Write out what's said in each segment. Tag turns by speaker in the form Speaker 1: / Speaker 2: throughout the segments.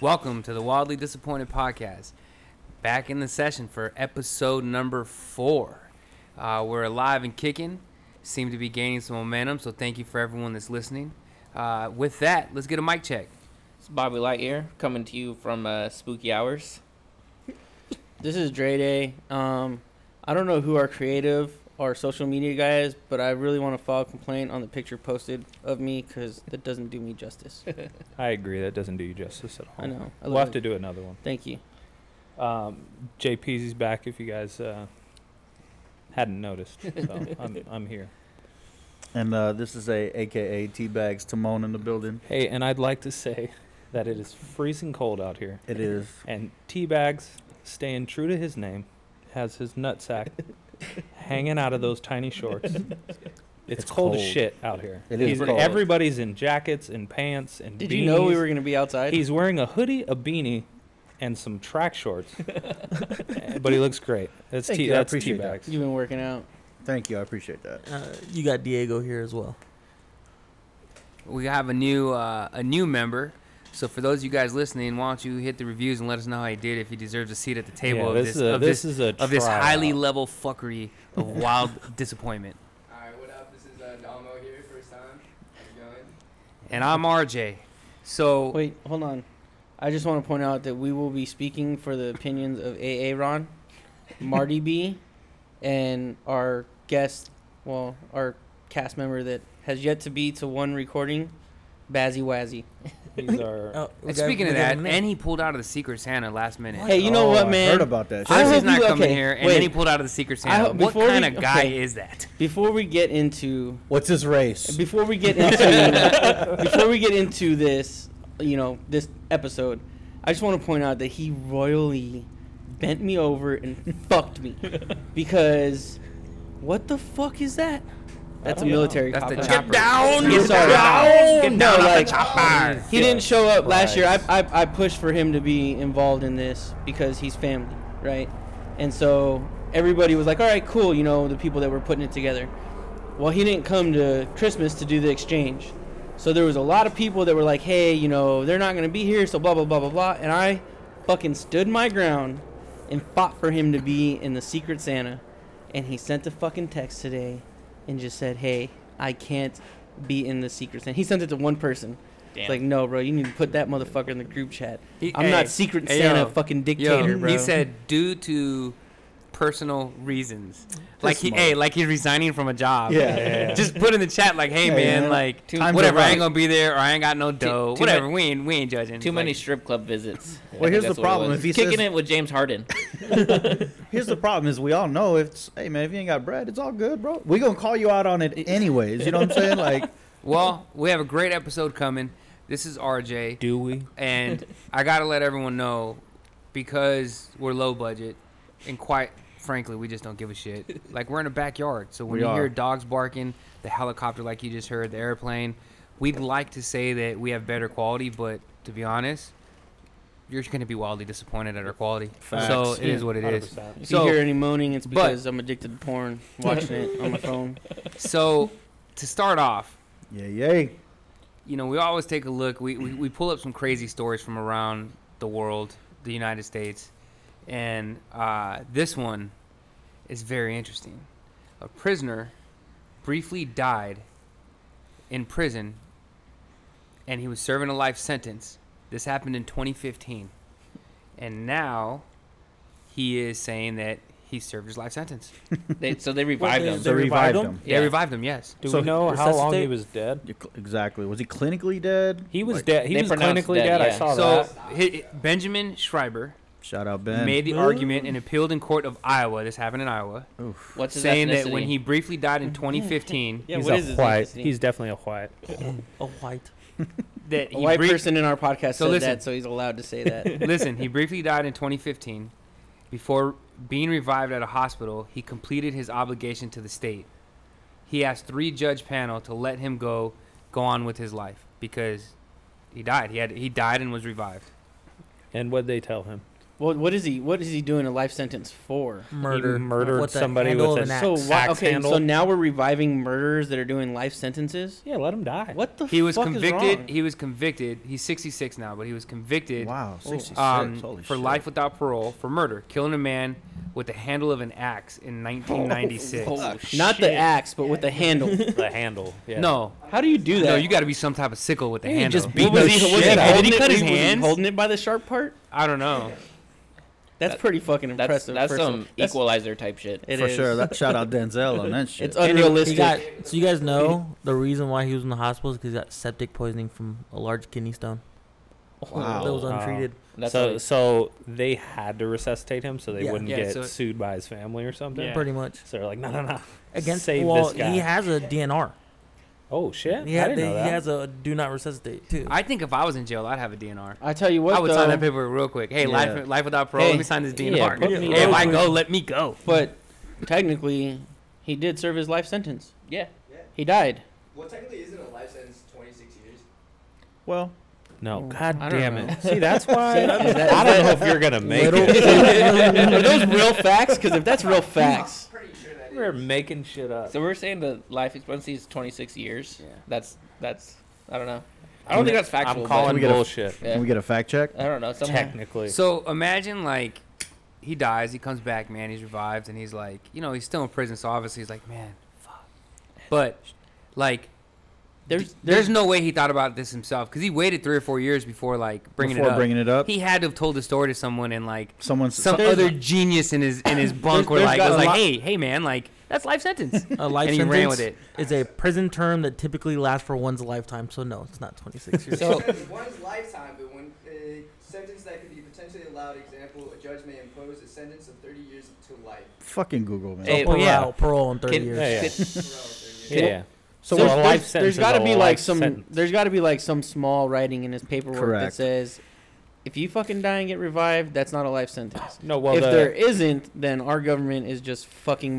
Speaker 1: Welcome to the Wildly Disappointed Podcast. Back in the session for episode number four. Uh, we're alive and kicking. Seem to be gaining some momentum, so thank you for everyone that's listening. Uh, with that, let's get a mic check.
Speaker 2: It's Bobby Lightyear coming to you from uh, Spooky Hours. This is Dre Day. Um, I don't know who our creative or social media guy is, but I really want to file a complaint on the picture posted of me because that doesn't do me justice.
Speaker 3: I agree. That doesn't do you justice at all.
Speaker 2: I know. I
Speaker 3: we'll
Speaker 2: love
Speaker 3: have
Speaker 2: it.
Speaker 3: to do another one.
Speaker 2: Thank you.
Speaker 3: Um, JP's is back if you guys uh, hadn't noticed. So I'm, I'm here.
Speaker 4: And uh, this is a AKA Teabags Timon in the building.
Speaker 3: Hey, and I'd like to say that it is freezing cold out here.
Speaker 4: It is.
Speaker 3: And Teabags, staying true to his name, has his nutsack hanging out of those tiny shorts. It's,
Speaker 4: It's
Speaker 3: cold, as
Speaker 4: cold.
Speaker 3: shit out here.
Speaker 4: It is
Speaker 3: He's-
Speaker 4: cold.
Speaker 3: Everybody's in jackets and pants and
Speaker 2: Did you know we
Speaker 3: beanies.
Speaker 2: were going to be outside?
Speaker 3: He's wearing a hoodie, a beanie, and some track shorts. Uh, but he looks great. That's
Speaker 4: Thank
Speaker 3: tea,
Speaker 4: you, I
Speaker 3: that's tea
Speaker 4: appreciate that.
Speaker 3: bags.
Speaker 2: You've been working out.
Speaker 4: Thank you. I appreciate that.
Speaker 5: Uh, you got Diego here as well.
Speaker 1: We have a new uh, a new member. So for those of you guys listening, why don't you hit the reviews and let us know how you did if you deserved a seat at the table
Speaker 3: Yeah,
Speaker 1: of
Speaker 3: this,
Speaker 1: this,
Speaker 3: is a,
Speaker 1: of
Speaker 3: this
Speaker 1: this,
Speaker 3: is a
Speaker 1: of this
Speaker 3: tryout.
Speaker 1: highly level fuckery of wild disappointment.
Speaker 6: Alright, what up? This is uh, Dalmo here, first time. How's it going?
Speaker 1: And I'm RJ. So
Speaker 2: Wait, hold on. I just want to point out that we will be speaking for the opinions of AA Ron, Marty B, and our guest, well, our cast member that has yet to be to one recording, Bazzy Wazzy.
Speaker 3: These are-
Speaker 5: Oh, we
Speaker 1: And
Speaker 5: got-
Speaker 1: speaking
Speaker 5: we
Speaker 1: of
Speaker 5: got
Speaker 1: that,
Speaker 5: him
Speaker 1: and he pulled out of the Secret Santa last minute.
Speaker 2: Hey, you know
Speaker 4: Oh,
Speaker 2: what,
Speaker 4: I
Speaker 2: man?
Speaker 4: heard about that.
Speaker 2: I-
Speaker 1: First
Speaker 4: shit.
Speaker 1: he's
Speaker 2: hope
Speaker 1: not
Speaker 2: you-
Speaker 1: coming
Speaker 2: okay,
Speaker 1: here, and
Speaker 2: wait.
Speaker 1: then he pulled out of the Secret Santa.
Speaker 2: hope-
Speaker 1: what
Speaker 2: before
Speaker 1: kind
Speaker 2: we-
Speaker 1: of guy
Speaker 2: okay.
Speaker 1: is that?
Speaker 2: Before we get into
Speaker 4: What's his race?
Speaker 2: before we get into before we get into this, you know, this episode, I just want to point out that he royally bent me over and fucked me because what the fuck is that? That's a military
Speaker 1: Oh, That's the
Speaker 2: cop out.
Speaker 1: chopper.
Speaker 2: down! Get down!
Speaker 1: Get down
Speaker 2: No,
Speaker 1: off
Speaker 2: like-
Speaker 1: the chopper!
Speaker 2: He didn't show up last year. I, I I pushed for him to be involved in this because he's family, right? And so everybody was like, "All right, cool," you know, the people that were putting it together. Well, he didn't come to Christmas to do the exchange. So there was a lot of people that were like, "Hey, you know, they're not going to be here," so blah blah blah blah blah. And I fucking stood my ground and fought for him to be in the Secret Santa. And he sent a fucking text today and just said, "Hey, I can't be in the Secret Santa." He sent it to one person. It's like, no, bro, you need to put that motherfucker in the group chat.
Speaker 1: He-
Speaker 2: I'm
Speaker 1: hey,
Speaker 2: not Secret
Speaker 1: hey,
Speaker 2: Santa
Speaker 1: yo,
Speaker 2: fucking
Speaker 1: Yo,
Speaker 2: dictator, bro.
Speaker 1: he said due to personal reasons, like he,
Speaker 4: smart.
Speaker 1: hey, like he's resigning from a job.
Speaker 4: Yeah. Yeah.
Speaker 1: Just put in the chat, like, hey,
Speaker 4: Hey,
Speaker 1: man,
Speaker 4: man,
Speaker 1: like,
Speaker 4: time's
Speaker 1: whatever,
Speaker 4: up.
Speaker 1: I ain't gonna be there, or I ain't got no dough,
Speaker 2: too
Speaker 1: whatever. we ain't, we ain't judging.
Speaker 6: Too
Speaker 1: Like,
Speaker 6: many strip club visits. I
Speaker 4: Well,
Speaker 6: think
Speaker 4: here's the
Speaker 6: that's what it
Speaker 4: problem.
Speaker 6: was.
Speaker 4: If he
Speaker 6: Kicking
Speaker 4: says-
Speaker 6: it with James Harden.
Speaker 4: Here's the problem: is we all know it's hey man, if you ain't got bread, it's all good, bro. We gonna call you out on it anyways. You know what I'm saying? Like
Speaker 1: Well, we have a great episode coming. This is RJ.
Speaker 3: do we?
Speaker 1: and I gotta let everyone know because we're low budget and quite frankly we just don't give a shit. Like we're in a backyard, so when
Speaker 4: We
Speaker 1: you
Speaker 4: are.
Speaker 1: hear dogs barking, the helicopter like you just heard, the airplane, we'd like to say that we have better quality, but to be honest, you're gonna be wildly disappointed at our quality. So
Speaker 4: Facts.
Speaker 1: it is what it is.
Speaker 3: 100%.
Speaker 2: If
Speaker 1: so-
Speaker 2: you hear any moaning, it's
Speaker 1: but-
Speaker 2: because I'm addicted to porn, watching it on my phone.
Speaker 1: So to start off,
Speaker 4: yeah, yay.
Speaker 1: you know, we always take a look. We, we, we pull up some crazy stories from around the world, the United States, and uh, this one is very interesting. A prisoner briefly died in prison, and he was serving a life sentence. This happened in 2015, and now he is saying that he served his life sentence.
Speaker 6: They, so they revived
Speaker 5: Well,
Speaker 6: him.
Speaker 4: They revived him.
Speaker 1: They revived him, yes.
Speaker 3: Do
Speaker 4: So
Speaker 3: we know how long he
Speaker 5: resuscitate-
Speaker 3: was dead?
Speaker 4: You cl- Exactly. Was he clinically dead?
Speaker 3: He was
Speaker 4: Like,
Speaker 3: dead. He
Speaker 6: they
Speaker 3: was
Speaker 6: pronounced
Speaker 3: clinically
Speaker 6: dead,
Speaker 3: dead. I
Speaker 6: yeah.
Speaker 3: saw
Speaker 1: So
Speaker 3: that.
Speaker 1: hi Benjamin Schreiber
Speaker 4: Shout out Ben.
Speaker 1: made the argument and appealed in court of Iowa. This happened in Iowa,
Speaker 4: Oof.
Speaker 6: What's his
Speaker 1: saying that
Speaker 6: ethnicity?
Speaker 1: when he briefly died in 2015,
Speaker 2: Yeah,
Speaker 3: he's
Speaker 2: what
Speaker 3: a
Speaker 2: is his
Speaker 3: white.
Speaker 2: ethnicity?
Speaker 3: He's definitely a white.
Speaker 5: A white.
Speaker 1: that
Speaker 2: A
Speaker 1: he
Speaker 2: white
Speaker 1: brief-
Speaker 2: person in our podcast
Speaker 1: So
Speaker 2: said
Speaker 1: listen.
Speaker 2: that, so he's allowed to say that.
Speaker 1: listen, he briefly died in 2015. Before being revived at a hospital, he completed his obligation to the state. He asked three judge panel to let him go, go on with his life because he died. He had he died and was revived.
Speaker 3: And what they tell him?
Speaker 2: Well, what is he? What is he doing a life sentence for?
Speaker 5: Murder.
Speaker 3: murdered
Speaker 5: With the
Speaker 3: somebody
Speaker 5: handle
Speaker 3: with an
Speaker 5: of an
Speaker 2: So
Speaker 5: axe.
Speaker 2: why?
Speaker 3: Axe
Speaker 2: Okay,
Speaker 3: handle.
Speaker 2: so now we're reviving murderers that are doing life sentences.
Speaker 3: Yeah, let him die.
Speaker 2: What the?
Speaker 1: He was
Speaker 2: fuck is
Speaker 1: convicted.
Speaker 2: wrong?
Speaker 1: He was convicted. He's 66 now, but he was convicted
Speaker 4: Wow, 66.
Speaker 1: um,
Speaker 4: Holy
Speaker 1: for
Speaker 4: shit.
Speaker 1: life without parole for murder, killing a man with the handle of an axe in 1996.
Speaker 2: Oh, Not the axe, but with the handle.
Speaker 3: The handle. Yeah.
Speaker 1: No,
Speaker 2: How do you do that?
Speaker 1: no, you got to be some type of sickle with the
Speaker 3: You
Speaker 1: handle.
Speaker 3: just beat
Speaker 2: was
Speaker 3: the
Speaker 2: he, was he
Speaker 3: shit out of
Speaker 2: holding
Speaker 1: Did he
Speaker 2: it-
Speaker 1: cut his
Speaker 2: was he
Speaker 1: hands?
Speaker 2: holding it by the sharp part?
Speaker 1: I don't know.
Speaker 2: That's pretty fucking
Speaker 7: That's
Speaker 2: impressive.
Speaker 7: that's
Speaker 2: first of-
Speaker 7: some equalizer type shit.
Speaker 2: it
Speaker 4: for
Speaker 2: is.
Speaker 4: sure. That shout out Denzel on that shit.
Speaker 2: It's
Speaker 5: And he-
Speaker 2: unrealistic.
Speaker 5: He got, so you guys know the reason why he was in the hospital is because he got septic poisoning from a large kidney stone
Speaker 4: Wow.
Speaker 5: that was
Speaker 3: Wow.
Speaker 5: untreated.
Speaker 7: That's
Speaker 3: so
Speaker 7: all-
Speaker 3: so they had to resuscitate him so they
Speaker 5: Yeah.
Speaker 3: wouldn't
Speaker 1: Yeah,
Speaker 3: get
Speaker 1: so-
Speaker 3: sued by his family or something.
Speaker 1: Yeah.
Speaker 5: Pretty much
Speaker 3: So they're like, no, no, no.
Speaker 5: against.
Speaker 3: Save
Speaker 5: well,
Speaker 3: this guy.
Speaker 5: he has a DNR.
Speaker 3: Oh shit!
Speaker 5: He, ha-
Speaker 3: I didn't
Speaker 5: they-
Speaker 3: know
Speaker 5: he
Speaker 3: that.
Speaker 5: has a do not resuscitate too.
Speaker 1: I think if I was in jail, I'd have a DNR.
Speaker 2: I tell you what,
Speaker 1: I would
Speaker 2: though,
Speaker 1: sign that paper real quick. Hey,
Speaker 4: Yeah.
Speaker 1: life, life without parole.
Speaker 2: Hey,
Speaker 1: let me sign this
Speaker 3: yeah,
Speaker 1: DNR.
Speaker 3: put me
Speaker 1: Hey, if I
Speaker 5: over.
Speaker 1: go, let me go.
Speaker 2: but technically, he did serve his life sentence.
Speaker 7: yeah.
Speaker 2: He died.
Speaker 6: Well, technically, isn't a life sentence 26 years?
Speaker 4: well,
Speaker 5: oh.
Speaker 3: no,
Speaker 2: Mm,
Speaker 3: God
Speaker 2: I don't
Speaker 3: damn
Speaker 2: know.
Speaker 3: it! See, that's why
Speaker 2: Is that-
Speaker 3: I
Speaker 2: is
Speaker 3: don't know
Speaker 2: that-
Speaker 3: if you're gonna make
Speaker 4: little-
Speaker 3: it.
Speaker 2: Are those real facts? Because if that's real facts,
Speaker 6: Pretty sure that
Speaker 3: We're
Speaker 6: is.
Speaker 3: making shit up.
Speaker 7: So we're saying the life expectancy is 26 years.
Speaker 1: Yeah.
Speaker 7: That's that's I don't know. I don't think that's factual.
Speaker 3: I'm
Speaker 4: Can
Speaker 3: calling
Speaker 4: we get a-
Speaker 3: bullshit.
Speaker 7: But, yeah.
Speaker 4: can we get a fact check?
Speaker 7: I don't know. Someone,
Speaker 3: Technically,
Speaker 1: So imagine like he dies, he comes back, man, he's revived, and he's like, you know, he's still in prison, so obviously he's like, man, fuck. But like,
Speaker 2: there's
Speaker 1: there's no way he thought about this himself because he waited three or four years before like bringing
Speaker 4: Before
Speaker 1: it up.
Speaker 4: bringing it up,
Speaker 1: he had to have told the story to someone and like
Speaker 4: someone's
Speaker 1: some
Speaker 2: There's-
Speaker 1: other genius in his in his bunk
Speaker 2: There's-
Speaker 1: were
Speaker 2: there's
Speaker 1: like
Speaker 2: got
Speaker 1: was
Speaker 2: a
Speaker 1: like,
Speaker 2: lot-
Speaker 1: hey, hey, man, like that's life sentence.
Speaker 5: a life
Speaker 1: and he
Speaker 5: sentence
Speaker 1: ran with it.
Speaker 5: is a prison term that typically lasts for one's lifetime. So no, it's not 26 years.
Speaker 7: So-
Speaker 6: Because one is lifetime, but when a sentence that could be potentially allowed, example, a judge may impose a sentence of 30 years to life.
Speaker 4: fucking Google man.
Speaker 5: so
Speaker 7: Hey,
Speaker 5: parole,
Speaker 3: yeah.
Speaker 5: parole in 30
Speaker 7: Can-
Speaker 3: Yeah,
Speaker 5: years.
Speaker 3: yeah.
Speaker 6: Bro, 30
Speaker 3: yeah.
Speaker 6: years.
Speaker 3: yeah. So
Speaker 2: there's,
Speaker 3: a life
Speaker 2: there's-
Speaker 3: sentence
Speaker 2: there's
Speaker 3: is
Speaker 2: got to
Speaker 3: a
Speaker 2: be
Speaker 3: life
Speaker 2: like some.
Speaker 3: sentence.
Speaker 2: There's got to be like some small writing in his paperwork
Speaker 4: Correct.
Speaker 2: that says, if you fucking die and get revived, that's not a life sentence.
Speaker 3: No, well,
Speaker 2: if
Speaker 3: the,
Speaker 2: there isn't, then our government is just fucking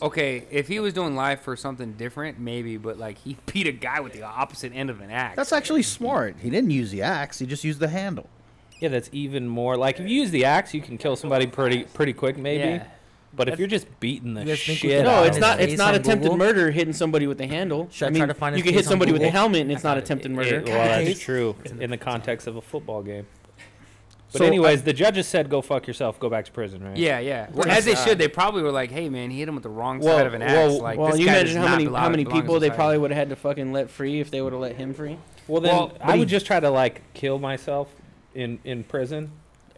Speaker 1: Well, okay, if he was doing life for something different, maybe, but like he beat a guy with the opposite end of an axe.
Speaker 4: That's actually smart. He didn't use the axe. He just used the handle.
Speaker 3: yeah, that's even more. Like if you use the axe, you can kill somebody pretty pretty quick, maybe.
Speaker 1: Yeah.
Speaker 3: But if you're just beating the
Speaker 5: You guys think we
Speaker 3: shit,
Speaker 5: can-
Speaker 2: no,
Speaker 3: out of
Speaker 2: it's not.
Speaker 3: them-
Speaker 5: It's
Speaker 2: It's not
Speaker 5: on
Speaker 2: attempted
Speaker 5: Google.
Speaker 2: murder hitting somebody with a handle.
Speaker 5: Should I
Speaker 2: I mean,
Speaker 5: try to find
Speaker 2: you
Speaker 5: his
Speaker 2: can
Speaker 5: case
Speaker 2: hit
Speaker 5: on
Speaker 2: somebody with a
Speaker 5: Google?
Speaker 2: helmet, and it's
Speaker 5: I
Speaker 2: not
Speaker 5: got it.
Speaker 2: attempted
Speaker 5: It-
Speaker 2: murder.
Speaker 3: It- well, that's
Speaker 5: Guys.
Speaker 3: true in the context of a football game. But
Speaker 4: So,
Speaker 3: anyways, the judges said, "Go fuck yourself. Go back to prison." Right?
Speaker 1: Yeah, yeah. Well, as they should. They probably were like, "Hey, man, he hit him with the wrong
Speaker 3: Well,
Speaker 1: side of an axe."
Speaker 3: well,
Speaker 1: like,
Speaker 2: well,
Speaker 1: this
Speaker 2: you
Speaker 1: guy does
Speaker 2: imagine how
Speaker 1: not
Speaker 2: many
Speaker 1: belong-
Speaker 2: how many
Speaker 1: belong in
Speaker 2: people they
Speaker 1: society.
Speaker 2: probably would have had to fucking let free if they would have let him free.
Speaker 3: Well, then
Speaker 1: Well,
Speaker 3: I would just try to like kill myself in in prison.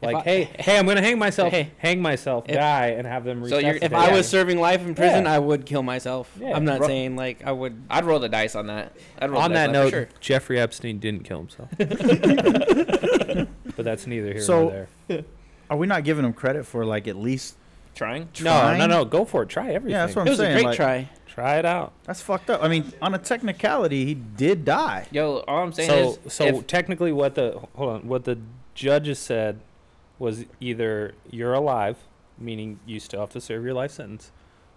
Speaker 3: Like,
Speaker 2: I-
Speaker 3: hey, hey, I'm gonna hang myself.
Speaker 2: Hey.
Speaker 3: hang myself,
Speaker 2: If-
Speaker 3: die, and have them.
Speaker 7: So you're-
Speaker 2: If
Speaker 3: resuscitate
Speaker 2: I
Speaker 3: me.
Speaker 2: was serving life in prison,
Speaker 3: Yeah.
Speaker 2: I would kill myself.
Speaker 3: Yeah.
Speaker 2: I'm not
Speaker 3: Ru-
Speaker 2: saying like I would.
Speaker 7: I'd roll the dice on that. I'd roll
Speaker 3: on
Speaker 7: the
Speaker 3: that
Speaker 7: dice on
Speaker 3: note,
Speaker 7: for sure.
Speaker 3: Jeffrey Epstein didn't kill himself. but that's neither here
Speaker 4: So-
Speaker 3: nor there.
Speaker 4: Are we not giving him credit for like at least?
Speaker 7: trying.
Speaker 4: trying?
Speaker 3: No, no, no. Go for it. Try everything.
Speaker 4: Yeah, that's what I'm
Speaker 2: It was
Speaker 4: saying.
Speaker 2: a great
Speaker 4: like,
Speaker 2: try.
Speaker 3: Try it out.
Speaker 4: That's fucked up. I mean, on a technicality, he did die.
Speaker 7: Yo, all I'm saying
Speaker 3: So,
Speaker 7: is
Speaker 3: so
Speaker 7: if,
Speaker 3: technically, what the hold on, what the judges said was either you're alive, meaning you still have to serve your life sentence,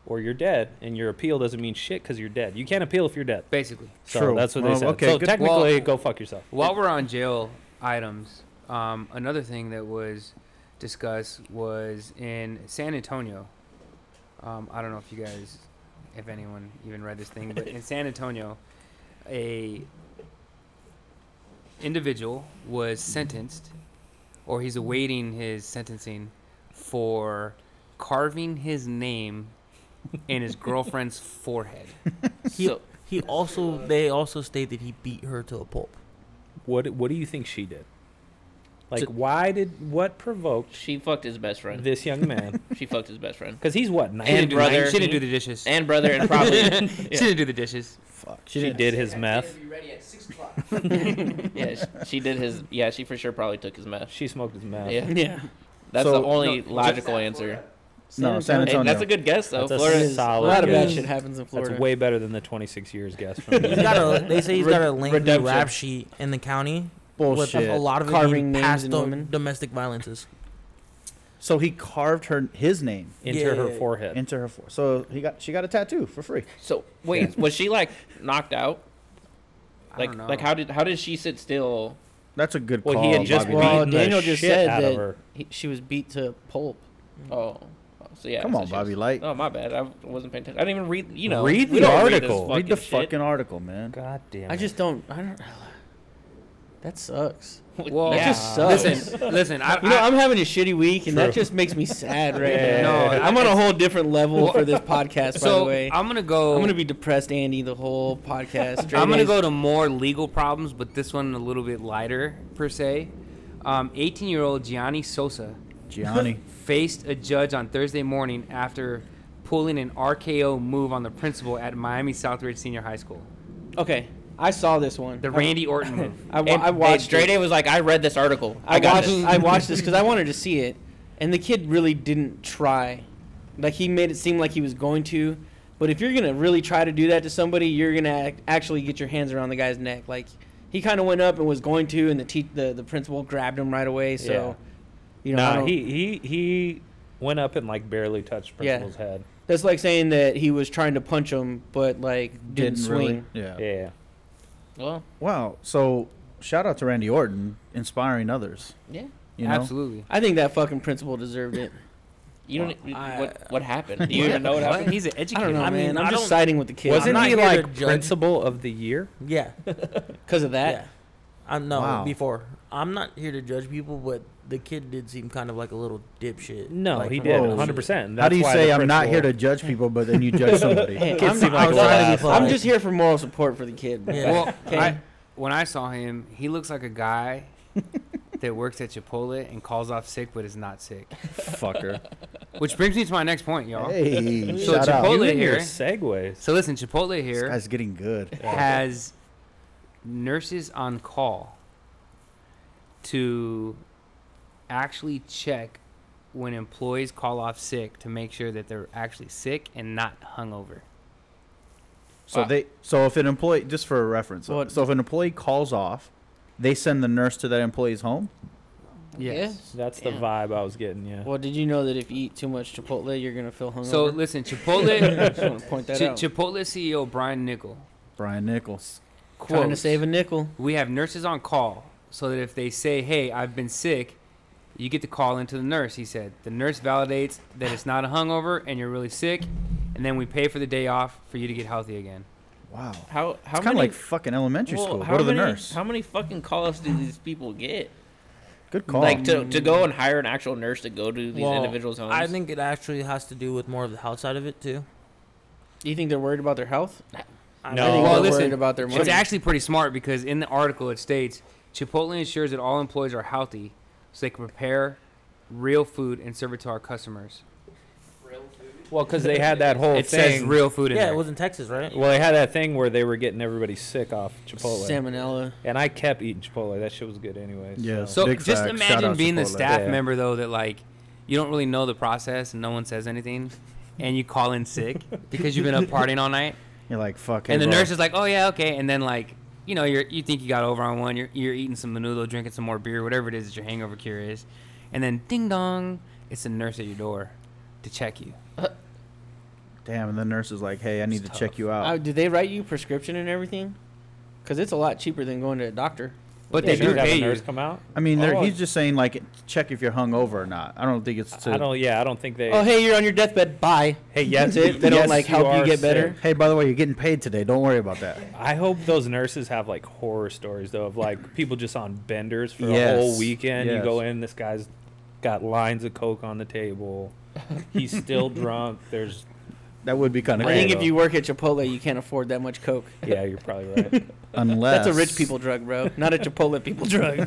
Speaker 3: or you're dead, and your appeal doesn't mean shit because you're dead. You can't appeal if you're dead.
Speaker 1: Basically,
Speaker 3: So
Speaker 4: True.
Speaker 3: that's what they
Speaker 4: Well,
Speaker 3: said.
Speaker 4: okay,
Speaker 3: so
Speaker 4: good-
Speaker 3: technically,
Speaker 1: Well-
Speaker 3: go fuck yourself.
Speaker 1: while we're on jail items, um, another thing that was discussed was in San Antonio. Um, I don't know if you guys, if anyone even read this thing, but in San Antonio, a individual was sentenced, or he's awaiting his sentencing for carving his name in his girlfriend's forehead.
Speaker 5: He,
Speaker 7: So-
Speaker 5: he also they also state that he beat her to a pulp.
Speaker 3: What What do you think she did? Like, why did what provoked
Speaker 7: she fucked his best friend.
Speaker 3: this young man?
Speaker 7: She fucked his best friend
Speaker 3: Because he's what? 90?
Speaker 1: She
Speaker 7: And
Speaker 1: didn't do the-
Speaker 7: brother.
Speaker 1: she didn't do the dishes.
Speaker 7: and brother and probably
Speaker 1: she didn't do the dishes.
Speaker 4: Fuck.
Speaker 3: She, did his meth.
Speaker 6: Be ready at 6 o'clock.
Speaker 7: yeah. She, she did his yeah. She for sure probably took his meth.
Speaker 3: She smoked his meth.
Speaker 7: Yeah,
Speaker 2: Yeah.
Speaker 7: that's
Speaker 4: So-
Speaker 7: the only logical
Speaker 6: Florida.
Speaker 7: answer.
Speaker 4: No, San
Speaker 7: Hey,
Speaker 4: Antonio.
Speaker 7: that's a good guess though.
Speaker 3: That's a
Speaker 7: Florida.
Speaker 2: It is. a
Speaker 3: Solid
Speaker 2: lot of bad
Speaker 5: guess.
Speaker 2: shit happens in Florida.
Speaker 3: That's way better than the 26 years guess. From
Speaker 5: He's got a, they say he's got a lengthy
Speaker 4: redemption.
Speaker 5: rap sheet in the county with
Speaker 4: bullshit.
Speaker 5: a lot of it
Speaker 2: Carving
Speaker 5: being
Speaker 2: names
Speaker 5: past
Speaker 2: and
Speaker 5: dom-
Speaker 2: women.
Speaker 5: domestic violences.
Speaker 4: So he carved her his name
Speaker 3: into
Speaker 5: Yeah,
Speaker 3: her
Speaker 5: yeah, yeah.
Speaker 3: forehead.
Speaker 4: into her fore. So he got she got a tattoo for free.
Speaker 7: So wait, was she like knocked out?
Speaker 1: I
Speaker 7: Like
Speaker 1: don't know.
Speaker 7: like how did how did she sit still?
Speaker 4: That's a good call.
Speaker 3: Well, he had just
Speaker 4: Bobby.
Speaker 2: Well,
Speaker 3: beaten
Speaker 2: Daniel
Speaker 3: the
Speaker 2: just
Speaker 3: shit
Speaker 2: said
Speaker 3: out
Speaker 2: that-
Speaker 3: of her.
Speaker 2: He, she was beat to pulp.
Speaker 7: Oh, so yeah.
Speaker 4: Come
Speaker 7: so
Speaker 4: on,
Speaker 7: she
Speaker 4: Bobby
Speaker 7: was-
Speaker 4: Light.
Speaker 7: Oh, my bad. I wasn't paying attention. I didn't even read. You know,
Speaker 3: Read
Speaker 7: we
Speaker 3: the
Speaker 7: don't
Speaker 3: article.
Speaker 7: Read,
Speaker 4: Read the fucking
Speaker 7: article.
Speaker 4: article, man.
Speaker 3: God damn.
Speaker 2: I just don't. I don't. That sucks.
Speaker 1: Well,
Speaker 7: yeah.
Speaker 2: just sucks.
Speaker 1: Listen, listen. I,
Speaker 2: You know,
Speaker 1: I-
Speaker 2: I'm having a shitty week, and
Speaker 3: True.
Speaker 2: that just makes me sad right
Speaker 3: Yeah.
Speaker 2: now.
Speaker 1: No,
Speaker 2: I'm on a whole different level for this podcast, by the
Speaker 1: so
Speaker 2: way. I'm,
Speaker 1: I'm gonna go.
Speaker 2: going to be depressed, Andy, the whole podcast. Straight
Speaker 1: I'm going to
Speaker 2: A's.
Speaker 1: go to more legal problems, but this one a little bit lighter, per se. 18 year old Gianni Sosa
Speaker 4: Gianni.
Speaker 1: faced a judge on Thursday morning after pulling an RKO move on the principal at Miami Southridge Senior High School.
Speaker 2: Okay. I saw this one.
Speaker 1: The Randy Orton move.
Speaker 2: I, wa-
Speaker 7: And
Speaker 2: I watched
Speaker 7: Straight
Speaker 2: it.
Speaker 7: A was like, I read this article. I,
Speaker 2: I,
Speaker 7: got
Speaker 2: watched
Speaker 7: this.
Speaker 2: I watched this because I wanted to see it, and the kid really didn't try. Like he made it seem like he was going to, but if you're gonna really try to do that to somebody, you're gonna act, actually get your hands around the guy's neck. Like he kind of went up and was going to, and the te- the the principal grabbed him right away. So,
Speaker 3: Yeah.
Speaker 2: you know, I
Speaker 3: nah,
Speaker 2: don't-
Speaker 3: he he he went up and like barely touched
Speaker 2: Yeah.
Speaker 3: principal's head.
Speaker 2: that's like saying that he was trying to punch him, but like didn't, swing.
Speaker 4: really- Yeah.
Speaker 3: Yeah.
Speaker 7: Well,
Speaker 4: Wow. So shout out to Randy Orton, inspiring others.
Speaker 7: yeah.
Speaker 4: You know?
Speaker 1: Absolutely.
Speaker 2: I think that fucking principal deserved it.
Speaker 7: You don't. e,
Speaker 2: I-
Speaker 7: what what happened? Do you even know what
Speaker 1: What?
Speaker 7: happened?
Speaker 1: He's an
Speaker 2: I
Speaker 1: educator.
Speaker 2: don't know,
Speaker 5: I mean,
Speaker 2: man. I'm
Speaker 5: I
Speaker 2: just
Speaker 5: don't-
Speaker 2: siding with the kid.
Speaker 3: Wasn't
Speaker 5: not
Speaker 3: he
Speaker 5: here to
Speaker 3: like
Speaker 5: judge.
Speaker 3: principal of the year?
Speaker 5: Yeah.
Speaker 2: because of that?
Speaker 5: Yeah. I'm no
Speaker 4: Wow.
Speaker 5: before. I'm not here to judge people, but the kid did seem kind of like a little dipshit.
Speaker 3: No,
Speaker 5: like,
Speaker 3: he
Speaker 5: from
Speaker 3: did.
Speaker 5: what I
Speaker 4: whoa.
Speaker 3: 100.
Speaker 5: was-
Speaker 3: percent
Speaker 4: How do you say I'm not here to judge people, but then you judge somebody?
Speaker 2: Hey,
Speaker 4: Kids
Speaker 2: I'm-
Speaker 4: seem
Speaker 5: I
Speaker 4: like
Speaker 5: was
Speaker 4: a lot
Speaker 5: trying to be
Speaker 2: I'm
Speaker 5: polite.
Speaker 2: just here for moral support for the kid. man.
Speaker 5: Yeah.
Speaker 1: Well,
Speaker 2: Okay.
Speaker 1: I, when I saw him, he looks like a guy that works at Chipotle and calls off sick but is not sick.
Speaker 4: fucker.
Speaker 1: Which brings me to my next point, y'all.
Speaker 4: Hey,
Speaker 1: So
Speaker 4: shout out.
Speaker 1: Chipotle-
Speaker 3: You and your
Speaker 1: here.
Speaker 3: segues.
Speaker 1: So listen, Chipotle here.
Speaker 4: This guy's getting good.
Speaker 1: has nurses on call to actually check when employees call off sick to make sure that they're actually sick and not hungover.
Speaker 4: So
Speaker 7: Wow.
Speaker 4: they so if an employee just for a reference,
Speaker 2: What?
Speaker 4: so if an employee calls off, they send the nurse to that employee's home.
Speaker 1: Yes.
Speaker 3: That's the
Speaker 7: Damn.
Speaker 3: vibe I was getting. Yeah.
Speaker 2: Well, did you know that if you eat too much Chipotle, you're gonna feel hungover?
Speaker 1: So listen, Chipotle,
Speaker 2: I just want to point that
Speaker 1: Chi-
Speaker 2: out.
Speaker 1: Chipotle CEO Brian Nickel,
Speaker 4: Brian Nichols.
Speaker 1: quote,
Speaker 2: Trying to save a nickel.
Speaker 1: "We have nurses on call so that if they say, "Hey, I've been sick," you get to call into the nurse, he said. The nurse validates that it's not a hungover and you're really sick, and then we pay for the day off for you to get healthy again.
Speaker 4: Wow.
Speaker 7: How how
Speaker 4: it's kind
Speaker 7: many?
Speaker 4: of like fucking elementary
Speaker 7: well,
Speaker 4: school.
Speaker 7: how
Speaker 4: Go to the
Speaker 7: many-
Speaker 4: nurse.
Speaker 7: How many fucking call-ups do these people get?
Speaker 4: Good call.
Speaker 7: Like to, to go and hire an actual nurse to go to these
Speaker 5: Well,
Speaker 7: individuals' homes.
Speaker 5: I think it actually has to do with more of the health side of it too.
Speaker 2: Do you think they're worried about their health?
Speaker 5: I
Speaker 3: No.
Speaker 2: I think
Speaker 1: Well,
Speaker 2: they're
Speaker 1: listen,
Speaker 2: worried about their money.
Speaker 1: It's actually pretty smart because in the article it states Chipotle ensures that all employees are healthy so they can prepare real food and serve it to our customers.
Speaker 6: Real food.
Speaker 3: Well, because they had that whole
Speaker 1: it says
Speaker 3: thing.
Speaker 1: real food in
Speaker 5: Yeah,
Speaker 1: there.
Speaker 5: it was in Texas, right?
Speaker 3: well, they had that thing where they were getting everybody sick off Chipotle,
Speaker 2: Salmonella.
Speaker 3: and I kept eating Chipotle. That shit was good anyway.
Speaker 4: Yeah,
Speaker 3: so-
Speaker 1: so
Speaker 4: Big
Speaker 1: just
Speaker 4: facts. Shout
Speaker 1: imagine
Speaker 4: out
Speaker 1: being the
Speaker 4: Chipotle.
Speaker 1: staff
Speaker 3: Yeah.
Speaker 1: member though that like you don't really know the process and no one says anything and you call in sick because you've been up partying all night
Speaker 4: You're like fucking.
Speaker 1: and the nurse is like, "Oh yeah, okay," and then like you know you're you think you got over on one, you're you're eating some menudo, drinking some more beer, whatever it is that your hangover cure is, and then ding dong, it's the nurse at your door to check you.
Speaker 4: Damn, and the nurse is like, "Hey, I need
Speaker 1: It's
Speaker 4: to
Speaker 1: tough.
Speaker 4: check you
Speaker 2: Uh,
Speaker 4: out."
Speaker 2: do they write you prescription and everything? Because it's a lot cheaper than going to a doctor.
Speaker 1: But
Speaker 3: They
Speaker 1: they do
Speaker 3: should have
Speaker 1: pay
Speaker 3: a
Speaker 1: you.
Speaker 3: nurse come out.
Speaker 4: I mean, they're
Speaker 3: Oh.
Speaker 4: he's just saying like, check if you're hungover or not. I don't think it's. To,
Speaker 3: I don't. Yeah, I don't think they.
Speaker 2: Oh, hey, you're on your deathbed. Bye.
Speaker 3: Hey, yes,
Speaker 2: That's it? They don't,
Speaker 3: yes,
Speaker 2: like, help you
Speaker 3: are
Speaker 2: get better?
Speaker 3: sick.
Speaker 4: Hey, by the way, you're getting paid today. Don't worry about that.
Speaker 3: I hope those nurses have like horror stories though of like people just on benders for a
Speaker 4: Yes,
Speaker 3: whole weekend. You
Speaker 4: yes.
Speaker 3: go in, this guy's got lines of coke on the table. He's still drunk. There's
Speaker 4: That would be kind
Speaker 2: I
Speaker 4: of.
Speaker 3: Right.
Speaker 2: think if you work at Chipotle, you can't afford that much Coke.
Speaker 3: yeah, you're probably right.
Speaker 4: unless
Speaker 2: That's a rich people drug, bro. Not a Chipotle people drug.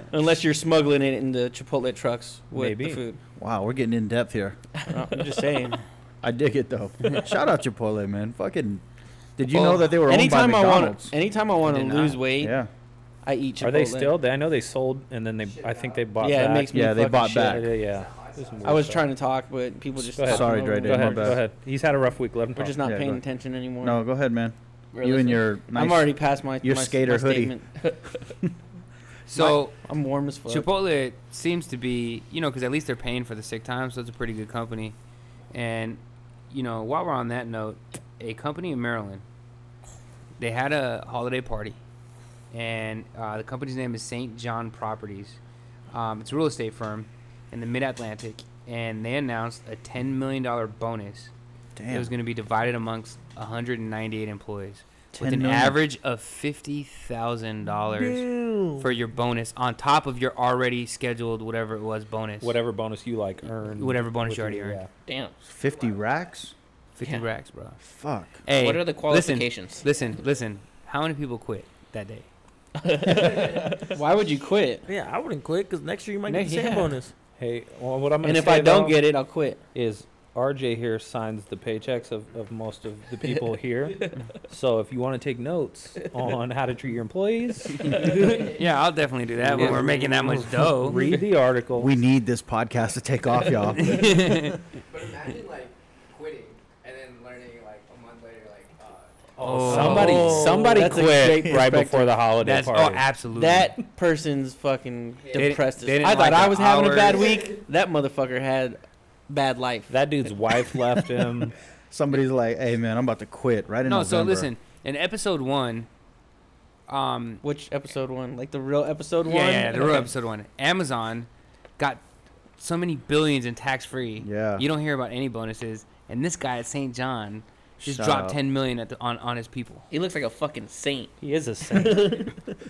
Speaker 2: Unless you're smuggling it in the Chipotle trucks with
Speaker 3: Maybe.
Speaker 2: the food.
Speaker 4: Wow, we're getting in depth here.
Speaker 2: I'm just saying.
Speaker 4: I dig it though. Shout out Chipotle, man. Fucking. Did you know that they were owned by
Speaker 2: anytime I want,
Speaker 4: McDonald's?
Speaker 2: anytime I want to
Speaker 1: Did not.
Speaker 2: lose weight,
Speaker 4: yeah,
Speaker 2: I eat Chipotle.
Speaker 3: Are they still? I know they sold and then they. I think they bought.
Speaker 2: Yeah, it
Speaker 3: back.
Speaker 2: makes me.
Speaker 4: Yeah, they
Speaker 2: fucking
Speaker 4: bought
Speaker 2: shit.
Speaker 4: back.
Speaker 3: Yeah, yeah.
Speaker 2: I was trying to talk, but people just.
Speaker 3: Go ahead.
Speaker 2: talking
Speaker 4: Sorry,
Speaker 2: over
Speaker 4: Dre,
Speaker 2: me.
Speaker 3: Go
Speaker 4: My
Speaker 3: ahead.
Speaker 4: bad.
Speaker 3: Go ahead. He's had a rough week. Let him
Speaker 2: We're
Speaker 3: talk.
Speaker 2: just not
Speaker 4: Yeah,
Speaker 2: paying
Speaker 4: go-
Speaker 2: attention anymore.
Speaker 4: no, go ahead, man. You
Speaker 7: Realistic.
Speaker 4: and your nice.
Speaker 2: I'm already past my.
Speaker 4: your
Speaker 2: my,
Speaker 4: skater
Speaker 2: my
Speaker 4: hoodie.
Speaker 2: Statement.
Speaker 1: So
Speaker 2: I'm warm as fuck.
Speaker 1: Chipotle seems to be, you know, because at least they're paying for the sick time, so it's a pretty good company. And, you know, while we're on that note, a company in Maryland, they had a holiday party, and uh, the company's name is St. John Properties. Um, it's a real estate firm in the Mid Atlantic, and they announced a ten million dollar bonus. It
Speaker 4: Damn.
Speaker 1: was going to be divided amongst 198 employees, with
Speaker 4: 10
Speaker 1: an
Speaker 4: million.
Speaker 1: average of fifty thousand dollars for your bonus on top of your already scheduled whatever it was bonus,
Speaker 3: Whatever bonus you like earn.
Speaker 1: whatever bonus
Speaker 3: with
Speaker 1: you already
Speaker 3: your-
Speaker 1: earned,
Speaker 7: Damn.
Speaker 4: 50 racks?
Speaker 1: fifty
Speaker 7: Yeah.
Speaker 1: racks, bro.
Speaker 4: Fuck.
Speaker 1: Hey,
Speaker 7: what are the qualifications?
Speaker 1: Listen, listen, listen. How many people quit that day?
Speaker 2: Why would you quit?
Speaker 5: Yeah, I wouldn't quit because next year you might
Speaker 2: Ne-
Speaker 5: get the same
Speaker 2: yeah.
Speaker 5: bonus.
Speaker 3: Hey, well, what I'm gonna
Speaker 2: And if
Speaker 3: say,
Speaker 2: I don't
Speaker 3: though,
Speaker 2: get it, I'll quit.
Speaker 3: is RJ here signs the paychecks of, of most of the people here. so if you want to take notes on how to treat your employees,
Speaker 1: Yeah, I'll definitely do that when
Speaker 3: Yeah.
Speaker 1: we're making that much dough.
Speaker 3: read the article.
Speaker 4: We need this podcast to take off, y'all.
Speaker 6: But imagine like quitting and then learning like a month later, like, uh,
Speaker 1: Oh,
Speaker 3: somebody
Speaker 2: Oh,
Speaker 3: somebody
Speaker 2: that's a
Speaker 3: quit
Speaker 2: great
Speaker 3: right
Speaker 2: perspective.
Speaker 3: before the holiday
Speaker 1: That's oh,
Speaker 3: party.
Speaker 1: absolutely
Speaker 2: That person's fucking
Speaker 6: They
Speaker 1: didn't-
Speaker 2: depressed. as-
Speaker 1: they didn't
Speaker 2: I thought
Speaker 1: like
Speaker 2: I
Speaker 1: the
Speaker 2: was having a bad
Speaker 1: hours.
Speaker 2: week. That motherfucker had bad life.
Speaker 3: that dude's wife left him.
Speaker 4: Somebody's like, hey, man, I'm about to quit right in
Speaker 1: No, so
Speaker 4: November."
Speaker 1: listen. In episode one, um,
Speaker 2: Which episode one? Like the real episode
Speaker 1: yeah,
Speaker 2: one?
Speaker 1: yeah, yeah, the real
Speaker 2: Okay.
Speaker 1: episode one. Amazon got so many billions in tax free.
Speaker 4: Yeah.
Speaker 1: You don't hear about any bonuses, and this guy at St. John just
Speaker 4: Shut
Speaker 1: dropped
Speaker 4: up.
Speaker 1: 10 million at the, on on his people.
Speaker 7: He looks like a fucking saint.
Speaker 3: He is a saint.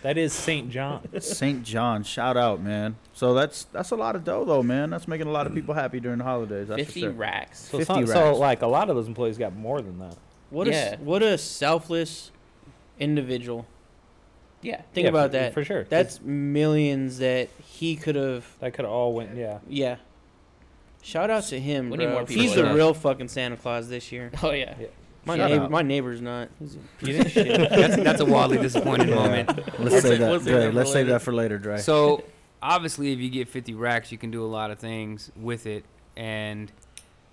Speaker 3: that is Saint John.
Speaker 4: St. John, shout out, man. So that's that's a lot of dough, though, man. That's making a lot of people happy during the holidays. That's
Speaker 7: Fifty
Speaker 4: for sure.
Speaker 7: racks.
Speaker 3: So,
Speaker 4: 50
Speaker 3: some- so
Speaker 4: racks.
Speaker 3: like a lot of those employees got more than that.
Speaker 2: What a s-
Speaker 7: Yeah.
Speaker 2: what a selfless individual.
Speaker 7: Yeah.
Speaker 2: Think
Speaker 3: Yeah,
Speaker 2: about
Speaker 3: for,
Speaker 2: that.
Speaker 3: for sure.
Speaker 2: That's millions that he could have.
Speaker 3: that could all went. Yeah.
Speaker 2: Yeah. Shout out to him,
Speaker 7: We need
Speaker 2: bro.
Speaker 7: more
Speaker 2: If
Speaker 7: people
Speaker 2: He's
Speaker 7: like
Speaker 2: the
Speaker 7: that.
Speaker 2: real fucking Santa Claus this year.
Speaker 7: Oh yeah.
Speaker 2: My
Speaker 4: Shut
Speaker 2: neighbor,
Speaker 4: up.
Speaker 2: my neighbor's not. He's a
Speaker 3: You
Speaker 2: piece of shit.
Speaker 1: That's that's a wildly disappointing
Speaker 4: Yeah.
Speaker 1: moment.
Speaker 4: Let's
Speaker 5: We'll
Speaker 4: save
Speaker 5: save- we'll
Speaker 4: that.
Speaker 5: save
Speaker 4: Dre,
Speaker 5: that for
Speaker 4: Let's save
Speaker 5: later.
Speaker 4: that for later, Dre.
Speaker 1: So obviously, if you get 50 racks, you can do a lot of things with it. And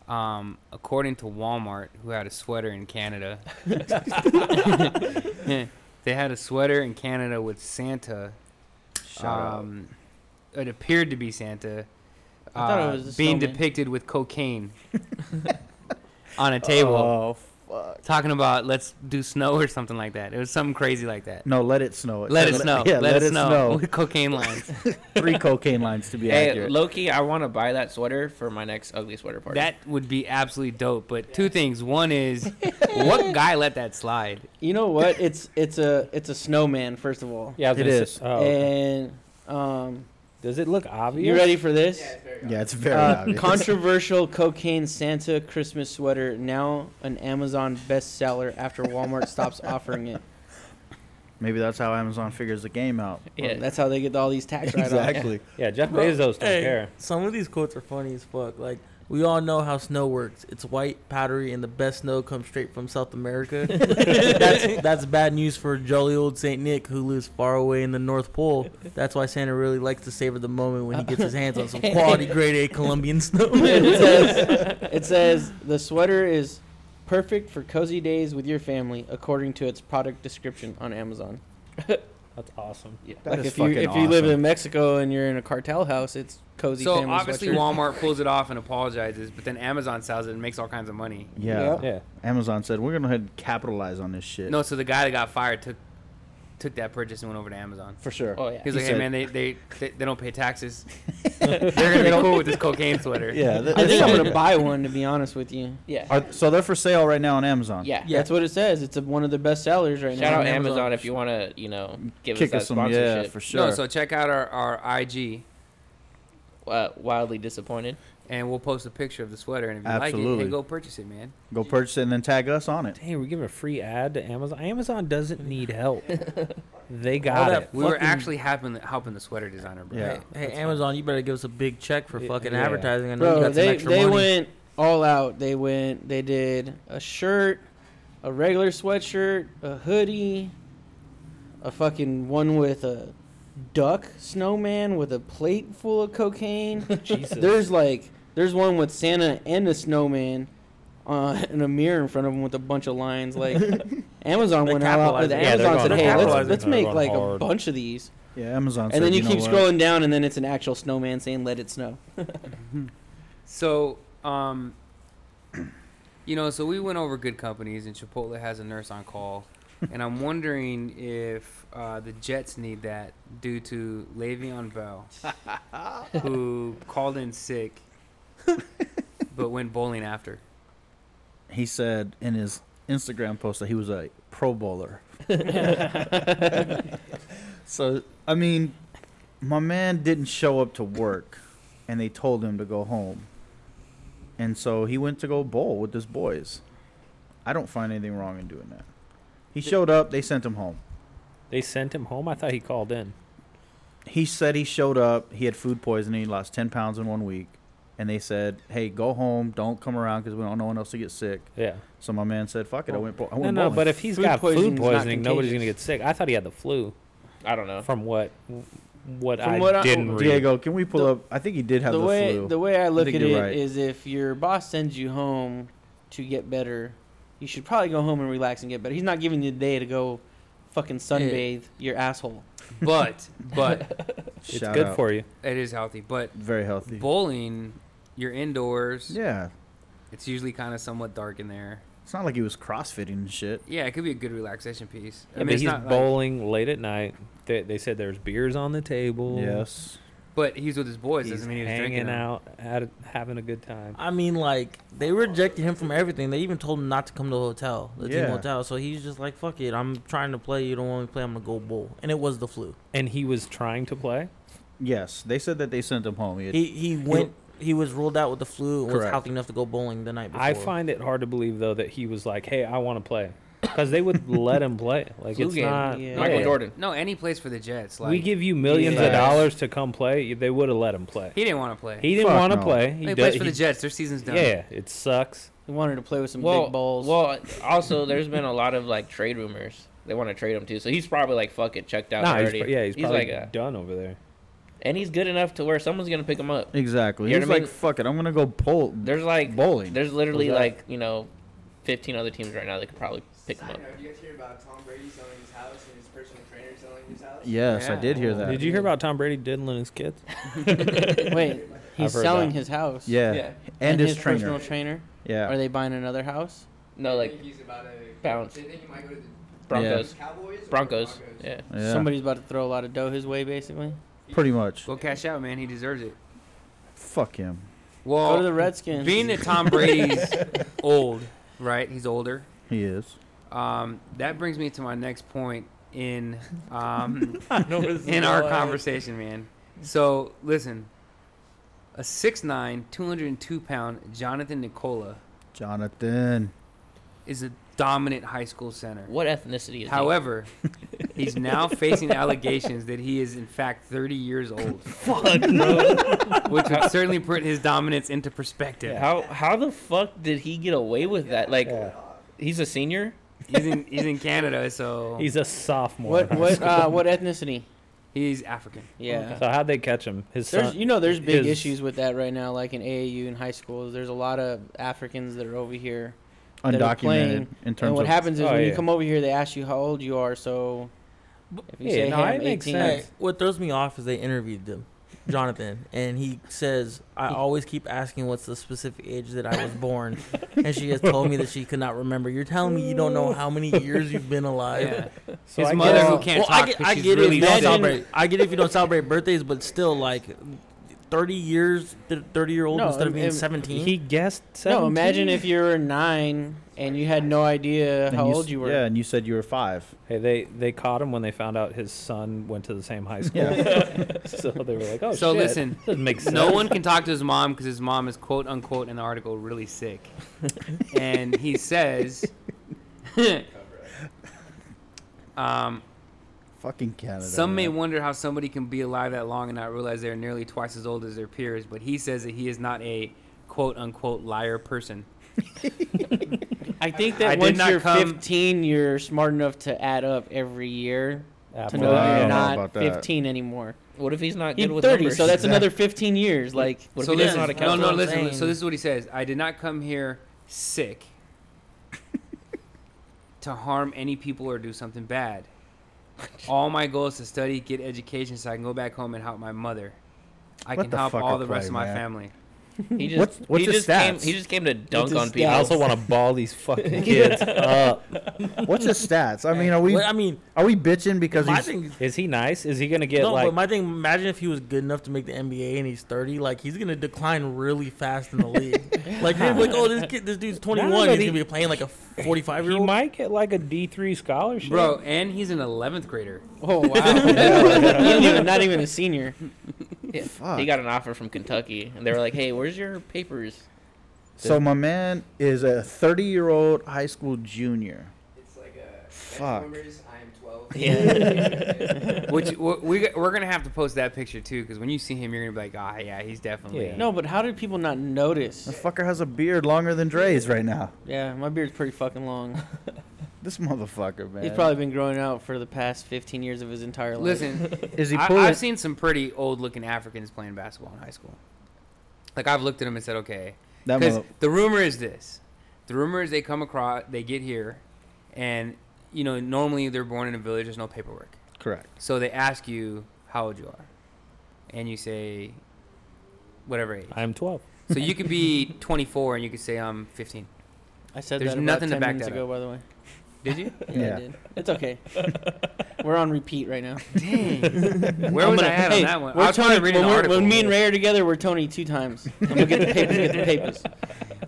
Speaker 1: um, according to Walmart, who had a sweater in Canada, they had a sweater in Canada with Santa. Um, it appeared to be Santa.
Speaker 2: I thought it
Speaker 1: uh,
Speaker 2: was a
Speaker 1: being
Speaker 2: snowman.
Speaker 1: depicted with cocaine on a table, talking about let's do snow or something like that. It was something crazy like that.
Speaker 4: no, let it snow.
Speaker 1: Let it snow.
Speaker 4: Yeah,
Speaker 1: let, it snow. With cocaine lines.
Speaker 4: Three cocaine lines to be
Speaker 7: Hey,
Speaker 4: accurate.
Speaker 7: Loki, I want to buy that sweater for my next ugly sweater party.
Speaker 1: that would be absolutely dope. But two things. One is, what guy let that slide?
Speaker 2: You know what? It's it's a it's a snowman first of all.
Speaker 3: Yeah. I was
Speaker 4: It
Speaker 3: gonna say-
Speaker 4: is.
Speaker 3: oh, okay.
Speaker 2: And um,
Speaker 3: Does it look obvious?
Speaker 2: you ready for this?
Speaker 6: yeah, it's very
Speaker 4: yeah,
Speaker 6: obvious.
Speaker 4: it's very
Speaker 2: Uh,
Speaker 4: obvious.
Speaker 2: controversial cocaine Santa Christmas sweater now an Amazon bestseller after Walmart stops offering it.
Speaker 4: Maybe that's how Amazon figures the game out.
Speaker 7: Yeah.
Speaker 2: That's how they get all these tax write-offs.
Speaker 4: Exactly.
Speaker 3: Yeah. Jeff
Speaker 5: Bro,
Speaker 3: Bezos don't
Speaker 5: hey,
Speaker 3: care.
Speaker 5: Some of these quotes are funny as fuck. Like we all know how snow works. It's white, powdery, and the best snow comes straight from South America. that's that's bad news for jolly old Saint Nick who lives far away in the North Pole. That's why Santa really likes to savor the moment when he gets his hands on some quality grade A Colombian snow.
Speaker 2: it says it says the sweater is perfect for cozy days with your family according to its product description on Amazon.
Speaker 3: That's awesome.
Speaker 4: That
Speaker 2: like
Speaker 4: is
Speaker 2: if you
Speaker 4: fucking
Speaker 2: if you live
Speaker 4: awesome.
Speaker 2: in Mexico and you're in a cartel house, it's cozy
Speaker 1: So
Speaker 2: family
Speaker 1: obviously
Speaker 2: sweatshirt.
Speaker 1: Walmart pulls it off and apologizes, but then Amazon sells it and makes all kinds of money.
Speaker 4: Yeah.
Speaker 2: Yeah.
Speaker 3: Yeah.
Speaker 4: Amazon said we're gonna go ahead and capitalize on this shit.
Speaker 1: No, so the guy that got fired took took that purchase and went over to Amazon.
Speaker 4: for sure.
Speaker 7: Oh yeah.
Speaker 1: He's
Speaker 4: He
Speaker 1: like,
Speaker 4: said-
Speaker 1: hey man, they, they they they don't pay taxes. They're gonna be cool with this cocaine sweater.
Speaker 4: Yeah. th-
Speaker 2: I think I'm gonna buy one to be honest with you.
Speaker 7: Yeah.
Speaker 4: Are, so they're for sale right now on Amazon.
Speaker 7: yeah.
Speaker 2: Yeah. That's what it says. It's a, one of the best sellers right
Speaker 7: Shout
Speaker 2: now. on
Speaker 7: out Amazon, if you want to, you know, give
Speaker 4: Kick
Speaker 7: us that
Speaker 4: us some, yeah,
Speaker 7: sponsorship.
Speaker 4: for sure.
Speaker 1: No, so check out our, our IG
Speaker 7: uh, wildly disappointed.
Speaker 1: and we'll post a picture of the sweater and if you like it,
Speaker 4: Absolutely.
Speaker 1: hey, go purchase it, man.
Speaker 4: Go purchase it and then tag us on it.
Speaker 3: Dang, we're giving a free ad to Amazon. Amazon doesn't need help. they
Speaker 5: All
Speaker 3: got
Speaker 5: that
Speaker 3: it.
Speaker 1: We were
Speaker 5: Fucking-
Speaker 1: actually helping helping the sweater designer, bro.
Speaker 4: Yeah.
Speaker 5: Hey, hey, Amazon, you better give us a big check for
Speaker 3: Yeah,
Speaker 5: fucking
Speaker 3: yeah.
Speaker 5: advertising. I know you
Speaker 2: Bro,
Speaker 5: got some
Speaker 2: they
Speaker 5: extra
Speaker 2: they
Speaker 5: money.
Speaker 2: went all out. They went. They did a shirt, a regular sweatshirt, a hoodie, a fucking one with a duck snowman with a plate full of cocaine.
Speaker 3: Jesus.
Speaker 2: there's like there's one with Santa and a snowman. Uh, and a mirror in front of him with a bunch of lines. Like Amazon
Speaker 5: They're
Speaker 2: went all out.
Speaker 5: capitalizing.
Speaker 2: With
Speaker 3: Yeah, they're
Speaker 2: Amazon said,
Speaker 3: going
Speaker 2: "Hey,
Speaker 3: hard.
Speaker 2: let's let's
Speaker 3: They're
Speaker 2: make
Speaker 3: going
Speaker 2: like a
Speaker 3: hard.
Speaker 2: bunch of these."
Speaker 4: Yeah, Amazon.
Speaker 2: and then
Speaker 4: said,
Speaker 2: you,
Speaker 4: know
Speaker 2: keep
Speaker 4: what?
Speaker 2: scrolling down, and then it's an actual snowman saying, "Let it snow."
Speaker 5: Hmm.
Speaker 1: So, um, you know, so we went over good companies, and Chipotle has a nurse on call. and I'm wondering if uh, the Jets need that due to Le'Veon Bell, who called in sick, but went bowling after.
Speaker 4: He said in his Instagram post that he was a Pro Bowler. so I mean, my man didn't show up to work, and they told him to go home. And so he went to go bowl with his boys. I don't find anything wrong in doing that. He showed up. They sent him home.
Speaker 3: They sent him home. I thought he called in.
Speaker 4: He said he showed up. He had food poisoning. He lost ten pounds in one week. And they said, "Hey, go home. Don't come around because we don't know one else to get sick."
Speaker 3: Yeah.
Speaker 4: So my man said, "Fuck it, I went. Bo- I
Speaker 3: No,
Speaker 4: went
Speaker 3: no.
Speaker 4: bowling."
Speaker 3: But if he's
Speaker 2: Food
Speaker 3: got food
Speaker 2: poisoning's not
Speaker 3: poisoning, nobody's gonna get
Speaker 2: contagious.
Speaker 3: sick. I thought he had the flu.
Speaker 7: I don't know.
Speaker 3: From what? What
Speaker 2: From
Speaker 3: I
Speaker 2: what I-
Speaker 3: didn't read.
Speaker 4: Diego, can we pull
Speaker 2: The-
Speaker 4: up? I think he did have
Speaker 2: the,
Speaker 4: the,
Speaker 2: way
Speaker 4: flu.
Speaker 2: the way I look
Speaker 4: think
Speaker 2: at it
Speaker 4: you're
Speaker 2: is,
Speaker 4: right.
Speaker 2: if your boss sends you home to get better, you should probably go home and relax and get better. He's not giving you the day to go fucking sunbathe your asshole.
Speaker 1: But but
Speaker 3: It's
Speaker 4: Shout
Speaker 3: good
Speaker 4: out.
Speaker 3: for you.
Speaker 1: it is healthy. But
Speaker 4: Very healthy.
Speaker 1: bowling, you're indoors.
Speaker 4: Yeah,
Speaker 1: It's usually kind of somewhat dark in there.
Speaker 4: it's not like he was crossfitting and shit.
Speaker 1: Yeah, it could be a good relaxation piece.
Speaker 3: I mean,
Speaker 1: it's
Speaker 3: he's
Speaker 1: not like-
Speaker 3: bowling late at night. They, they said there's beers on the table.
Speaker 4: Yes,
Speaker 1: but he's with his boys.
Speaker 3: He's
Speaker 1: doesn't mean he was drinking.
Speaker 3: hanging
Speaker 1: them.
Speaker 3: out, had, having a good time.
Speaker 5: I mean, like they rejected him from everything. They even told him not to come to the hotel, the team
Speaker 4: Yeah.
Speaker 5: hotel. So he's just like, "Fuck it, I'm trying to play. You don't want me to play. I'm gonna go bowl." And it was the flu.
Speaker 3: And he was trying to play.
Speaker 4: yes. They said that they sent him home. He had-
Speaker 5: He he went. He was ruled out with the flu and was
Speaker 4: Correct.
Speaker 5: healthy enough to go bowling the night before.
Speaker 3: I find it hard to believe though that he was like, "Hey, I want to play," because they would let him play. Like
Speaker 7: Flu
Speaker 3: it's
Speaker 7: game.
Speaker 3: not.
Speaker 2: Yeah.
Speaker 7: Michael
Speaker 3: Yeah.
Speaker 7: Jordan.
Speaker 1: No, any place for the Jets. Like
Speaker 3: we give you millions
Speaker 1: Yeah.
Speaker 3: of dollars to come play. They would have let him play.
Speaker 1: he didn't want to play.
Speaker 3: He didn't
Speaker 4: Fuck
Speaker 3: want to
Speaker 4: no.
Speaker 3: play.
Speaker 1: He,
Speaker 3: He does.
Speaker 1: plays for the Jets. Their season's done.
Speaker 3: yeah, it sucks.
Speaker 2: He wanted to play with some
Speaker 7: Well,
Speaker 2: big balls.
Speaker 7: well, also there's been a lot of like trade rumors. They want to trade him too, so he's probably like, "Fuck it, checked out
Speaker 3: Nah, he's
Speaker 7: already."
Speaker 3: pro- yeah, he's, probably
Speaker 7: like, a,
Speaker 3: done over there.
Speaker 7: and he's good enough to where someone's gonna pick him up.
Speaker 4: exactly. He
Speaker 7: You know
Speaker 4: was
Speaker 7: what I
Speaker 4: like,
Speaker 7: mean?
Speaker 4: "Fuck it, I'm gonna go bowl."
Speaker 7: There's like
Speaker 4: Bowling.
Speaker 7: There's literally
Speaker 3: Who's that?
Speaker 7: like you know, 15 other teams right now that could probably pick him
Speaker 6: Side
Speaker 7: up.
Speaker 6: note, you guys hear about Tom Brady selling his house and his personal trainer selling his house?
Speaker 4: Yes, I
Speaker 1: Yeah.
Speaker 4: did hear
Speaker 1: Oh.
Speaker 4: that.
Speaker 3: Did you hear about Tom Brady diddling his kids?
Speaker 2: Wait, he's
Speaker 3: I've heard
Speaker 2: selling
Speaker 3: that.
Speaker 2: his house.
Speaker 4: Yeah.
Speaker 7: Yeah.
Speaker 4: and, his, trainer.
Speaker 2: personal trainer.
Speaker 4: yeah,
Speaker 2: Are they buying another house?
Speaker 7: No,
Speaker 6: I think
Speaker 7: like
Speaker 6: he's about to
Speaker 7: Bounce.
Speaker 6: They think he might go to the
Speaker 7: Broncos.
Speaker 6: Cowboys. or
Speaker 7: Broncos. Yeah.
Speaker 4: yeah.
Speaker 2: Somebody's about to throw a lot of dough his way, basically.
Speaker 4: pretty much.
Speaker 1: Go cash out, man. He deserves it.
Speaker 4: Fuck him.
Speaker 1: Well,
Speaker 2: Go to the Redskins.
Speaker 1: being that Tom Brady's old, right? He's older.
Speaker 4: He is.
Speaker 1: Um, that brings me to my next point in um,
Speaker 5: this
Speaker 1: in
Speaker 5: is
Speaker 1: our
Speaker 5: wild.
Speaker 1: conversation, man. So listen, a 6'9", 202 pound Jonathan Nicola
Speaker 4: Jonathan.
Speaker 1: is a dominant high school center.
Speaker 7: What ethnicity is he?
Speaker 1: However, he's now facing allegations that he is in fact 30 years old, which would certainly put his dominance into perspective.
Speaker 7: How how the fuck did he get away with that? Like, he's a senior.
Speaker 1: He's in he's in Canada, so
Speaker 3: He's a sophomore.
Speaker 2: What
Speaker 3: in high
Speaker 2: what
Speaker 3: school.
Speaker 2: uh, what ethnicity?
Speaker 1: he's African.
Speaker 2: Yeah.
Speaker 3: So how'd they catch him? His
Speaker 2: There's,
Speaker 3: son.
Speaker 2: you know, there's big
Speaker 3: is-
Speaker 2: issues with that right now, like in AAU and high schools. There's a lot of Africans that are over here. That are
Speaker 4: Undocumented
Speaker 2: playing,
Speaker 4: in terms
Speaker 2: And what
Speaker 4: of
Speaker 2: happens is
Speaker 3: Oh,
Speaker 2: when you
Speaker 3: yeah.
Speaker 2: come over here, they ask you how old you are. So if you
Speaker 3: Yeah,
Speaker 2: say,
Speaker 3: no,
Speaker 2: hey,
Speaker 3: it
Speaker 2: I'm
Speaker 3: makes
Speaker 2: 18,
Speaker 3: sense.
Speaker 5: Hey, what throws me off is they interviewed them, Jonathan, and he says, "I always keep asking what's the specific age that I was born," and she has told me that she could not remember. You're telling me you don't know how many years you've been alive.
Speaker 1: Yeah.
Speaker 3: So
Speaker 1: his
Speaker 3: I
Speaker 1: mother
Speaker 3: guess-
Speaker 1: who can't
Speaker 5: I
Speaker 1: talk
Speaker 5: get,
Speaker 1: 'cause
Speaker 5: I
Speaker 1: she's
Speaker 5: get
Speaker 1: really
Speaker 5: it. If you don't
Speaker 1: young.
Speaker 5: celebrate, I get it if you don't celebrate birthdays, but still, like, thirty years, thirty year old
Speaker 2: No,
Speaker 5: instead of being
Speaker 2: and-
Speaker 5: seventeen.
Speaker 3: He guessed. 17?
Speaker 2: No, imagine if you were nine and you had no idea
Speaker 4: and
Speaker 2: how
Speaker 4: you
Speaker 2: old
Speaker 4: s-
Speaker 2: you were.
Speaker 4: Yeah, and you said you were five.
Speaker 3: Hey, they they caught him when they found out his son went to the same high school. so they were like, "Oh
Speaker 1: So
Speaker 3: shit,
Speaker 1: listen,
Speaker 3: doesn't make sense."
Speaker 1: No one can talk to his mom because his mom is quote unquote in the article really sick, and he says, um,
Speaker 4: Fucking Canada.
Speaker 1: "Some may
Speaker 4: man.
Speaker 1: wonder how somebody can be alive that long and not realize they're nearly twice as old as their peers." But he says that he is not a quote unquote liar person.
Speaker 2: I think
Speaker 1: I
Speaker 2: that
Speaker 1: did
Speaker 2: once
Speaker 1: not
Speaker 2: you're
Speaker 1: come-
Speaker 2: 15, you're smart enough to add up every year to
Speaker 3: Apple.
Speaker 2: know
Speaker 4: Wow.
Speaker 2: that
Speaker 4: I
Speaker 2: you're
Speaker 4: don't know
Speaker 2: not
Speaker 4: about that.
Speaker 2: 15 anymore.
Speaker 7: What if he's not good
Speaker 2: You're
Speaker 7: with
Speaker 2: 30,
Speaker 7: numbers?
Speaker 2: so that's another 15 years. Like,
Speaker 7: What if
Speaker 1: so
Speaker 7: he doesn't know how
Speaker 1: listen,
Speaker 7: to
Speaker 1: no,
Speaker 7: count?
Speaker 1: no,
Speaker 5: That's what I'm
Speaker 1: listen.
Speaker 5: saying.
Speaker 1: So this is what he says: "I did not come here sick to harm any people or do something bad. All my goal is to study, get education, so I can go back home and help my mother. I
Speaker 4: What
Speaker 1: can
Speaker 4: the
Speaker 1: help
Speaker 4: fuck
Speaker 1: all
Speaker 4: a
Speaker 1: the rest
Speaker 4: play,
Speaker 1: of my
Speaker 4: man.
Speaker 1: family."
Speaker 7: He just
Speaker 4: What's- what's
Speaker 7: he
Speaker 4: his
Speaker 7: just came
Speaker 4: stats?
Speaker 7: he just came to dunk
Speaker 5: his
Speaker 7: on
Speaker 3: I
Speaker 7: people.
Speaker 5: stats?
Speaker 3: also want to ball these fucking kids up.
Speaker 4: What's his stats? I mean, are we
Speaker 5: Well, I mean,
Speaker 4: are we bitching because
Speaker 5: my
Speaker 4: he's
Speaker 5: thing.
Speaker 3: Is he nice? Is he gonna get
Speaker 5: No,
Speaker 3: like?
Speaker 5: but my thing. Imagine if he was good enough to make the NBA and he's thirty. Like he's gonna decline really fast in the league. like they're like, oh, this kid, this dude's twenty one.
Speaker 3: but
Speaker 5: He's
Speaker 3: he-
Speaker 5: gonna be playing like a forty-five year
Speaker 3: he
Speaker 5: old.
Speaker 3: might get like a D three scholarship.
Speaker 1: Bro, and he's an 11th grader.
Speaker 2: Oh wow! He's even- not even a senior.
Speaker 4: fuck?
Speaker 7: He got an offer from Kentucky, and they were like, "Hey, where's your papers?"
Speaker 4: so my man is a 30 year old high school junior.
Speaker 6: It's like a
Speaker 4: Fuck.
Speaker 6: Transformers, I am 12.
Speaker 1: Which w- we g- we're gonna have to post that picture too, because when you see him, you're gonna be like, ah, yeah, he's definitely.
Speaker 3: Yeah.
Speaker 2: No, but how did people not notice?
Speaker 4: The fucker has a beard longer than Dre's right now.
Speaker 2: Yeah, my beard's pretty fucking long.
Speaker 4: This motherfucker, man.
Speaker 2: He's probably been growing out for the past 15 years of his entire life.
Speaker 1: Listen,
Speaker 4: is he
Speaker 1: I,
Speaker 4: pulling?
Speaker 1: I've seen some pretty old-looking Africans playing basketball in high school. Like I've looked at them and said, okay,
Speaker 4: that
Speaker 1: because
Speaker 4: mother-
Speaker 1: the rumor is this: the rumor is they come across, they get here, and you know, normally they're born in a village. There's no paperwork,
Speaker 4: correct.
Speaker 1: so they ask you how old you are, and you say whatever age.
Speaker 3: I'm twelve.
Speaker 1: So you could be 24 and you could say I'm 15.
Speaker 2: I said
Speaker 1: There's
Speaker 2: that about
Speaker 1: nothing to
Speaker 2: 10
Speaker 1: back
Speaker 2: minutes
Speaker 1: that
Speaker 2: ago, by the way.
Speaker 1: Did you?
Speaker 2: Yeah,
Speaker 4: Yeah.
Speaker 2: I did. It's okay. We're on repeat right now.
Speaker 1: Dang. Where
Speaker 2: I'm
Speaker 1: was
Speaker 2: gonna-
Speaker 1: I at
Speaker 2: hey,
Speaker 1: on that one?
Speaker 2: We're
Speaker 1: I was trying
Speaker 2: Tony,
Speaker 1: to read
Speaker 2: when,
Speaker 1: an
Speaker 2: we're-
Speaker 1: article.
Speaker 2: when me and Ray are together, we're Tony two times. I'm gonna get the papers. Get the papers.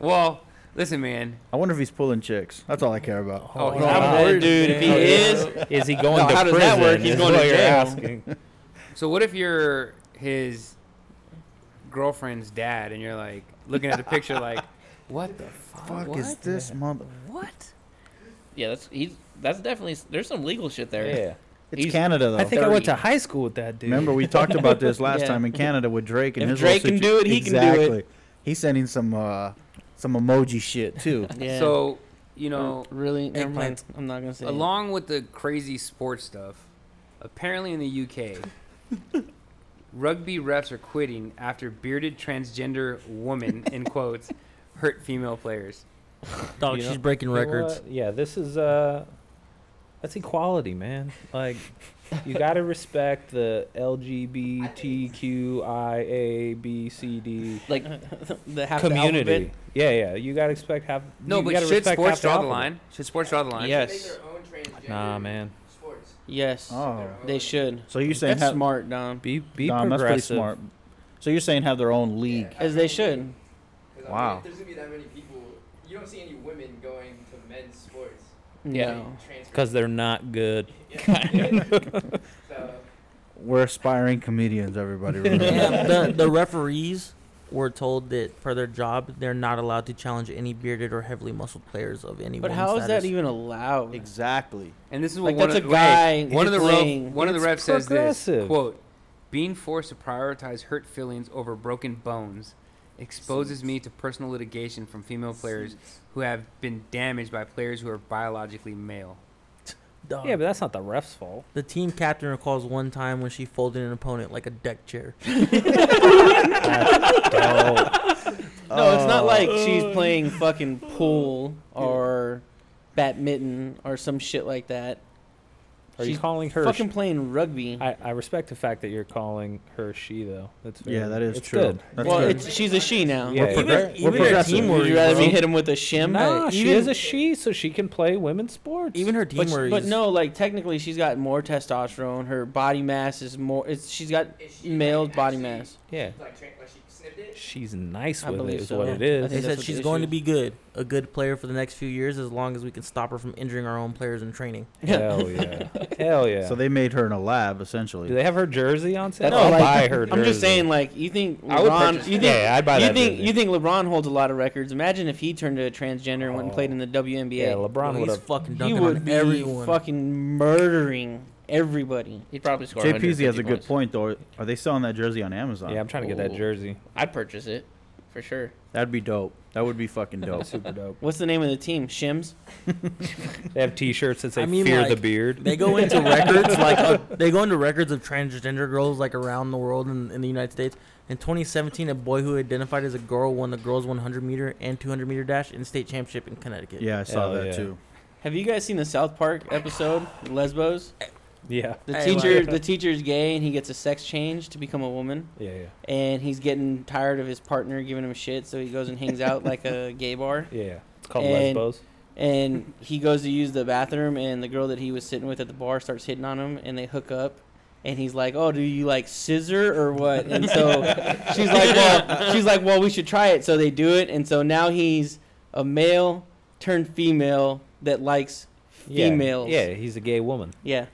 Speaker 1: Well, listen, man.
Speaker 4: I wonder if he's pulling chicks. That's all I care about.
Speaker 1: Oh, he's
Speaker 3: no.
Speaker 1: out.
Speaker 3: How
Speaker 2: dude, if he
Speaker 3: yeah.
Speaker 2: is,
Speaker 3: Is he going to
Speaker 2: how does
Speaker 3: prison?
Speaker 2: that work? He's
Speaker 3: is
Speaker 2: going
Speaker 3: what
Speaker 2: to
Speaker 3: you're
Speaker 2: jail.
Speaker 3: asking.
Speaker 1: So what if you're his girlfriend's dad and you're like looking at the picture like, what the fuck,
Speaker 4: Fuck
Speaker 1: what?
Speaker 4: is this mother?
Speaker 1: What?
Speaker 7: Yeah, that's he's that's definitely there's some legal shit there.
Speaker 3: Yeah.
Speaker 4: It's
Speaker 7: He's-
Speaker 4: Canada though.
Speaker 3: I think I went to
Speaker 7: 30.
Speaker 3: high school with that dude.
Speaker 4: Remember we talked about this last
Speaker 2: Yeah.
Speaker 4: time in Canada with Drake and
Speaker 2: If
Speaker 4: his whole
Speaker 2: Drake can
Speaker 4: situ-
Speaker 2: do it, he can do it.
Speaker 4: exactly. He's sending some uh, some emoji shit too.
Speaker 2: yeah.
Speaker 1: So you know,
Speaker 2: really, never mind.
Speaker 5: eggplant.
Speaker 2: I'm not gonna say. it.
Speaker 1: along with the crazy sports stuff, apparently in the UK, rugby refs are quitting after bearded transgender woman in quotes hurt female players.
Speaker 5: Dog,
Speaker 3: You
Speaker 5: she's
Speaker 3: know-
Speaker 5: breaking
Speaker 3: You know
Speaker 5: records.
Speaker 3: what? Yeah, this is uh, that's equality, man. Like, you gotta respect the LGBTQIABCD
Speaker 7: Like
Speaker 2: the half the
Speaker 3: community.
Speaker 2: alphabet.
Speaker 3: Yeah, yeah, you gotta expect half.
Speaker 1: No,
Speaker 3: you
Speaker 1: but
Speaker 3: gotta
Speaker 1: should
Speaker 3: respect
Speaker 1: sports
Speaker 3: half
Speaker 1: draw the
Speaker 3: alphabet.
Speaker 1: line? Should sports draw the line?
Speaker 2: Yeah.
Speaker 6: They
Speaker 2: Yes.
Speaker 6: should make their own transgender
Speaker 3: Nah, man.
Speaker 6: Sports.
Speaker 2: Yes,
Speaker 4: Oh,
Speaker 6: Their
Speaker 2: they
Speaker 6: own.
Speaker 2: should.
Speaker 4: so you're saying
Speaker 2: That's
Speaker 4: have,
Speaker 2: smart, Dom.
Speaker 3: Be be
Speaker 4: Dom, that's
Speaker 3: progressive.
Speaker 4: pretty smart. So you're saying have their own league?
Speaker 2: As they should.
Speaker 6: 'Cause I mean,
Speaker 4: Wow.
Speaker 6: if there's gonna be that many people. You don't see any women going to men's sports.
Speaker 7: Yeah.
Speaker 2: No.
Speaker 3: Because they're not good.
Speaker 6: Yeah. so,
Speaker 4: We're aspiring comedians, everybody. Remember.
Speaker 5: yeah, the the referees were told that per their job they're not allowed to challenge any bearded or heavily muscled players of any.
Speaker 2: But
Speaker 5: one
Speaker 2: how is that
Speaker 5: status.
Speaker 2: even allowed?
Speaker 4: exactly.
Speaker 1: And this is what
Speaker 2: Like
Speaker 1: one
Speaker 2: that's a
Speaker 1: of, wait,
Speaker 2: guy.
Speaker 1: one of the ref,
Speaker 2: playing.
Speaker 1: one of the refs
Speaker 3: It's
Speaker 1: says this
Speaker 3: progressive.
Speaker 1: quote: "Being forced to prioritize hurt feelings over broken bones exposes me to personal litigation from female players who have been damaged by players who are biologically male."
Speaker 5: Dog.
Speaker 3: Yeah, but that's not the ref's fault.
Speaker 5: The team captain recalls one time when she folded an opponent like a deck chair.
Speaker 2: No, it's
Speaker 3: Oh.
Speaker 2: not like she's playing fucking pool or badminton or some shit like that.
Speaker 3: Are you
Speaker 2: She's
Speaker 3: calling her?
Speaker 2: Fucking playing rugby.
Speaker 3: I, I respect the fact that you're calling her she though. That's very,
Speaker 4: Yeah, that is
Speaker 3: it's
Speaker 4: true.
Speaker 3: Good.
Speaker 4: That's
Speaker 2: well,
Speaker 4: good.
Speaker 2: it's, she's a she now.
Speaker 3: Yeah,
Speaker 4: We're
Speaker 3: yeah.
Speaker 4: progre- we're
Speaker 5: even her
Speaker 4: progressive.
Speaker 5: team were
Speaker 2: Would you rather me hit him with a shim?
Speaker 3: Nah,
Speaker 2: Uh,
Speaker 3: she
Speaker 2: even-
Speaker 3: is a she, so she can play women's sports.
Speaker 5: Even her team
Speaker 2: But,
Speaker 5: worries.
Speaker 2: but no, like technically, she's got more testosterone. Her body mass is more. It's she's got
Speaker 6: is she, like,
Speaker 2: male body
Speaker 6: actually,
Speaker 2: mass.
Speaker 3: yeah,
Speaker 6: Like, tran- like she snipped it.
Speaker 3: she's nice
Speaker 2: I
Speaker 3: with it.
Speaker 2: believe
Speaker 3: Is
Speaker 2: so.
Speaker 3: what it
Speaker 2: I
Speaker 5: They
Speaker 3: is.
Speaker 2: think- that's
Speaker 5: said
Speaker 2: what
Speaker 5: she's
Speaker 2: the
Speaker 5: going
Speaker 2: issue
Speaker 5: to be good, a good player for the next few years, as long as we can stop her from injuring our own players in training.
Speaker 3: Hell yeah, hell yeah.
Speaker 4: So they made her in a lab,
Speaker 3: do
Speaker 4: essentially.
Speaker 3: they have her jersey on sale?
Speaker 2: No,
Speaker 3: I'll
Speaker 2: like,
Speaker 3: buy her. Jersey.
Speaker 2: I'm just saying, like you think
Speaker 7: I would
Speaker 2: LeBron,
Speaker 7: purchase
Speaker 2: you
Speaker 7: that.
Speaker 2: think
Speaker 3: Yeah, I'd buy
Speaker 2: you
Speaker 3: that.
Speaker 2: think
Speaker 3: jersey.
Speaker 2: you think LeBron holds a lot of records. Imagine if he turned to a transgender and went and
Speaker 3: Oh.
Speaker 2: played in the WNBA.
Speaker 3: yeah, LeBron
Speaker 5: Bro,
Speaker 3: would
Speaker 5: he's
Speaker 3: have.
Speaker 5: fucking
Speaker 2: he
Speaker 5: dunking
Speaker 2: would
Speaker 5: on
Speaker 2: be
Speaker 5: everyone.
Speaker 2: fucking murdering everybody.
Speaker 7: he'd probably score.
Speaker 4: JPZ has a
Speaker 7: 150
Speaker 4: good
Speaker 7: points.
Speaker 4: point though. Are they selling that jersey on Amazon?
Speaker 3: Yeah, I'm trying to get that
Speaker 7: Ooh.
Speaker 3: jersey.
Speaker 7: I'd purchase it for sure.
Speaker 4: That'd be dope. That would be fucking dope.
Speaker 3: Super dope.
Speaker 2: What's the name of the team? Shims.
Speaker 3: They have T-shirts that say
Speaker 5: I mean,
Speaker 3: "Fear the
Speaker 5: like,
Speaker 3: Beard."
Speaker 5: They go into records like of they go into records of transgender girls like around the world and in the United States. In 2017, a boy who identified as a girl won the girls' 100 meter and 200 meter dash in state championship in Connecticut.
Speaker 4: yeah, I saw
Speaker 3: Hell
Speaker 4: that
Speaker 3: yeah.
Speaker 4: too.
Speaker 2: Have you guys seen the South Park episode Lesbos?
Speaker 3: Yeah.
Speaker 2: The
Speaker 5: Hey,
Speaker 2: teacher,
Speaker 3: like-
Speaker 2: the teacher's gay, and he gets a sex change to become a woman,
Speaker 3: Yeah. Yeah.
Speaker 2: and he's getting tired of his partner giving him shit, so he goes and hangs out like a gay bar.
Speaker 3: Yeah. yeah. It's called
Speaker 2: And-
Speaker 3: Lesbos.
Speaker 2: and he goes to use the bathroom and the girl that he was sitting with at the bar starts hitting on him and they hook up and he's like oh do you like scissor or what and so she's like well she's like well we should try it so they do it and so now he's a male turned female that likes
Speaker 3: Yeah,
Speaker 2: females.
Speaker 3: Yeah, he's a gay woman.
Speaker 2: yeah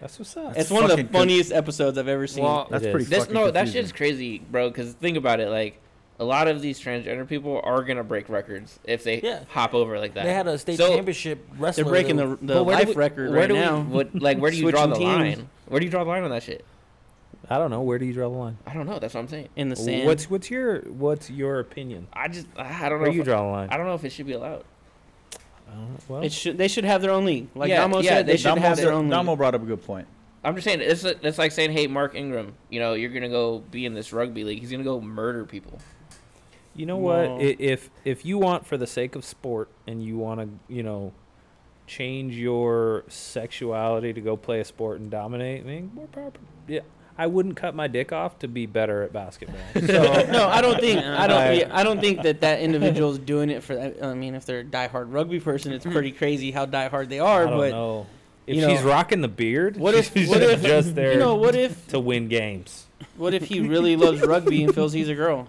Speaker 3: That's what's up.
Speaker 4: That's
Speaker 2: it's one of the
Speaker 4: fucking good.
Speaker 2: funniest episodes i've ever seen
Speaker 1: Well,
Speaker 4: That's
Speaker 3: It
Speaker 4: pretty
Speaker 3: is.
Speaker 7: This
Speaker 4: fucking
Speaker 7: no, that
Speaker 4: confusing.
Speaker 7: shit's crazy, bro. Because think about it, like a lot of these transgender people are gonna break records if they
Speaker 5: Yeah.
Speaker 7: hop over like that.
Speaker 5: They had a state
Speaker 7: So-
Speaker 5: championship wrestler.
Speaker 2: they're breaking
Speaker 5: that-
Speaker 2: the, the
Speaker 7: But where do
Speaker 2: life
Speaker 7: we-
Speaker 2: record
Speaker 7: where
Speaker 2: right
Speaker 7: do
Speaker 2: now
Speaker 7: We, what, like, where do you draw the
Speaker 2: Switching teams.
Speaker 7: line? Where do you draw the line on that shit?
Speaker 3: I don't know. Where do you draw the line?
Speaker 7: I don't know. That's what I'm saying.
Speaker 2: in the sand
Speaker 3: What's what's your what's your opinion?
Speaker 7: I just, I I don't know.
Speaker 3: Where
Speaker 7: If,
Speaker 3: you draw the line?
Speaker 7: I don't know if it should be allowed.
Speaker 3: I don't know. Well,
Speaker 2: it should, they should have their own league like
Speaker 7: Yeah,
Speaker 2: Damo
Speaker 7: yeah,
Speaker 2: said they,
Speaker 7: they-
Speaker 2: should
Speaker 4: Damo,
Speaker 2: have their own league
Speaker 4: Damo brought up a good point.
Speaker 7: I'm just saying, it's it's like saying, hey, Mark Ingram, you know, you're gonna go be in this rugby league. He's gonna go murder people.
Speaker 3: you know what?
Speaker 2: No.
Speaker 3: I- If if you want for the sake of sport and you want to, you know, change your sexuality to go play a sport and dominate, I mean, more power. Yeah, I wouldn't cut my dick off to be better at basketball.
Speaker 2: So no, I don't think I don't
Speaker 3: Right.
Speaker 2: yeah, I don't think that that individual's doing it for. that. I mean, if they're a diehard rugby person, it's pretty crazy how diehard they are.
Speaker 3: I don't
Speaker 2: But
Speaker 3: know. If
Speaker 2: you know-
Speaker 3: she's rocking the beard,
Speaker 2: what if
Speaker 3: she's
Speaker 2: what if
Speaker 3: just there
Speaker 2: you know what if
Speaker 3: to win games,
Speaker 2: what if he really loves rugby and feels he's a girl?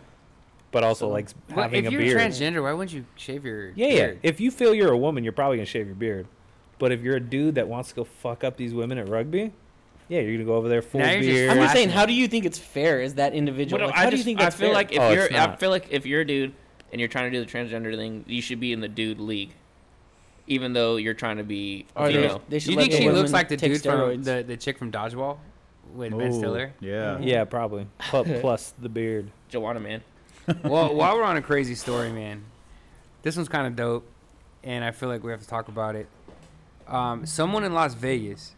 Speaker 3: but also likes
Speaker 1: Well,
Speaker 3: having
Speaker 1: if
Speaker 3: a
Speaker 1: you're
Speaker 3: beard.
Speaker 1: transgender, why wouldn't you shave your
Speaker 3: Yeah, yeah.
Speaker 1: beard?
Speaker 3: If you feel you're a woman, you're probably gonna shave your beard. But if you're a dude that wants to go fuck up these women at rugby, yeah, you're gonna go over there full
Speaker 1: Now you're just
Speaker 3: beard.
Speaker 2: I'm just saying,
Speaker 1: Blasphemy.
Speaker 2: how do you think it's fair? Is that individual?
Speaker 7: Well,
Speaker 2: Like,
Speaker 7: no,
Speaker 2: how
Speaker 7: I
Speaker 2: do you
Speaker 7: just-
Speaker 2: think
Speaker 7: I
Speaker 2: that's
Speaker 7: feel
Speaker 2: fair?
Speaker 7: like if
Speaker 3: Oh,
Speaker 7: you're,
Speaker 3: it's
Speaker 7: I
Speaker 3: not.
Speaker 7: feel like if you're a dude and you're trying to do the transgender thing, you should be in the dude league, even though you're trying to be
Speaker 2: Or they-
Speaker 7: female.
Speaker 2: they should
Speaker 1: you
Speaker 2: let
Speaker 1: think
Speaker 2: the
Speaker 1: she
Speaker 2: women
Speaker 1: looks like the
Speaker 2: take
Speaker 1: dude from
Speaker 2: steroids.
Speaker 1: the, the chick from Dodgeball with Ben
Speaker 4: Ooh,
Speaker 1: Stiller?
Speaker 4: Yeah.
Speaker 3: yeah, probably. Plus, plus the beard.
Speaker 7: Joanna, man.
Speaker 1: well, while we're on a crazy story, man, this one's kind of dope, and I feel like we have to talk about it. Um, someone in Las Vegas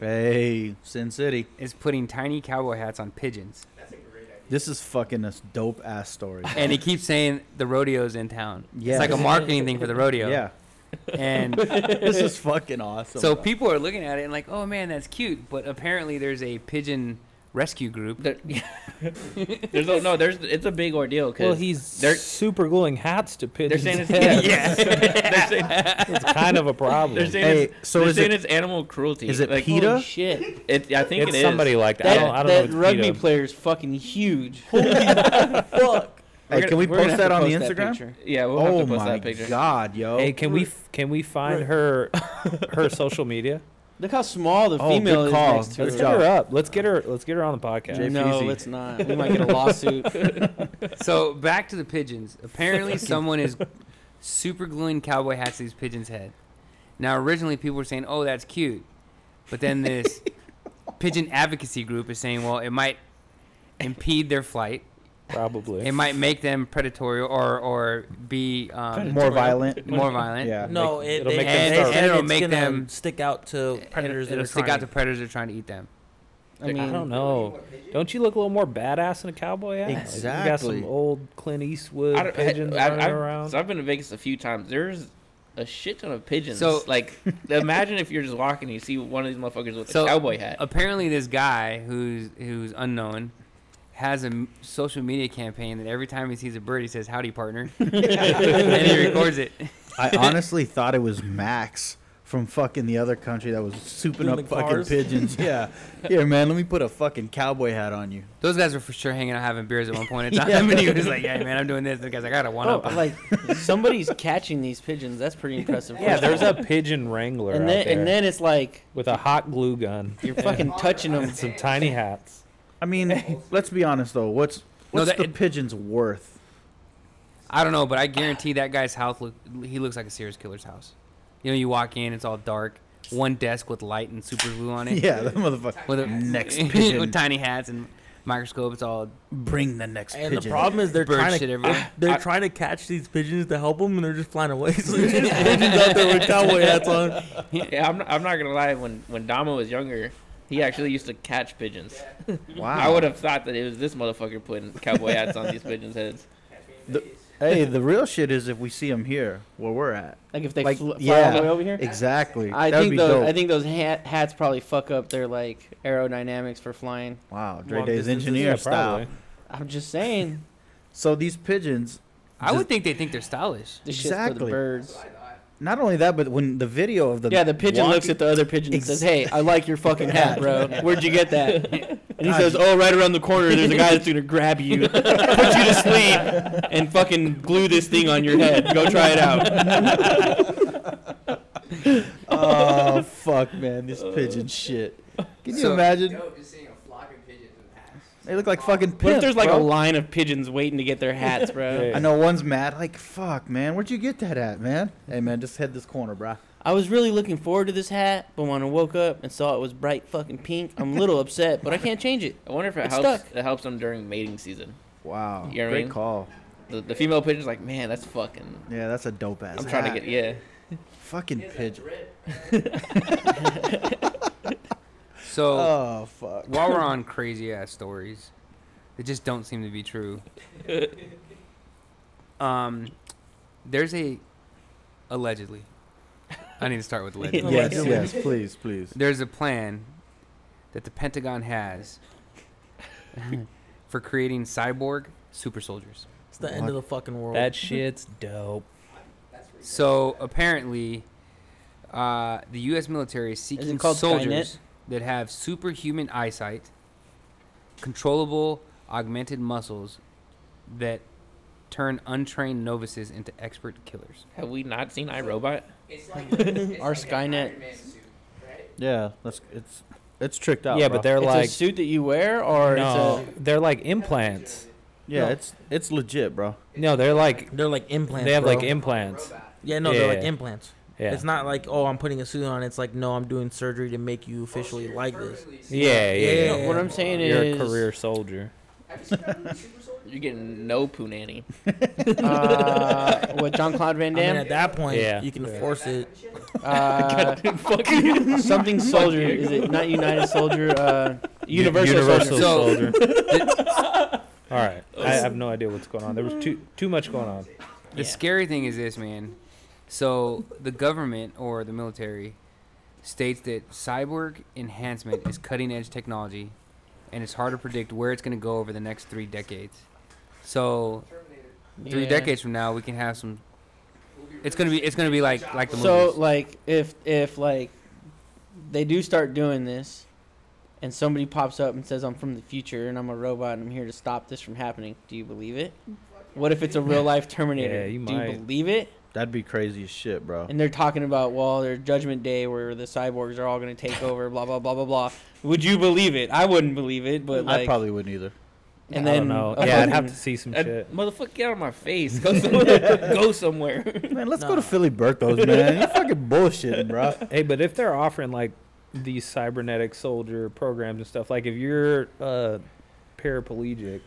Speaker 4: Hey, Sin City.
Speaker 1: is putting tiny cowboy hats on pigeons,
Speaker 6: That's a great idea.
Speaker 4: This is fucking a dope ass story.
Speaker 1: and he keeps saying the rodeo's in town.
Speaker 4: Yes.
Speaker 1: It's like a marketing thing for the rodeo.
Speaker 4: yeah.
Speaker 1: And
Speaker 4: this is fucking awesome.
Speaker 1: so people are looking at it and like, oh man, that's cute. But apparently, there's a pigeon rescue group.
Speaker 7: There- there's no, no, there's it's a big ordeal
Speaker 3: Well,
Speaker 7: because
Speaker 3: he's
Speaker 7: they're-
Speaker 3: super gluing hats to
Speaker 7: they're
Speaker 3: pigeons.
Speaker 7: saying it's
Speaker 3: heads.
Speaker 7: yeah, they're saying,
Speaker 3: it's kind of a problem.
Speaker 7: they're saying
Speaker 4: Hey,
Speaker 7: it's,
Speaker 4: so
Speaker 7: they're
Speaker 4: is
Speaker 7: saying
Speaker 4: it-
Speaker 7: it's animal cruelty.
Speaker 4: is it
Speaker 7: like,
Speaker 4: PETA?
Speaker 2: Holy shit,
Speaker 7: It, I think
Speaker 3: it's
Speaker 7: it is.
Speaker 3: somebody like that.
Speaker 2: that,
Speaker 3: I don't, I don't know.
Speaker 2: that
Speaker 3: if it's
Speaker 2: rugby
Speaker 3: PETA.
Speaker 2: player is fucking huge. Holy fuck!
Speaker 4: hey,
Speaker 7: we're
Speaker 4: can we
Speaker 2: We're gonna
Speaker 4: post
Speaker 2: have
Speaker 4: that
Speaker 2: to
Speaker 4: on the
Speaker 2: post that
Speaker 4: Instagram?
Speaker 2: picture.
Speaker 7: Yeah, we'll have
Speaker 4: oh
Speaker 7: to post
Speaker 4: my
Speaker 7: that picture.
Speaker 4: god, yo.
Speaker 3: Hey, can we f- can we find her her social media?
Speaker 2: Look how small the
Speaker 4: Oh,
Speaker 2: female
Speaker 4: good
Speaker 2: is
Speaker 4: call.
Speaker 2: next to
Speaker 3: Let's
Speaker 4: Good
Speaker 2: her.
Speaker 3: get
Speaker 4: job.
Speaker 3: her up. Let's get her. Let's get her on the podcast.
Speaker 4: Jay
Speaker 2: No,
Speaker 4: Feezy.
Speaker 2: let's not. We might get a lawsuit.
Speaker 1: So back to the pigeons. Apparently, someone is super gluing cowboy hats to these pigeons' head. Now, originally, people were saying, "Oh, that's cute," but then this pigeon advocacy group is saying, "Well, it might impede their flight.
Speaker 3: Probably.
Speaker 1: It might make them predatory or or be um,
Speaker 4: more violent?
Speaker 1: more violent.
Speaker 4: Yeah.
Speaker 5: No,
Speaker 3: Make-
Speaker 5: it,
Speaker 3: it'll
Speaker 5: they,
Speaker 3: make
Speaker 5: make
Speaker 3: them
Speaker 5: them
Speaker 3: start-
Speaker 5: it's,
Speaker 1: and it'll make
Speaker 5: gonna
Speaker 1: them-
Speaker 5: stick out to predators.
Speaker 1: Predators it'll
Speaker 5: that are
Speaker 1: stick out
Speaker 5: trying.
Speaker 1: to predators that are trying to eat them.
Speaker 2: I mean,
Speaker 3: I don't know. Don't you look a little more badass in a cowboy hat? Like, you got
Speaker 4: Exactly.
Speaker 3: some old Clint
Speaker 7: I
Speaker 3: Eastwood
Speaker 7: don't-
Speaker 3: pigeons
Speaker 7: I- I-
Speaker 3: running
Speaker 7: I've-
Speaker 3: around.
Speaker 7: So I've been to Vegas a few times. There's a shit ton of pigeons.
Speaker 1: So-
Speaker 7: So like, imagine if you're just walking and you see one of these motherfuckers with
Speaker 1: So,
Speaker 7: a cowboy hat.
Speaker 1: Apparently, this guy who's who's unknown has a m- social media campaign that every time he sees a bird, he says, "Howdy, partner," and he records it.
Speaker 4: I honestly thought it was Max from fucking the other country that was souping
Speaker 5: Doing
Speaker 4: up
Speaker 5: the
Speaker 4: fucking
Speaker 5: cars?
Speaker 4: pigeons. Yeah. Here, man, let me put a fucking cowboy hat on you.
Speaker 1: Those guys were for sure hanging out having beers at one point in time, and he was like, "Yeah, man, I'm doing this." The guy's like, "I gotta one
Speaker 2: Oh,
Speaker 1: up."
Speaker 2: but,
Speaker 1: him."
Speaker 2: like somebody's catching these pigeons. That's pretty impressive.
Speaker 3: yeah,
Speaker 2: first of
Speaker 3: there's
Speaker 2: all.
Speaker 3: a pigeon wrangler
Speaker 2: And
Speaker 3: out
Speaker 2: then
Speaker 3: there
Speaker 2: and then it's like
Speaker 3: with a hot glue gun
Speaker 2: you're fucking touching them.
Speaker 3: and some tiny hats.
Speaker 4: I mean, let's be honest though. What's
Speaker 1: No,
Speaker 4: what's
Speaker 1: that-
Speaker 4: the
Speaker 1: it-
Speaker 4: pigeon's worth?
Speaker 1: I don't know, but I guarantee that guy's house look—he looks like a serious killer's house. You know, you walk in, it's all dark, one desk with light and super glue on it,
Speaker 4: Yeah, that motherfucker.
Speaker 1: with a
Speaker 4: Next pigeon.
Speaker 1: with tiny hats and microscope. It's all
Speaker 4: Bring the next
Speaker 5: And
Speaker 4: pigeon.
Speaker 5: the problem is they're
Speaker 1: bird
Speaker 5: trying
Speaker 1: shit
Speaker 5: to
Speaker 1: everywhere.
Speaker 5: they're
Speaker 7: I-
Speaker 5: trying to catch these pigeons to help them, and they're just flying away. So there's just pigeons out there with cowboy hats on.
Speaker 7: yeah, I'm not, I'm not gonna lie. When when Damo was younger, he actually used to catch pigeons.
Speaker 4: wow. Ah.
Speaker 7: I would have thought that it was this motherfucker putting cowboy hats on these pigeons' heads.
Speaker 4: The- hey, the real shit is if we see them here, where we're at.
Speaker 2: Like if they
Speaker 4: Like,
Speaker 2: flew, fly
Speaker 4: yeah.
Speaker 2: all the way over here.
Speaker 4: Exactly.
Speaker 2: I
Speaker 4: That'd
Speaker 2: think
Speaker 4: be
Speaker 2: those
Speaker 4: dope.
Speaker 2: I think those hat, hats probably fuck up their like aerodynamics for flying.
Speaker 4: wow, Dre
Speaker 5: Long
Speaker 4: Day's
Speaker 5: distances,
Speaker 4: engineer
Speaker 3: Yeah,
Speaker 4: style.
Speaker 3: probably.
Speaker 2: I'm just saying.
Speaker 4: So these pigeons,
Speaker 1: I would think they think they're stylish.
Speaker 2: This shit's for the
Speaker 4: Exactly.
Speaker 2: birds.
Speaker 4: not only that, but when the video of the
Speaker 2: yeah, the pigeon looks at the other pigeon and says, "Hey, I like your fucking hat, bro. Where'd you get that?" And he
Speaker 4: God,
Speaker 2: says,
Speaker 4: you-
Speaker 2: "Oh, right around the corner, there's a guy that's gonna grab you, put you to sleep, and fucking glue this thing on your head. Go try it out."
Speaker 4: oh fuck, man, this pigeon shit. Can you
Speaker 1: So-
Speaker 4: imagine?
Speaker 6: Dope just seeing a flock of pigeons with hats.
Speaker 4: They look like fucking
Speaker 2: What if
Speaker 4: pimps.
Speaker 2: there's like a
Speaker 4: bro.
Speaker 2: line of pigeons waiting to get their hats, bro?
Speaker 3: Yeah.
Speaker 4: I know one's mad. Like, fuck, man, where'd you get that at, man? Hey, man, just head this corner, bro.
Speaker 2: I was really looking forward to this hat, but when I woke up and saw it was bright fucking pink, I'm a little upset, but I can't change it.
Speaker 7: I wonder if it
Speaker 2: It's
Speaker 7: helps.
Speaker 2: stuck.
Speaker 7: It helps them during mating season.
Speaker 4: Wow,
Speaker 7: You know what I
Speaker 4: great
Speaker 7: mean?
Speaker 4: call.
Speaker 7: The, the female pigeon's like, man, that's fucking.
Speaker 4: Yeah, that's a dope ass.
Speaker 7: I'm trying to get yeah.
Speaker 4: fucking pigeon.
Speaker 1: So
Speaker 4: Oh fuck.
Speaker 1: while we're on crazy ass stories that just don't seem to be true. Um, there's a allegedly. I need to start with allegedly.
Speaker 4: Yes,
Speaker 5: Allegedly.
Speaker 4: yes, please, please.
Speaker 1: There's a plan that the Pentagon has for creating cyborg super soldiers.
Speaker 5: It's the end of the fucking world.
Speaker 3: That shit's dope.
Speaker 1: So apparently, uh, the U.S. military is seeking
Speaker 2: called
Speaker 1: soldiers that have superhuman eyesight, controllable augmented muscles that turn untrained novices into expert killers.
Speaker 7: Have we not seen iRobot?
Speaker 6: It's like it's
Speaker 2: Our
Speaker 6: like an
Speaker 2: Skynet.
Speaker 6: Iron Man suit, right?
Speaker 4: Yeah, that's it's it's tricked out.
Speaker 3: yeah,
Speaker 4: bro.
Speaker 3: but they're
Speaker 2: it's
Speaker 3: like
Speaker 2: a suit that you wear, or
Speaker 3: no,
Speaker 2: it's
Speaker 3: they're like implants.
Speaker 4: yeah,
Speaker 5: No.
Speaker 4: it's it's legit, bro.
Speaker 3: No, they're like
Speaker 5: They're like implants.
Speaker 3: they have like
Speaker 5: bro.
Speaker 3: implants.
Speaker 6: Robot.
Speaker 5: yeah, no, they're like
Speaker 3: Yeah.
Speaker 5: implants.
Speaker 3: Yeah.
Speaker 5: It's not like oh, I'm putting a suit on. It's like no, I'm doing surgery to make you officially
Speaker 6: You're
Speaker 5: like this.
Speaker 6: permanently-
Speaker 3: yeah, yeah,
Speaker 5: Yeah,
Speaker 3: yeah.
Speaker 2: a.
Speaker 5: yeah.
Speaker 2: What I'm saying
Speaker 3: You're
Speaker 2: is,
Speaker 3: a career soldier.
Speaker 6: Have you seen Batman Super Soldier?
Speaker 7: You're getting no punani.
Speaker 2: uh, what John Claude Van
Speaker 5: I mean,
Speaker 2: Damme,
Speaker 5: at that point,
Speaker 3: Yeah.
Speaker 5: you can
Speaker 3: Yeah.
Speaker 5: force it.
Speaker 2: uh, something soldier? Is it not United Soldier? Uh, Universal,
Speaker 3: Universal
Speaker 2: Soldier.
Speaker 3: soldier. All right, I have no idea what's going on. There was too too much going on.
Speaker 1: The scary thing is this, man. So the government or the military states that cyborg enhancement is cutting edge technology and it's hard to predict where it's going to go over the next three decades. So
Speaker 6: Terminator.
Speaker 1: three
Speaker 2: Yeah.
Speaker 1: decades from now, we can have some.
Speaker 6: We'll be
Speaker 1: It's gonna be. It's gonna be like like the
Speaker 2: So
Speaker 1: movies.
Speaker 2: like, if if like they do start doing this, and somebody pops up and says, "I'm from the future and I'm a robot and I'm here to stop this from happening," do you believe it? What if it's a real life Terminator?
Speaker 3: Yeah, you
Speaker 2: do you
Speaker 3: might.
Speaker 2: believe it?
Speaker 4: That'd be crazy as shit, bro.
Speaker 2: and they're talking about well there's judgment day where the cyborgs are all going to take over blah blah blah blah blah would you believe it i wouldn't believe it but like
Speaker 4: I probably wouldn't either.
Speaker 2: and
Speaker 3: I
Speaker 2: then
Speaker 3: don't know.
Speaker 2: a
Speaker 3: Yeah, I'd have to
Speaker 2: fucking-
Speaker 3: see some
Speaker 7: Uh,
Speaker 3: shit.
Speaker 7: Motherfucker, get out of my face. Go somewhere. Go somewhere.
Speaker 4: Man, let's
Speaker 5: Nah.
Speaker 4: go to Philly Burkos, man. You're fucking bullshitting, bro.
Speaker 3: Hey, but if they're offering like these cybernetic soldier programs and stuff, like if you're uh, paraplegic,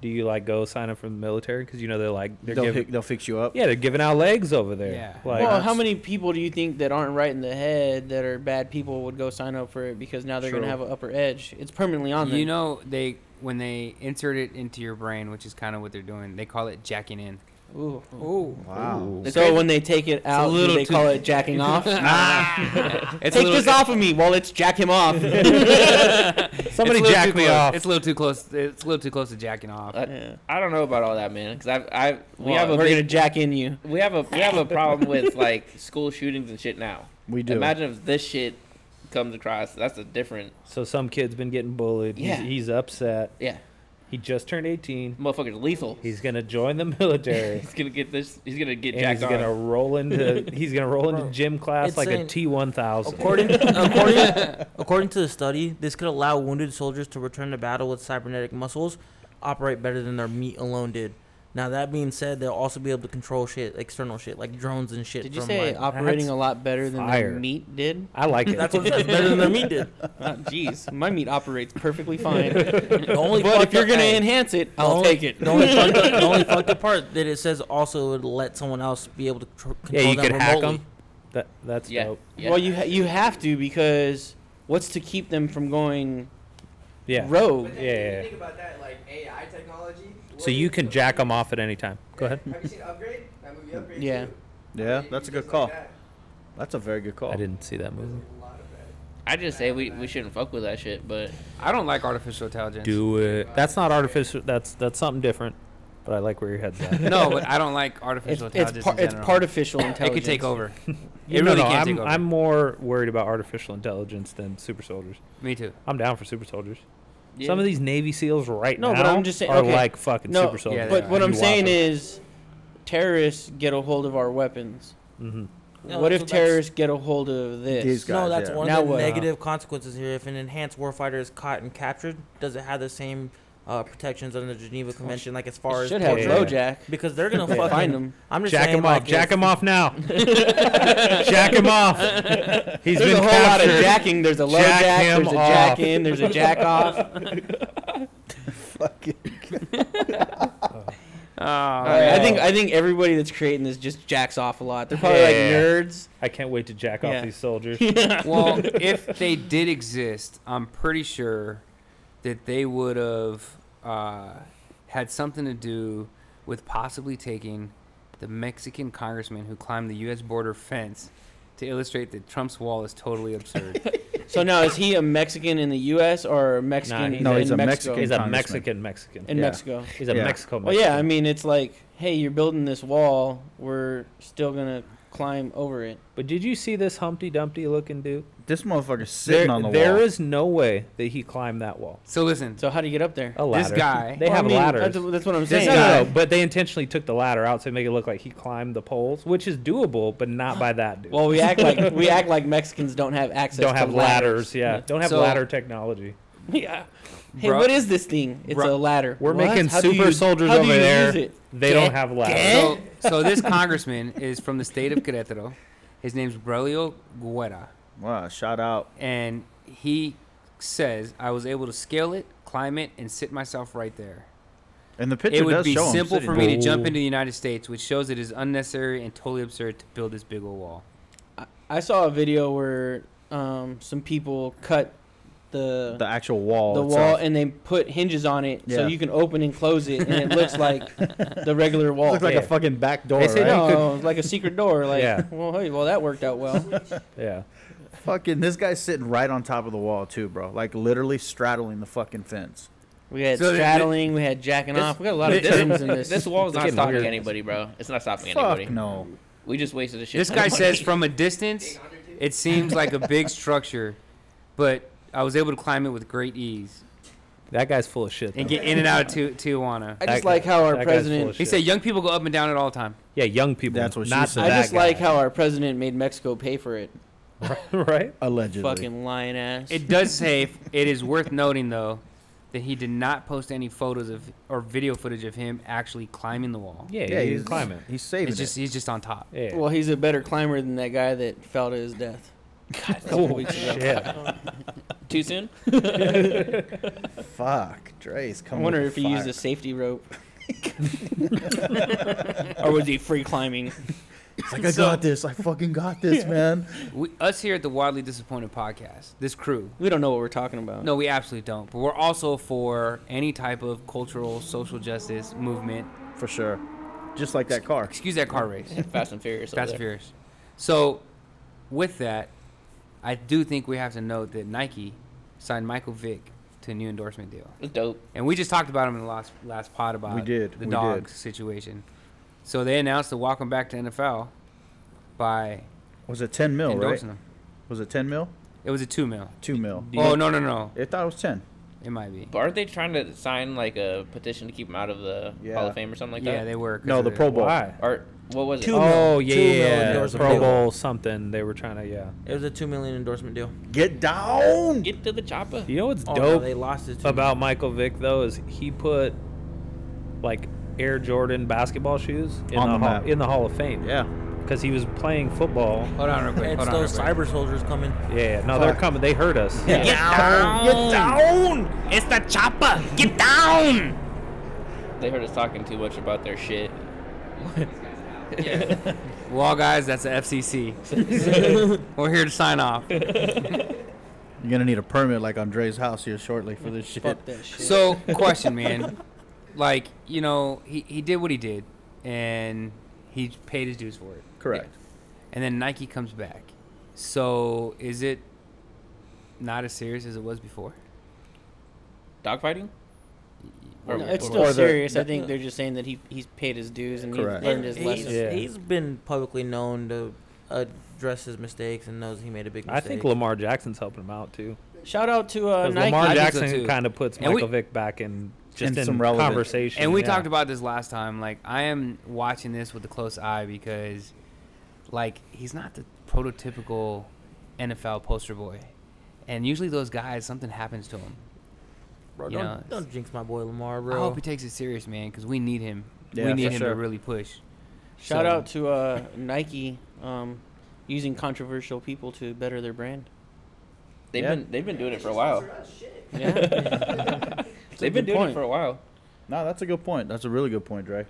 Speaker 3: do you like go sign up for the military? Because you know they're like they're
Speaker 4: They'll,
Speaker 3: giving
Speaker 4: hi- they'll fix you up.
Speaker 3: yeah they're giving out legs over there.
Speaker 1: Yeah.
Speaker 3: Like
Speaker 2: well
Speaker 4: that's-
Speaker 2: how many people do you think that aren't right in the head that are bad people would go sign up for it because now they're going to
Speaker 4: True.
Speaker 2: have an upper edge it's permanently on them
Speaker 1: you know they when they insert it into your brain, which is kind of what they're doing. They call it jacking in.
Speaker 2: Ooh.
Speaker 5: Oh,
Speaker 4: Wow.
Speaker 7: The
Speaker 2: so
Speaker 7: crazy-
Speaker 2: when they take it out do
Speaker 7: little
Speaker 2: they
Speaker 7: too-
Speaker 2: call it jacking off
Speaker 3: Ah,
Speaker 1: It's a
Speaker 2: take
Speaker 1: little-
Speaker 2: this off of me well let's jack him off
Speaker 3: Somebody
Speaker 1: it's a little
Speaker 3: jack
Speaker 1: too
Speaker 3: me
Speaker 1: close.
Speaker 3: off.
Speaker 1: It's a little too close. It's a little too close to jacking off.
Speaker 7: Uh,
Speaker 2: Yeah.
Speaker 7: I don't know about all that, man. Because I've, I've, we
Speaker 2: Well,
Speaker 7: have a
Speaker 2: we're going to
Speaker 7: big,
Speaker 2: jack in you
Speaker 7: we have a, we have a problem with like school shootings and shit now.
Speaker 4: We do.
Speaker 7: Imagine if this shit comes across. That's a different.
Speaker 3: So some kid's been getting bullied.
Speaker 7: Yeah.
Speaker 3: He's, he's upset.
Speaker 7: Yeah,
Speaker 3: He just turned 18.
Speaker 7: motherfucker's lethal.
Speaker 3: He's gonna join the military.
Speaker 7: He's gonna get this. He's gonna get
Speaker 3: and he's
Speaker 7: jacked on.
Speaker 3: gonna roll into he's gonna roll into
Speaker 5: Bro,
Speaker 3: gym class
Speaker 5: it's
Speaker 3: like a
Speaker 5: saying-
Speaker 3: T one thousand.
Speaker 5: According, according, according to the study, this could allow wounded soldiers to return to battle with cybernetic muscles, operate better than their meat alone did. Now that being said, they'll also be able to control shit, external shit like drones and shit.
Speaker 2: did you
Speaker 5: from,
Speaker 2: say
Speaker 5: like-
Speaker 2: operating a lot better than their
Speaker 3: fire.
Speaker 2: meat did Ah,
Speaker 3: I like it.
Speaker 5: That's what it says. Better than their meat did.
Speaker 2: jeez my meat operates perfectly fine
Speaker 5: The only
Speaker 2: But if
Speaker 5: fucked
Speaker 2: you're
Speaker 5: up-
Speaker 2: gonna
Speaker 5: hey,
Speaker 2: enhance it,
Speaker 5: the
Speaker 2: I'll
Speaker 5: only-
Speaker 2: take it.
Speaker 5: The only, fucked up, the only fucked up part that it says also would let someone else be able to tr- control
Speaker 3: yeah, you
Speaker 5: them
Speaker 3: could
Speaker 5: remotely.
Speaker 3: hack them. That that's
Speaker 7: yeah.
Speaker 3: dope.
Speaker 7: yeah.
Speaker 2: Well, you ha- you have to because what's to keep them from going
Speaker 3: Yeah.
Speaker 2: rogue.
Speaker 6: But then
Speaker 3: Yeah,
Speaker 6: if
Speaker 3: yeah,
Speaker 6: you think about that, like AI technology.
Speaker 3: So you can jack them off at any time. Go ahead.
Speaker 6: Have you seen Upgrade? That movie Upgrade.
Speaker 2: Yeah.
Speaker 6: too.
Speaker 4: Yeah,
Speaker 6: It-
Speaker 4: that's a
Speaker 6: it
Speaker 4: good
Speaker 6: does
Speaker 4: call.
Speaker 6: like that.
Speaker 4: That's a very good call.
Speaker 3: I didn't see that
Speaker 6: There's
Speaker 3: movie.
Speaker 6: a lot of that.
Speaker 7: I just say we, we shouldn't fuck with that shit, but
Speaker 1: I don't like artificial intelligence.
Speaker 3: Do it. That's not artificial. That's that's something different. But I like where your head's at.
Speaker 1: No, but I don't like
Speaker 2: It's
Speaker 1: artificial
Speaker 2: it's,
Speaker 1: intelligence.
Speaker 2: par-
Speaker 1: in
Speaker 2: it's
Speaker 1: general.
Speaker 2: partificial
Speaker 1: It
Speaker 2: intelligence.
Speaker 1: could take over.
Speaker 3: You
Speaker 1: It
Speaker 3: know,
Speaker 1: really
Speaker 3: no,
Speaker 1: can
Speaker 3: I'm,
Speaker 1: take over.
Speaker 3: I'm more worried about artificial intelligence than super soldiers.
Speaker 1: Me too.
Speaker 3: I'm down for super soldiers.
Speaker 7: yeah.
Speaker 3: Some of these Navy SEALs right
Speaker 2: No,
Speaker 3: now
Speaker 2: but I'm just saying-
Speaker 3: are
Speaker 2: okay.
Speaker 3: like fucking
Speaker 2: No,
Speaker 3: super soldiers.
Speaker 1: Yeah,
Speaker 2: But
Speaker 1: they
Speaker 2: what
Speaker 1: are.
Speaker 2: I'm saying is, terrorists get a hold of our weapons.
Speaker 3: hmm
Speaker 5: No,
Speaker 2: what
Speaker 5: so
Speaker 2: if
Speaker 5: that's-
Speaker 2: terrorists get a hold of this?
Speaker 4: These guys,
Speaker 5: no, that's
Speaker 4: yeah.
Speaker 5: one
Speaker 2: Now
Speaker 5: of the
Speaker 2: what?
Speaker 5: negative consequences here. If an enhanced warfighter is caught and captured, does it have the same uh, protections under the Geneva Convention? Like as far
Speaker 2: It
Speaker 5: as
Speaker 2: should have
Speaker 5: torture?
Speaker 3: low
Speaker 2: LoJack.
Speaker 5: because they're gonna
Speaker 2: They
Speaker 5: fucking.
Speaker 2: Find them.
Speaker 5: I'm just
Speaker 3: Jack
Speaker 5: saying,
Speaker 3: him
Speaker 5: like,
Speaker 3: off. Jack
Speaker 5: if-
Speaker 3: him off now. jack him off. He's
Speaker 2: There's
Speaker 3: been
Speaker 2: a whole
Speaker 3: captured.
Speaker 2: lot of jacking. There's a low
Speaker 3: Jack
Speaker 2: jack.
Speaker 3: him
Speaker 2: there's a jack
Speaker 3: off.
Speaker 2: in. There's a jack off.
Speaker 1: Oh,
Speaker 2: I think I think everybody that's creating this just jacks off a lot. They're probably like
Speaker 3: Yeah.
Speaker 2: nerds.
Speaker 3: I can't wait to jack
Speaker 2: Yeah.
Speaker 3: off these soldiers.
Speaker 1: well, if they did exist, I'm pretty sure that they would have uh, had something to do with possibly taking the Mexican congressman who climbed the U.S. border fence to illustrate that Trump's wall is totally absurd.
Speaker 2: So now is he a Mexican in the U.S. or a Mexican
Speaker 3: he's-
Speaker 2: in
Speaker 4: No, he's a
Speaker 2: Mexico?
Speaker 4: Mexican.
Speaker 3: He's a
Speaker 4: Congressman.
Speaker 3: Mexican Mexican.
Speaker 2: In
Speaker 4: Yeah.
Speaker 2: Mexico.
Speaker 3: He's a
Speaker 4: Yeah.
Speaker 3: Mexico
Speaker 2: Well,
Speaker 3: Mexican.
Speaker 2: yeah. I mean, it's like, hey, you're building this wall. We're still gonna climb over it.
Speaker 3: But did you see this Humpty Dumpty looking dude?
Speaker 4: This motherfucker's
Speaker 3: There,
Speaker 4: sitting on the
Speaker 3: there
Speaker 4: wall.
Speaker 3: is no way that he climbed that wall.
Speaker 1: so listen,
Speaker 2: So how do you get up there?
Speaker 3: A ladder.
Speaker 1: this guy,
Speaker 3: Oh, They
Speaker 2: Well, I
Speaker 3: have
Speaker 2: mean,
Speaker 3: ladders.
Speaker 2: That's, that's what I'm
Speaker 3: No,
Speaker 2: saying.
Speaker 3: no, no, but they intentionally took the ladder out to make it look like he climbed the poles, which is doable, but not by that dude.
Speaker 2: Well, we act like we act like Mexicans don't have access.
Speaker 3: don't
Speaker 2: to
Speaker 3: have ladders, yeah. Don't have
Speaker 1: So-
Speaker 3: ladder technology.
Speaker 2: yeah. Hey,
Speaker 1: Bro-
Speaker 2: what is this thing? It's
Speaker 1: Bro-
Speaker 2: a ladder.
Speaker 3: We're
Speaker 2: What?
Speaker 3: making
Speaker 2: How do
Speaker 3: super
Speaker 2: you-
Speaker 3: soldiers
Speaker 2: how do
Speaker 3: over
Speaker 2: you
Speaker 3: there.
Speaker 2: use it?
Speaker 3: They don't have ladders.
Speaker 1: so, so this congressman is from the state of Querétaro. His name's Braulio Guerra.
Speaker 4: Wow, shout out.
Speaker 1: and he says I was able to scale it, climb it, and sit myself right there.
Speaker 4: And the picture
Speaker 1: it would
Speaker 4: does
Speaker 1: be
Speaker 4: show him
Speaker 1: simple
Speaker 4: sitting
Speaker 1: for me to
Speaker 3: there.
Speaker 1: jump
Speaker 3: Ooh.
Speaker 1: into the United States, which shows it is unnecessary and totally absurd to build this big old wall.
Speaker 2: I- I saw a video where um, some people cut
Speaker 4: there.
Speaker 2: the
Speaker 4: the actual wall.
Speaker 2: the wall
Speaker 4: itself.
Speaker 2: and they put hinges on it so
Speaker 4: Yeah.
Speaker 2: you can open and close it, and it looks like the regular
Speaker 4: It
Speaker 2: wall.
Speaker 4: looks like
Speaker 3: Yeah.
Speaker 4: a fucking back door,
Speaker 3: They say
Speaker 4: right?
Speaker 3: no. you
Speaker 2: no, like a secret door. Like,
Speaker 3: Yeah.
Speaker 2: well, hey, well, that worked out well.
Speaker 3: Yeah.
Speaker 4: Fucking, this guy's sitting right on top of the wall too, bro. Like literally straddling the fucking fence.
Speaker 2: We had
Speaker 1: So the-
Speaker 2: straddling, we had jacking off. We got a lot of
Speaker 7: this-
Speaker 2: terms in this.
Speaker 7: this wall is
Speaker 3: It's
Speaker 7: not
Speaker 3: getting
Speaker 7: stopping
Speaker 3: weird.
Speaker 7: anybody, bro. It's not stopping
Speaker 4: Fuck
Speaker 7: anybody.
Speaker 4: no.
Speaker 7: We just wasted a shit.
Speaker 1: This
Speaker 7: ton of
Speaker 1: guy says
Speaker 7: money.
Speaker 1: from a distance, it seems like a big structure, but I was able to climb it with great ease
Speaker 3: That guy's full of shit.
Speaker 1: and
Speaker 3: though.
Speaker 1: get in and out of Tu- Tijuana.
Speaker 2: I just
Speaker 3: that-
Speaker 2: like how
Speaker 3: That
Speaker 2: our
Speaker 3: guy's full
Speaker 2: president.
Speaker 3: of
Speaker 1: He
Speaker 3: shit.
Speaker 1: said young people go up and down at all time.
Speaker 3: yeah, young people.
Speaker 4: That's what she
Speaker 3: not
Speaker 4: said.
Speaker 2: I
Speaker 3: that
Speaker 2: just like
Speaker 3: guy.
Speaker 2: how our president made Mexico pay for it.
Speaker 3: right?
Speaker 4: Allegedly.
Speaker 2: Fucking lying ass.
Speaker 1: It does say it is worth noting though that he did not post any photos of or video footage of him actually climbing the wall.
Speaker 3: Yeah,
Speaker 4: yeah,
Speaker 3: he's,
Speaker 4: he's
Speaker 3: climbing.
Speaker 4: He's saving
Speaker 1: It's just he's just on top.
Speaker 3: Yeah.
Speaker 2: Well, he's a better climber than that guy that fell to his death. a couple weeks ago.
Speaker 3: shit.
Speaker 7: too soon.
Speaker 4: it. Fuck, Dre's
Speaker 2: I
Speaker 4: coming.
Speaker 2: wonder if
Speaker 4: with
Speaker 2: he used a
Speaker 4: fire.
Speaker 2: safety rope. or was he free climbing?
Speaker 4: He's like I got this. I fucking got this, man.
Speaker 1: We, us here at the Wildly Disappointed podcast, this crew,
Speaker 2: We don't know what we're talking about.
Speaker 1: no, we absolutely don't. But we're also for any type of cultural, social justice movement.
Speaker 4: For sure. Just like that car.
Speaker 1: Excuse that car race.
Speaker 7: Fast and Furious. over
Speaker 1: Fast and
Speaker 7: there.
Speaker 1: Furious. So, with that, I do think we have to note that Nike signed Michael Vick to a new endorsement deal.
Speaker 7: It's dope.
Speaker 1: And we just talked about him in the last, last pod about
Speaker 4: We did,
Speaker 1: the
Speaker 4: we
Speaker 1: dog
Speaker 4: did.
Speaker 1: situation. So, they announced the welcome back to NFL by
Speaker 4: Was it 10 mil, right?
Speaker 1: endorsing him.
Speaker 4: Was it 10 mil?
Speaker 1: It was a two mil.
Speaker 4: 2 mil.
Speaker 1: Oh, no, no, no.
Speaker 4: I thought it was 10.
Speaker 1: It might be.
Speaker 7: But aren't they trying to sign like a petition to keep him out of the
Speaker 4: Yeah.
Speaker 7: Hall of Fame or something like
Speaker 1: yeah,
Speaker 7: that?
Speaker 1: they were. 'cause
Speaker 4: uh, No,
Speaker 1: of
Speaker 4: the Pro Bowl.
Speaker 3: Why?
Speaker 7: Or what was it?
Speaker 5: Two-
Speaker 3: Oh,
Speaker 5: mil-
Speaker 3: yeah,
Speaker 5: two
Speaker 3: yeah,
Speaker 5: mil
Speaker 3: yeah.
Speaker 5: endorsement
Speaker 3: Pro
Speaker 5: deal.
Speaker 3: Bowl something. They were trying to, yeah.
Speaker 5: It was a two million endorsement deal.
Speaker 4: Get down.
Speaker 7: Get to the chopper.
Speaker 3: You know what's
Speaker 5: Oh, no,
Speaker 3: dope
Speaker 5: they lost it. to-
Speaker 3: about Michael Vick though is he put like Air Jordan basketball shoes in
Speaker 4: On
Speaker 3: the,
Speaker 4: the
Speaker 3: hall,
Speaker 4: map.
Speaker 3: in the Hall of Fame.
Speaker 4: Yeah.
Speaker 3: because he was playing football.
Speaker 1: Hold on, real quick.
Speaker 5: It's
Speaker 1: hold on, real
Speaker 5: those
Speaker 1: quick.
Speaker 5: cyber soldiers coming.
Speaker 3: Yeah, yeah. no, they're
Speaker 4: Fuck.
Speaker 3: coming. They heard us. Yeah.
Speaker 7: down.
Speaker 4: Get down.
Speaker 1: It's the chopper. Get down.
Speaker 7: They heard us talking too much about their shit.
Speaker 1: Well, guys, that's the FCC. We're here to sign off.
Speaker 4: You're gonna need a permit like Andre's house here shortly for this shit.
Speaker 2: Fuck that shit.
Speaker 1: So, question, man. Like, you know, he, he did what he did, and he paid his dues for it.
Speaker 4: Correct.
Speaker 1: And then Nike comes back. So, is it not as serious as it was before?
Speaker 7: Dogfighting?
Speaker 2: No,
Speaker 7: Or-
Speaker 2: it's
Speaker 7: or-
Speaker 2: still
Speaker 4: or the-
Speaker 2: serious. I
Speaker 4: the-
Speaker 2: think they're just saying that he he's paid his dues and he
Speaker 4: Correct.
Speaker 2: learned his
Speaker 5: he's,
Speaker 2: lesson.
Speaker 3: Yeah.
Speaker 5: he's been publicly known to address his mistakes and knows he made a big
Speaker 3: I
Speaker 5: mistake.
Speaker 3: think Lamar Jackson's helping him out too.
Speaker 2: Shout out to uh,
Speaker 3: 'Cause
Speaker 2: Nike.
Speaker 3: Lamar
Speaker 1: I think so,
Speaker 3: Jackson
Speaker 1: too.
Speaker 3: kind of puts
Speaker 1: And we-
Speaker 3: Michael Vick back in just
Speaker 4: In
Speaker 3: in
Speaker 4: some relevant-
Speaker 3: conversation.
Speaker 1: And we
Speaker 3: yeah.
Speaker 1: talked about this last time. Like, I am watching this with a close eye because, like, he's not the prototypical NFL poster boy. And usually, those guys, something happens to him.
Speaker 5: Bro,
Speaker 1: you
Speaker 5: don't,
Speaker 1: know,
Speaker 5: don't jinx my boy Lamar, bro.
Speaker 1: I hope he takes it serious, man, because we need him. we
Speaker 4: Yeah,
Speaker 1: need
Speaker 4: for
Speaker 1: him to
Speaker 4: sure.
Speaker 1: really push.
Speaker 2: Shout
Speaker 1: So-
Speaker 2: out to uh, Nike um, using controversial people to better their brand.
Speaker 7: They've
Speaker 4: Yeah.
Speaker 7: been they've been doing it for a while.
Speaker 2: Yeah. Mm.
Speaker 7: They've been
Speaker 2: good
Speaker 7: doing
Speaker 2: point.
Speaker 7: it for a while.
Speaker 4: No, that's a good point. That's a really good point, Dre.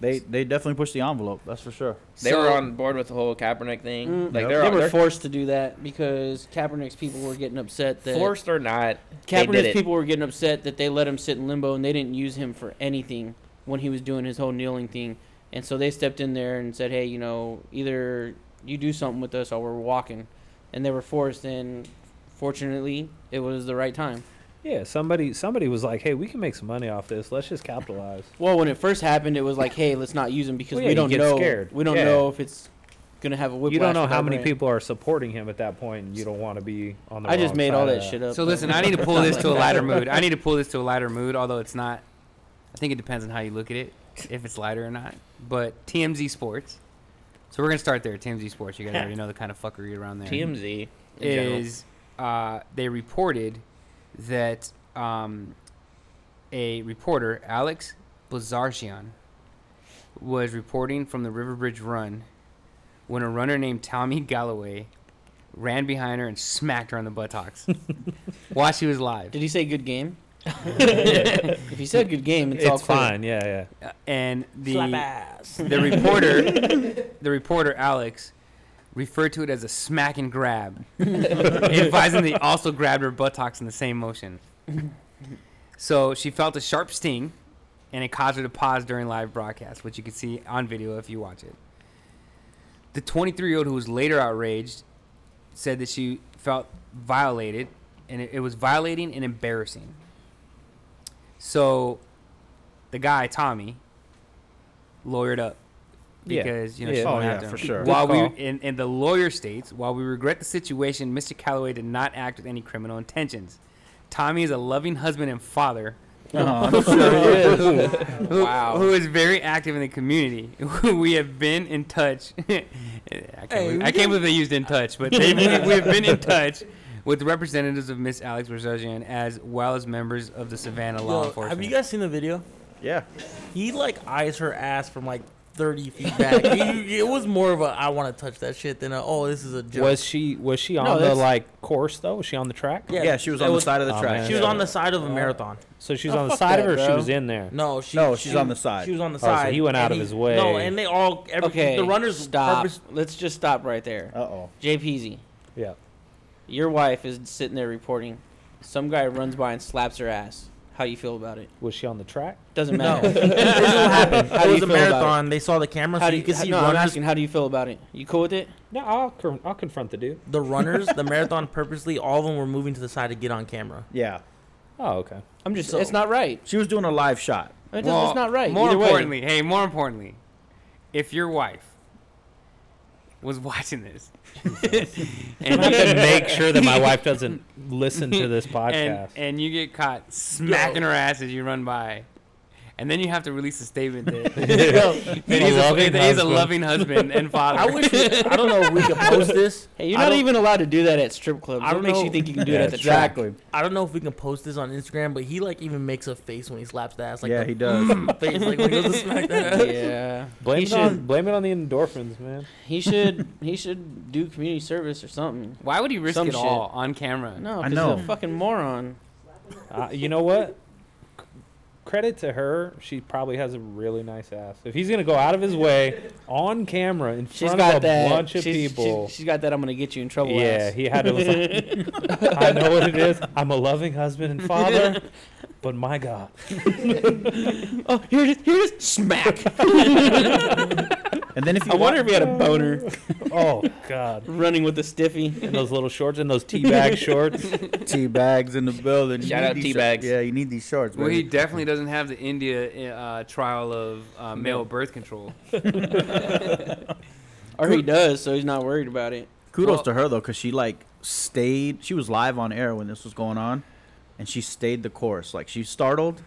Speaker 4: They they definitely pushed the envelope. That's for sure.
Speaker 7: They
Speaker 1: So-
Speaker 7: were on board with the whole Kaepernick thing.
Speaker 2: Mm.
Speaker 4: Yep.
Speaker 7: like they're,
Speaker 2: they
Speaker 7: on-
Speaker 2: were
Speaker 7: they're
Speaker 2: forced to do that because Kaepernick's people were getting upset that
Speaker 7: forced or not. they did
Speaker 2: Kaepernick's
Speaker 7: it.
Speaker 2: people were getting upset that they let him sit in limbo and they didn't use him for anything when he was doing his whole kneeling thing. And so they stepped in there and said, "Hey, you know, either you do something with us or we're walking." And they were forced and fortunately, it was the right time.
Speaker 3: Yeah, somebody somebody was like, "Hey, we can make some money off this. Let's just capitalize."
Speaker 2: Well, when it first happened, it was like, "Hey, let's not use him because
Speaker 3: Well, yeah,
Speaker 2: we
Speaker 3: you
Speaker 2: don't
Speaker 3: get
Speaker 2: know.
Speaker 3: scared.
Speaker 2: We don't
Speaker 3: Yeah.
Speaker 2: know if it's gonna have a whiplash."
Speaker 3: you don't know
Speaker 2: for
Speaker 3: how
Speaker 2: our
Speaker 3: many
Speaker 2: brand.
Speaker 3: people are supporting him at that point, and you don't want to be on the.
Speaker 2: I just
Speaker 3: wrong
Speaker 2: made
Speaker 3: side
Speaker 2: all
Speaker 3: of
Speaker 2: that shit up.
Speaker 1: So listen, I need to pull this to a lighter mood. I need to pull this to a lighter mood, although it's not. I think it depends on how you look at it, if it's lighter or not. But TMZ Sports. So we're gonna start there. TMZ Sports. You guys already know the kind of fuckery around there.
Speaker 7: TMZ in general.
Speaker 1: is uh, they reported that um, a reporter, Alex Blazarchian, was reporting from the Riverbridge Run when a runner named Tommy Galloway ran behind her and smacked her on the buttocks while she was live.
Speaker 2: Did he say good game? if he said good game, it's,
Speaker 3: It's,
Speaker 2: all clear.
Speaker 3: fine. Yeah, yeah.
Speaker 1: Uh, And
Speaker 5: Slap
Speaker 1: the
Speaker 5: ass.
Speaker 1: the reporter, the reporter Alex, referred to it as a smack and grab, advising that he also grabbed her buttocks in the same motion. So she felt a sharp sting, and it caused her to pause during live broadcast, which you can see on video if you watch it. The 23-year-old who was later outraged said that she felt violated, and it, it was violating and embarrassing. So, the guy Tommy lawyered up
Speaker 3: Yeah.
Speaker 1: because you know
Speaker 3: Yeah.
Speaker 1: she
Speaker 4: Oh,
Speaker 1: went
Speaker 4: yeah,
Speaker 1: after him.
Speaker 4: for sure.
Speaker 1: While we
Speaker 3: Good
Speaker 1: and, and the lawyer states, while we regret the situation, Mr. Calloway did not act with any criminal intentions. Tommy is a loving husband and father
Speaker 4: Uh,
Speaker 1: who, who is very active in the community. we have been in touch. I can't,
Speaker 5: Hey,
Speaker 1: believe,
Speaker 5: we
Speaker 1: I can't believe they used in touch, but they, we have been in touch with representatives of Miss Alex Rosasian as well as members of the Savannah law
Speaker 5: Yo,
Speaker 1: enforcement.
Speaker 5: have you guys seen the video?
Speaker 4: yeah.
Speaker 5: He like eyes her ass from like 30 feet back. He- it was more of a I want to touch that shit than a oh this is a joke.
Speaker 3: Was she was she on the
Speaker 2: that's-
Speaker 3: like course though? Was she on the track?
Speaker 5: Yeah.
Speaker 4: Yeah, she was
Speaker 5: It
Speaker 4: on the
Speaker 5: was-
Speaker 4: side of the
Speaker 3: Oh,
Speaker 4: track.
Speaker 3: man.
Speaker 5: she was on the side of a marathon.
Speaker 3: So she's
Speaker 2: Oh,
Speaker 3: on the
Speaker 2: fuck
Speaker 3: side of
Speaker 2: that,
Speaker 3: her. She
Speaker 2: bro.
Speaker 3: was in there.
Speaker 5: No, she
Speaker 4: No, she's
Speaker 5: she-
Speaker 4: on the side.
Speaker 5: She was on the
Speaker 3: so
Speaker 5: side.
Speaker 3: he went
Speaker 5: and
Speaker 3: out of his way.
Speaker 5: No, and they all every,
Speaker 2: Okay,
Speaker 5: the runners
Speaker 2: stop.
Speaker 5: purpose-
Speaker 2: Let's just stop right there.
Speaker 4: Uh oh.
Speaker 2: JPZ,
Speaker 3: Yeah.
Speaker 2: your wife is sitting there reporting. Some guy runs by and slaps her ass. How you feel about it?
Speaker 3: Was she on the track?
Speaker 2: Doesn't
Speaker 5: No,
Speaker 2: matter.
Speaker 5: this is what happened.
Speaker 2: How
Speaker 5: it
Speaker 2: do
Speaker 5: was
Speaker 2: you
Speaker 5: a
Speaker 2: feel about it?
Speaker 5: marathon. They saw the camera,
Speaker 2: How
Speaker 5: so
Speaker 2: do
Speaker 5: you could see
Speaker 2: no, I'm
Speaker 5: runners.
Speaker 2: asking, how do you feel about it? You cool with it?
Speaker 3: No, I'll con- I'll confront the dude.
Speaker 5: The runners, the marathon, purposely all of them were moving to the side to get on camera.
Speaker 4: Yeah.
Speaker 3: Oh, okay.
Speaker 2: I'm just.
Speaker 5: So-
Speaker 2: it's not right.
Speaker 4: She was doing a live shot.
Speaker 2: It does-
Speaker 1: Well,
Speaker 2: it's not right.
Speaker 1: More
Speaker 2: Either way.
Speaker 1: importantly, hey, more importantly, if your wife was watching this,
Speaker 3: And
Speaker 1: and,
Speaker 3: I
Speaker 1: you,
Speaker 3: to make sure that my wife doesn't listen to this
Speaker 1: and,
Speaker 3: podcast.
Speaker 1: and you get caught smacking her ass as you run by, and then you have to release a statement that, that he's, a,
Speaker 3: loving
Speaker 1: that he's a
Speaker 3: husband.
Speaker 1: loving husband and father.
Speaker 5: I wish we, I don't know if we could post this.
Speaker 2: Hey, you're
Speaker 5: I
Speaker 2: not
Speaker 5: don't-
Speaker 2: even allowed to do that at strip clubs.
Speaker 5: I
Speaker 2: What
Speaker 5: don't
Speaker 2: makes you
Speaker 5: know.
Speaker 2: think you can do
Speaker 3: Yeah,
Speaker 2: it at the track?
Speaker 4: exactly.
Speaker 5: I don't know if we can post this on Instagram, but he like even makes a face when he slaps the ass. Like
Speaker 4: yeah,
Speaker 5: the
Speaker 4: he does.
Speaker 5: face, like when he goes to smack that ass.
Speaker 2: yeah.
Speaker 3: Blame
Speaker 2: he
Speaker 3: it
Speaker 2: should.
Speaker 3: on blame it on the endorphins, man.
Speaker 2: He should. He should do community service or something.
Speaker 1: Why would he risk
Speaker 2: Some
Speaker 1: it
Speaker 2: shit.
Speaker 1: all on camera?
Speaker 2: No,
Speaker 4: I
Speaker 2: because he's a
Speaker 4: know.
Speaker 2: fucking moron.
Speaker 3: Uh, you know what? C- credit to her, she probably has a really nice ass. If he's gonna go out of his way on camera in
Speaker 2: She's
Speaker 3: front of a
Speaker 2: got that.
Speaker 3: bunch of
Speaker 2: she's, she's-
Speaker 3: people,
Speaker 2: she's got that. I'm gonna get you in trouble.
Speaker 3: yeah,
Speaker 2: ass.
Speaker 3: he had to. Was like, I know what it is. I'm a loving husband and father, but my God,
Speaker 2: Oh, here it is. Here it is. Smack.
Speaker 4: And then if you
Speaker 2: I wonder
Speaker 4: wa-
Speaker 2: if he had a boner
Speaker 3: oh God,
Speaker 2: running with a stiffy.
Speaker 3: and those little shorts and those teabag shorts.
Speaker 4: tea bags in the building. You
Speaker 7: Shout
Speaker 4: need
Speaker 7: out
Speaker 4: these
Speaker 7: tea
Speaker 4: shor-
Speaker 7: bags.
Speaker 4: Yeah, you need these shorts.
Speaker 1: Well, he
Speaker 4: baby.
Speaker 1: definitely doesn't have the India uh, trial of uh, male birth control.
Speaker 2: Or he does, so he's not worried about it.
Speaker 4: Kudos
Speaker 1: well-
Speaker 4: to her though, because she like stayed. She was live on air when this was going on, and she stayed the course. Like she startled,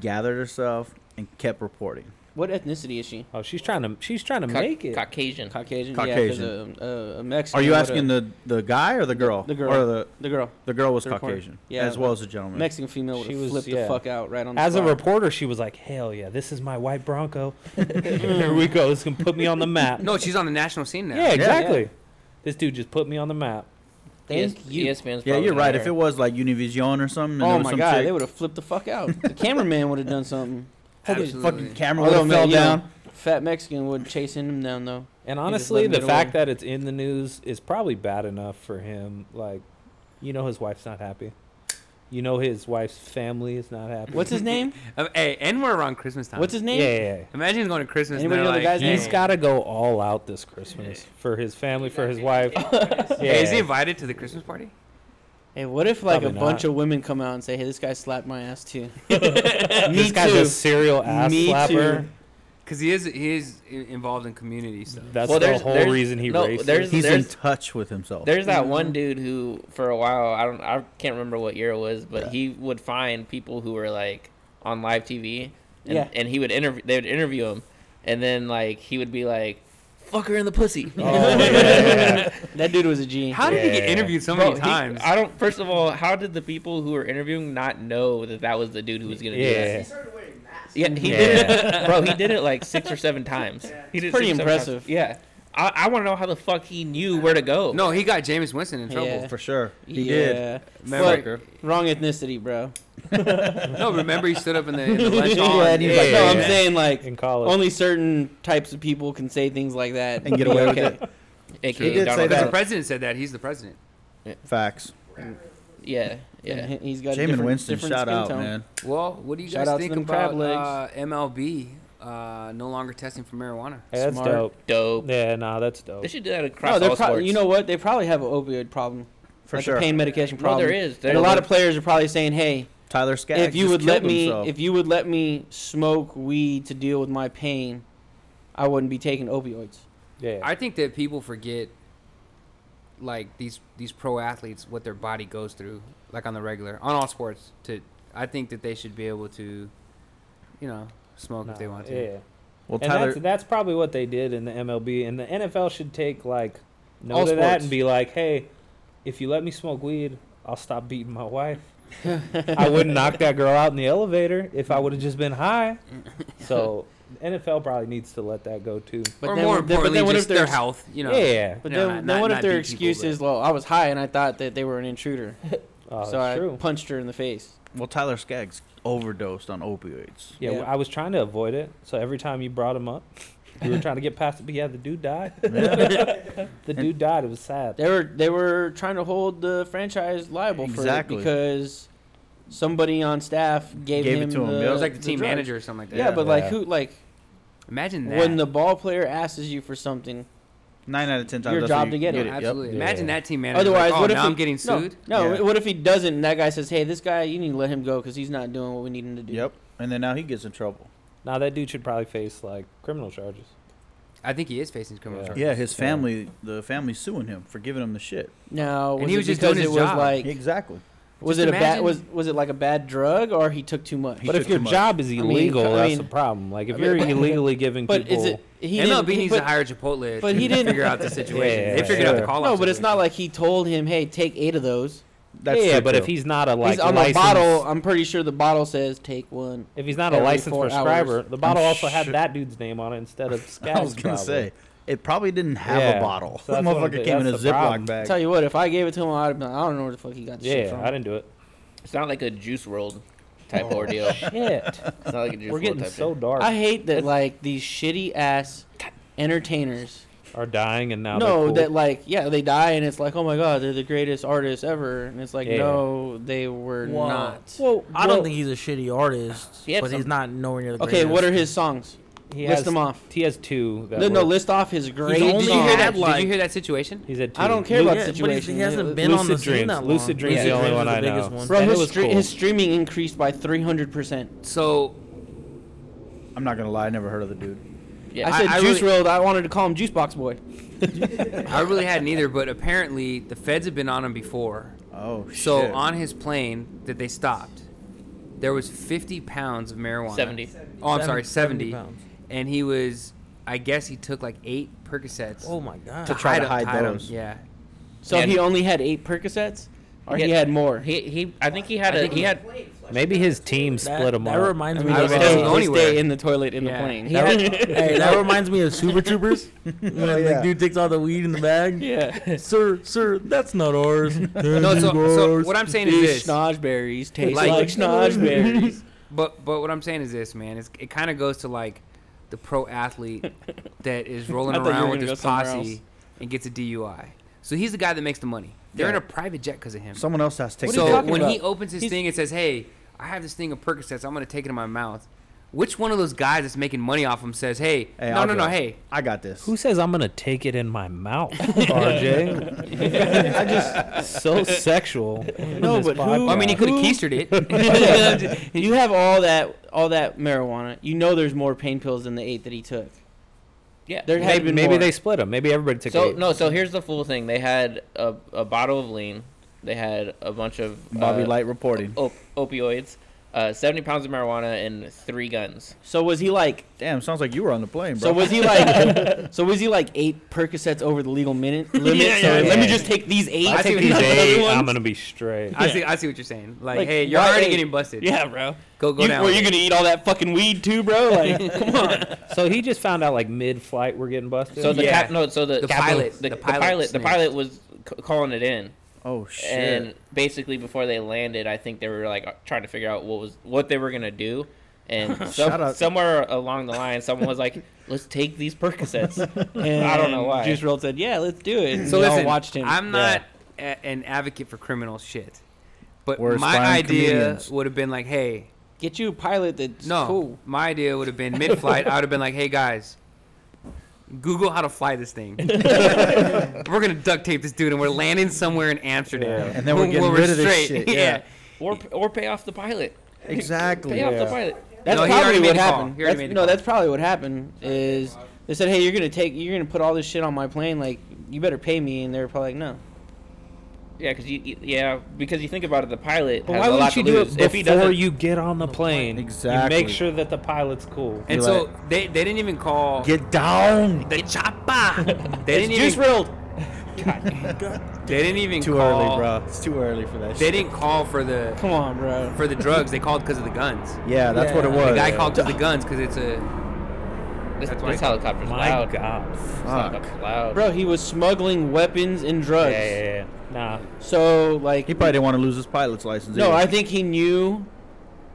Speaker 4: gathered herself, and kept reporting.
Speaker 2: What ethnicity is she?
Speaker 3: Oh, she's trying to. She's trying to
Speaker 7: Ca-
Speaker 3: make it.
Speaker 7: Caucasian.
Speaker 2: Caucasian.
Speaker 4: Caucasian.
Speaker 2: Yeah, 'cause a, a, a Mexican.
Speaker 4: Are you
Speaker 2: would, uh,
Speaker 4: asking the the guy or the girl?
Speaker 2: the girl.
Speaker 4: Or the
Speaker 2: the girl?
Speaker 4: the girl was
Speaker 2: The reporter.
Speaker 4: Caucasian.
Speaker 2: Yeah,
Speaker 4: As well as the gentleman.
Speaker 2: Mexican female would
Speaker 3: She
Speaker 2: have
Speaker 3: was-
Speaker 2: flipped
Speaker 3: yeah.
Speaker 2: the fuck out right on. The
Speaker 3: As a
Speaker 2: spot.
Speaker 3: reporter, she was like, "Hell yeah, this is my white Bronco. Here we go. This can put me on the map."
Speaker 1: No, she's on the national scene now.
Speaker 3: yeah, exactly. This dude just put me on the map.
Speaker 2: thank
Speaker 7: ES-
Speaker 2: you.
Speaker 4: yeah,
Speaker 7: ESPN's probably
Speaker 4: you're
Speaker 7: gonna
Speaker 4: right. If
Speaker 7: hire
Speaker 4: it was like Univision or something, and there
Speaker 2: Oh
Speaker 4: was
Speaker 2: my
Speaker 4: some
Speaker 2: god,
Speaker 4: chick-
Speaker 2: they would have flipped the fuck out. The cameraman would have done something.
Speaker 1: Absolutely.
Speaker 4: fucking camera would
Speaker 2: Although,
Speaker 4: have
Speaker 2: man,
Speaker 4: fell
Speaker 2: you
Speaker 4: down.
Speaker 2: know, fat Mexican would chase him down though.
Speaker 3: And
Speaker 2: let
Speaker 3: honestly,
Speaker 2: him
Speaker 3: the
Speaker 2: get
Speaker 3: fact
Speaker 2: away.
Speaker 3: that it's in the news is probably bad enough for him. Like, you know, his wife's not happy. You know, his wife's family is not happy.
Speaker 2: What's his name?
Speaker 1: Um, hey, and we're around Christmas time.
Speaker 2: What's his
Speaker 3: Yeah,
Speaker 2: name?
Speaker 3: yeah, yeah.
Speaker 1: Imagine going to Christmas.
Speaker 2: Anybody
Speaker 1: and they're
Speaker 2: know the
Speaker 1: like,
Speaker 2: guy's name?
Speaker 3: He's got to go all out this Christmas for his family, for his wife.
Speaker 1: Hey, Is he
Speaker 3: Yeah.
Speaker 1: invited to the Christmas party?
Speaker 2: Hey, what if like
Speaker 3: Probably
Speaker 2: a bunch
Speaker 3: not.
Speaker 2: of women come out and say, "Hey, this guy slapped my ass too."
Speaker 3: This guy's a serial ass
Speaker 2: Me
Speaker 3: slapper.
Speaker 2: too.
Speaker 1: Because he is he is i- involved in community stuff.
Speaker 3: That's
Speaker 7: Well,
Speaker 3: the
Speaker 7: there's-
Speaker 3: whole
Speaker 7: there's-
Speaker 3: reason he
Speaker 7: no,
Speaker 3: racist.
Speaker 7: there's-
Speaker 4: He's in touch with himself.
Speaker 7: There's that one dude who, for a while, I don't, I can't remember what year it was, but he would find people who were like on live TV, and,
Speaker 2: Yeah.
Speaker 7: and he would interview, they would interview him, and then like he would be like, "Fuck her in the pussy."
Speaker 3: Oh, yeah.
Speaker 2: That dude was a G.
Speaker 1: How did he get
Speaker 3: Yeah.
Speaker 1: interviewed so
Speaker 7: Bro,
Speaker 1: many
Speaker 7: he-
Speaker 1: times?
Speaker 7: I don't. First of all, how did the people who were interviewing not know that that was the dude who was gonna do
Speaker 3: Yeah.
Speaker 7: that?
Speaker 6: He started wearing masks.
Speaker 7: Yeah, he
Speaker 3: Yeah.
Speaker 7: did it, bro. He did it like six or seven times. He did it
Speaker 2: Pretty
Speaker 7: six or seven
Speaker 2: impressive.
Speaker 7: times. Yeah, I, I want to know how the fuck he knew where to go.
Speaker 1: no, he got Jameis Winston in trouble.
Speaker 2: Yeah.
Speaker 4: for sure. He did.
Speaker 2: yeah.
Speaker 1: Remember,
Speaker 2: Wrong ethnicity, bro.
Speaker 1: no, remember he stood up in the, in the lunch
Speaker 2: Yeah,
Speaker 1: hall.
Speaker 4: and he's like,
Speaker 2: no, I'm
Speaker 4: yeah.
Speaker 2: saying like
Speaker 3: in college.
Speaker 2: only certain types of people can say things like that
Speaker 4: And get away with
Speaker 2: Okay.
Speaker 7: AKA
Speaker 4: He did
Speaker 7: Donald
Speaker 4: say
Speaker 1: Because the
Speaker 7: Trump.
Speaker 4: that.
Speaker 1: president said that. He's the president.
Speaker 4: Facts.
Speaker 7: Yeah, yeah.
Speaker 2: And he- He's got
Speaker 4: Jamin
Speaker 2: different,
Speaker 4: Winston,
Speaker 2: different
Speaker 4: shout
Speaker 2: skin
Speaker 4: out,
Speaker 2: tone.
Speaker 4: man.
Speaker 1: Well, what do you
Speaker 2: Shout
Speaker 1: guys
Speaker 2: out to
Speaker 1: think
Speaker 2: them crab
Speaker 1: about uh,
Speaker 2: legs.
Speaker 1: MLB uh, no longer testing for marijuana?
Speaker 3: Hey, that's
Speaker 2: Smart.
Speaker 3: dope.
Speaker 7: Dope.
Speaker 3: Yeah, nah, that's dope.
Speaker 7: They should do that
Speaker 2: No,
Speaker 7: across
Speaker 2: they're
Speaker 7: all
Speaker 2: probably.
Speaker 7: sports.
Speaker 2: You know what? They probably have an opioid problem.
Speaker 4: For
Speaker 2: like
Speaker 4: sure.
Speaker 2: A pain medication
Speaker 7: no,
Speaker 2: problem.
Speaker 7: there is. There
Speaker 2: And a lot of players are probably saying, "Hey,
Speaker 4: Tyler Skaggs.
Speaker 2: if you
Speaker 4: just
Speaker 2: would let
Speaker 4: killed
Speaker 2: me,
Speaker 4: himself.
Speaker 2: if you would let me smoke weed to deal with my pain, I wouldn't be taking opioids."
Speaker 3: yeah.
Speaker 1: I think that people forget, like these these pro athletes, what their body goes through, like on the regular, on all sports. To I think that they should be able to, you know, smoke
Speaker 3: Nah,
Speaker 1: if they want to.
Speaker 3: Yeah.
Speaker 4: well,
Speaker 3: and
Speaker 4: Tyler,
Speaker 3: that's that's probably what they did in the MLB and the NFL should take like note
Speaker 2: All
Speaker 3: of that
Speaker 2: sports.
Speaker 3: and be like, hey, if you let me smoke weed, I'll stop beating my wife. I wouldn't knock that girl out in the elevator if I would have just been high. So the NFL probably needs to let that go too.
Speaker 2: But
Speaker 1: or
Speaker 2: then-
Speaker 1: more
Speaker 2: but then
Speaker 1: importantly,
Speaker 2: what if
Speaker 1: just their
Speaker 2: there's-
Speaker 1: health. You know.
Speaker 3: yeah,
Speaker 2: But
Speaker 1: No,
Speaker 2: then,
Speaker 1: not-
Speaker 2: then
Speaker 1: not-
Speaker 2: what
Speaker 1: not
Speaker 2: if their
Speaker 1: beat people,
Speaker 2: excuse is, "Well, I was high and I thought that they were an intruder,
Speaker 3: uh,
Speaker 2: so I
Speaker 3: true.
Speaker 2: punched her in the face."
Speaker 4: well, Tyler Skaggs overdosed on opioids.
Speaker 3: yeah,
Speaker 2: yeah.
Speaker 3: I was trying to avoid it. So every time you brought him up, you were trying to get past it. But yeah, the dude died. the dude died. It was sad.
Speaker 2: They were they were trying to hold the franchise liable
Speaker 4: Exactly.
Speaker 2: for it because somebody on staff gave,
Speaker 4: Gave it
Speaker 2: him
Speaker 4: to him.
Speaker 2: The,
Speaker 4: Yeah,
Speaker 1: It was like the team
Speaker 2: drugs.
Speaker 1: manager or something like that.
Speaker 2: Yeah, but like
Speaker 3: Yeah.
Speaker 2: who like
Speaker 1: imagine that.
Speaker 2: when the ball player asks you for something,
Speaker 4: Nine out of ten times.
Speaker 2: Your
Speaker 4: that's
Speaker 2: job
Speaker 4: what
Speaker 2: to
Speaker 4: you
Speaker 2: get it,
Speaker 1: No,
Speaker 4: yep.
Speaker 1: absolutely.
Speaker 3: Yeah.
Speaker 1: Imagine that team manager. Otherwise,
Speaker 2: otherwise
Speaker 1: like, oh,
Speaker 2: what if
Speaker 1: now
Speaker 2: he-
Speaker 1: I'm getting
Speaker 2: no,
Speaker 1: sued?
Speaker 2: No,
Speaker 4: Yeah.
Speaker 2: what if he doesn't? And that guy says, "Hey, this guy, you need to let him go because he's not doing what we need him to do."
Speaker 4: Yep. And then now he gets in trouble.
Speaker 3: Now that dude should probably face like criminal charges.
Speaker 1: I think he is facing criminal
Speaker 3: Yeah.
Speaker 1: charges.
Speaker 4: Yeah, his
Speaker 3: Yeah.
Speaker 4: family, the family suing him for giving him the shit.
Speaker 2: Now, was
Speaker 1: And he was
Speaker 2: it
Speaker 1: just
Speaker 2: because
Speaker 1: doing his
Speaker 2: it was
Speaker 1: job.
Speaker 2: like,
Speaker 4: Exactly.
Speaker 2: was
Speaker 1: Just
Speaker 2: it a bad
Speaker 1: imagine-
Speaker 2: was was it like a bad drug or he took too much?
Speaker 4: He
Speaker 3: But
Speaker 4: took
Speaker 3: if your
Speaker 4: too much.
Speaker 3: job is
Speaker 2: mean,
Speaker 3: illegal,
Speaker 2: I
Speaker 3: that's
Speaker 2: mean-
Speaker 3: the problem. Like if
Speaker 2: I mean,
Speaker 3: you're
Speaker 2: but-
Speaker 3: illegally giving
Speaker 2: but is
Speaker 3: people,
Speaker 2: it he
Speaker 1: MLB
Speaker 2: didn't, he-
Speaker 1: needs
Speaker 2: but,
Speaker 1: to hire Chipotle
Speaker 2: but
Speaker 1: to
Speaker 2: he didn't-
Speaker 1: figure out the situation.
Speaker 3: Yeah,
Speaker 1: they figured out
Speaker 4: sure.
Speaker 1: the call
Speaker 2: No, but it's not like he told him, "Hey, take eight of those."
Speaker 4: That's
Speaker 3: yeah,
Speaker 4: true,
Speaker 3: but if
Speaker 4: too.
Speaker 3: he's not a like
Speaker 2: he's on the
Speaker 3: licensed,
Speaker 2: bottle. I'm pretty sure the bottle says, "Take one."
Speaker 3: if he's not a
Speaker 2: every
Speaker 3: licensed
Speaker 2: four
Speaker 3: prescriber, the bottle also had
Speaker 4: sure-
Speaker 3: that dude's name on it instead of Scaggs.
Speaker 4: I was gonna say it probably didn't have
Speaker 3: Yeah.
Speaker 4: a bottle.
Speaker 3: So
Speaker 4: that
Speaker 3: that's what I'm
Speaker 4: motherfucker
Speaker 3: thi-
Speaker 4: came in a
Speaker 3: that's the
Speaker 4: Ziploc
Speaker 3: problem.
Speaker 4: bag.
Speaker 2: tell you what, if I gave it to him, I'd have been, I don't know where the fuck he got this shit
Speaker 3: Yeah,
Speaker 2: from.
Speaker 3: I didn't do it.
Speaker 7: It's not like a juice world. type
Speaker 2: Oh.
Speaker 7: ordeal. It's
Speaker 3: Shit.
Speaker 7: not like a just
Speaker 3: We're getting
Speaker 7: type
Speaker 3: so
Speaker 7: thing.
Speaker 3: dark.
Speaker 2: I hate that like these shitty ass entertainers.
Speaker 3: Are dying and now.
Speaker 2: no,
Speaker 3: they're cool.
Speaker 2: that like yeah, they die and it's like oh my god, they're the greatest artists ever, and it's like
Speaker 3: Yeah.
Speaker 2: no, they were
Speaker 5: Whoa.
Speaker 2: not.
Speaker 3: Well,
Speaker 5: I don't think he's a shitty artist,
Speaker 7: He had
Speaker 5: but he's
Speaker 7: some-
Speaker 5: not nowhere near the
Speaker 2: Okay, what
Speaker 5: greatest.
Speaker 2: are his songs?
Speaker 3: he
Speaker 2: list
Speaker 3: has,
Speaker 2: them off.
Speaker 3: He has two. That
Speaker 2: No, no,
Speaker 3: were-
Speaker 2: list off his great
Speaker 1: Did
Speaker 5: only
Speaker 1: you hear
Speaker 2: songs.
Speaker 1: that?
Speaker 5: had,
Speaker 1: Did
Speaker 5: like-
Speaker 1: you hear that situation?
Speaker 3: He's had two.
Speaker 2: I don't care about
Speaker 5: Yeah, but he's-
Speaker 2: situation.
Speaker 5: he hasn't been on
Speaker 3: Lucid
Speaker 5: the scene
Speaker 3: Dreams.
Speaker 5: that long.
Speaker 3: Lucid Dreams
Speaker 7: is the
Speaker 3: only
Speaker 5: Dreams
Speaker 3: one
Speaker 5: is
Speaker 3: I
Speaker 5: the biggest
Speaker 3: know.
Speaker 5: one.
Speaker 2: Bro,
Speaker 3: And it
Speaker 2: his,
Speaker 3: was
Speaker 2: stre-
Speaker 3: cool.
Speaker 2: his streaming increased by 300%.
Speaker 1: So
Speaker 4: I'm not gonna lie, I never heard of the dude.
Speaker 7: Yeah.
Speaker 2: I said
Speaker 1: I- I
Speaker 2: Juice
Speaker 1: really-
Speaker 2: World. I wanted to call him Juice Box Boy.
Speaker 1: I really hadn't either, but apparently the feds have been on him before.
Speaker 4: Oh shit.
Speaker 1: So on his plane that they stopped, there was 50 pounds of marijuana.
Speaker 7: 70.
Speaker 1: Oh, I'm sorry, 70.
Speaker 5: pounds.
Speaker 1: and he was, I guess he took like eight Percocets.
Speaker 5: Oh my god.
Speaker 4: To try to hide
Speaker 1: hide 'em.
Speaker 4: those.
Speaker 1: Yeah.
Speaker 2: So
Speaker 7: And-
Speaker 2: he only had eight Percocets? Or
Speaker 7: He
Speaker 2: he
Speaker 7: had-
Speaker 2: had more?
Speaker 7: He he. I think he had
Speaker 1: I
Speaker 7: a
Speaker 1: think
Speaker 7: he had
Speaker 3: Maybe his team split
Speaker 5: That,
Speaker 3: him
Speaker 5: that
Speaker 3: up.
Speaker 5: reminds
Speaker 2: I
Speaker 5: me
Speaker 2: mean,
Speaker 1: I
Speaker 2: they,
Speaker 1: was
Speaker 5: of
Speaker 1: gonna
Speaker 2: stay,
Speaker 1: say-
Speaker 2: they
Speaker 1: go anywhere.
Speaker 2: stay in the toilet in
Speaker 1: Yeah.
Speaker 2: the plane.
Speaker 7: he
Speaker 2: That
Speaker 7: had,
Speaker 2: was-
Speaker 5: Hey, that reminds me of Super Troopers. when
Speaker 4: yeah.
Speaker 5: the dude takes all the weed in the bag.
Speaker 2: yeah.
Speaker 5: Sir, sir, that's not ours.
Speaker 1: No, so, so what I'm saying is this.
Speaker 2: These schnozberries taste
Speaker 1: Like-
Speaker 2: like, schnozberries.
Speaker 1: But but what I'm saying is this, man. It's, it kind of goes to like the pro athlete that is rolling
Speaker 2: I thought you were
Speaker 1: around with
Speaker 2: gonna
Speaker 1: his
Speaker 2: go somewhere else.
Speaker 1: posse and gets a DUI. So he's the guy that makes the money. They're in
Speaker 4: Yeah.
Speaker 1: a private jet because of him.
Speaker 4: Someone else has to take
Speaker 2: are you
Speaker 1: so
Speaker 4: so,
Speaker 2: talking
Speaker 1: when
Speaker 2: about?
Speaker 1: he opens his
Speaker 2: He's-
Speaker 1: thing and says, "Hey, I have this thing of Percocets. I'm gonna take it in my mouth." Which one of those guys that's making money off him says, "Hey,
Speaker 4: Hey,
Speaker 1: no,
Speaker 4: I'll
Speaker 1: no,
Speaker 4: do
Speaker 1: no,
Speaker 4: it.
Speaker 1: hey,
Speaker 4: I got this.
Speaker 3: Who says I'm gonna take it in my mouth, RJ?
Speaker 4: I just
Speaker 3: so sexual.
Speaker 2: No, but who-
Speaker 1: Well, I mean, he could have
Speaker 2: Who-
Speaker 1: keistered
Speaker 2: Okay.
Speaker 1: it."
Speaker 2: you have all that all that marijuana. You know there's more pain pills than the eight that he took.
Speaker 7: yeah.
Speaker 2: There had
Speaker 3: maybe,
Speaker 2: been
Speaker 3: maybe
Speaker 2: more.
Speaker 3: they split him. Maybe everybody took
Speaker 7: So
Speaker 3: eight.
Speaker 7: no. So here's the full thing. They had a a bottle of lean. They had a bunch of uh,
Speaker 4: Bobby Light reporting.
Speaker 2: oh,
Speaker 7: op- opioids. Uh, 70 pounds of marijuana and three guns.
Speaker 2: So was he like
Speaker 4: Damn, sounds like you were on the plane, bro.
Speaker 2: So was he like? so was he like eight Percocets over the legal minute limit?
Speaker 1: Yeah,
Speaker 2: so
Speaker 1: yeah,
Speaker 2: let
Speaker 3: yeah.
Speaker 2: me just take these eight.
Speaker 1: I
Speaker 3: I
Speaker 1: see
Speaker 3: take
Speaker 1: what
Speaker 3: these
Speaker 1: you're
Speaker 3: eight.
Speaker 1: saying.
Speaker 3: I'm gonna be straight.
Speaker 1: I see, I see what you're saying. Like,
Speaker 2: Like,
Speaker 1: hey, you're
Speaker 2: why
Speaker 1: already
Speaker 2: eight?
Speaker 1: getting busted.
Speaker 2: yeah, bro.
Speaker 1: go go
Speaker 2: You,
Speaker 1: down.
Speaker 2: were
Speaker 1: with
Speaker 2: you
Speaker 1: it.
Speaker 2: gonna eat all that fucking weed too, bro? Like, come on.
Speaker 3: So he just found out like mid flight we're getting busted.
Speaker 7: So the
Speaker 1: Yeah.
Speaker 7: cap, no, so the,
Speaker 1: The
Speaker 7: captain-
Speaker 1: pilot-
Speaker 7: the,
Speaker 1: the
Speaker 7: the
Speaker 1: pilot
Speaker 7: pilot, the
Speaker 1: snitched.
Speaker 7: pilot was c- calling it in,
Speaker 4: oh shit.
Speaker 7: and basically before they landed, I think they were like trying to figure out what was what they were gonna do, and
Speaker 4: Shout
Speaker 7: some,
Speaker 4: out.
Speaker 7: somewhere along the line, someone was like, "Let's take these Percocets."
Speaker 2: And
Speaker 7: I don't know why.
Speaker 2: Juice Roll said, "Yeah, let's do it." And
Speaker 1: So
Speaker 2: we
Speaker 1: listen,
Speaker 2: all watched him.
Speaker 1: I'm not a, an advocate for criminal shit, but
Speaker 4: We're
Speaker 1: my
Speaker 4: aspiring
Speaker 1: idea
Speaker 4: comedians.
Speaker 1: would have been like, hey,
Speaker 2: Get you a pilot that's
Speaker 1: no,
Speaker 2: cool.
Speaker 1: my idea would have been mid-flight. I would have been like, hey guys, Google how to fly this thing. we're gonna duct tape this dude, and we're landing somewhere in Amsterdam,
Speaker 4: Yeah. And then we're
Speaker 1: Where-
Speaker 4: getting
Speaker 1: where
Speaker 4: rid of this shit, yeah.
Speaker 7: or or pay off the pilot.
Speaker 4: exactly.
Speaker 7: Pay off the
Speaker 3: Yeah.
Speaker 7: pilot.
Speaker 2: That's
Speaker 1: No, he
Speaker 2: probably
Speaker 1: already
Speaker 2: what
Speaker 1: made the call.
Speaker 2: happened.
Speaker 1: He already
Speaker 2: That's-
Speaker 1: made the
Speaker 2: no,
Speaker 1: call.
Speaker 2: that's probably what happened. Is they said, "Hey, you're gonna take, you're gonna put all this shit on my plane. Like, you better pay me." And they were probably like, "No."
Speaker 7: Yeah, because you, you- yeah, because you think about it, the pilot
Speaker 3: But
Speaker 7: has
Speaker 3: why
Speaker 7: a lot
Speaker 3: wouldn't
Speaker 7: to
Speaker 3: you do
Speaker 7: lose.
Speaker 3: it
Speaker 7: if he
Speaker 3: before
Speaker 7: doesn't,
Speaker 3: you get on the plane?
Speaker 4: Exactly.
Speaker 3: You make sure that the pilot's cool.
Speaker 1: And
Speaker 4: You're
Speaker 1: so
Speaker 4: like-
Speaker 1: they, they didn't even call
Speaker 4: Get down.
Speaker 1: the chopper. They
Speaker 2: It's
Speaker 1: didn't
Speaker 2: Juice
Speaker 1: even
Speaker 2: Rolled.
Speaker 1: they didn't even
Speaker 4: Too
Speaker 1: call,
Speaker 4: early, bro. It's too early for that.
Speaker 1: They
Speaker 4: shit.
Speaker 1: didn't call for the
Speaker 2: Come on, bro.
Speaker 1: for the drugs. They called because of the guns.
Speaker 4: Oh, Yeah, that's what it
Speaker 5: Yeah.
Speaker 4: was.
Speaker 1: The guy called because the guns because it's a
Speaker 7: this,
Speaker 1: That's why
Speaker 7: this
Speaker 1: I-
Speaker 7: helicopter's
Speaker 3: My
Speaker 7: loud.
Speaker 3: God.
Speaker 7: This
Speaker 4: Fuck.
Speaker 7: helicopter's loud.
Speaker 2: Bro, he was smuggling weapons and drugs.
Speaker 3: Yeah, yeah, yeah. Nah.
Speaker 2: So like
Speaker 4: He probably didn't want to lose his pilot's license.
Speaker 2: No,
Speaker 4: either.
Speaker 2: I think he knew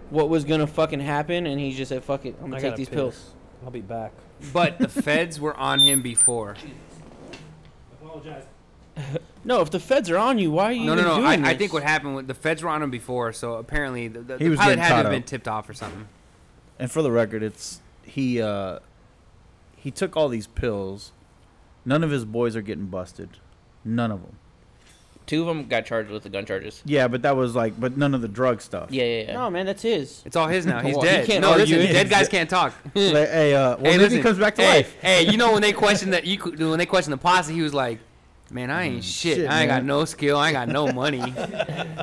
Speaker 2: what was gonna fucking happen, and he just said, "Fuck it, I'm gonna
Speaker 3: I
Speaker 2: take
Speaker 3: gotta
Speaker 2: these
Speaker 3: piss.
Speaker 2: pills."
Speaker 3: I'll be back.
Speaker 1: but the feds were on him before.
Speaker 2: No, if the feds are on you, why are you
Speaker 1: No, no,
Speaker 2: even
Speaker 1: no.
Speaker 2: doing
Speaker 1: I, I
Speaker 2: this?
Speaker 1: think what happened was the feds were on him before, so apparently the, the,
Speaker 4: He
Speaker 1: the
Speaker 4: was
Speaker 1: pilot
Speaker 4: getting
Speaker 1: had to
Speaker 4: caught
Speaker 1: have been
Speaker 4: up.
Speaker 1: tipped off or something.
Speaker 4: And for the record, it's he uh he took all these pills. None of his boys are getting busted. None of them.
Speaker 7: Two of them got charged with the gun charges.
Speaker 4: Yeah, but that was like but none of the drug stuff.
Speaker 7: Yeah, yeah, yeah.
Speaker 2: No, man, that's his.
Speaker 1: It's all his now. He's
Speaker 2: Well, he
Speaker 1: dead.
Speaker 2: can't
Speaker 1: no,
Speaker 2: argue
Speaker 1: listen,
Speaker 2: it.
Speaker 1: dead guys can't talk.
Speaker 4: Like, hey, uh well
Speaker 1: hey,
Speaker 4: maybe
Speaker 1: listen,
Speaker 4: he comes back to
Speaker 1: hey,
Speaker 4: life.
Speaker 1: Hey, you know when they questioned that you could- when they questioned the posse, he was like, "Man, I ain't shit.
Speaker 4: Mm, shit,
Speaker 1: I ain't got
Speaker 4: man."
Speaker 1: no skill. I ain't got no money.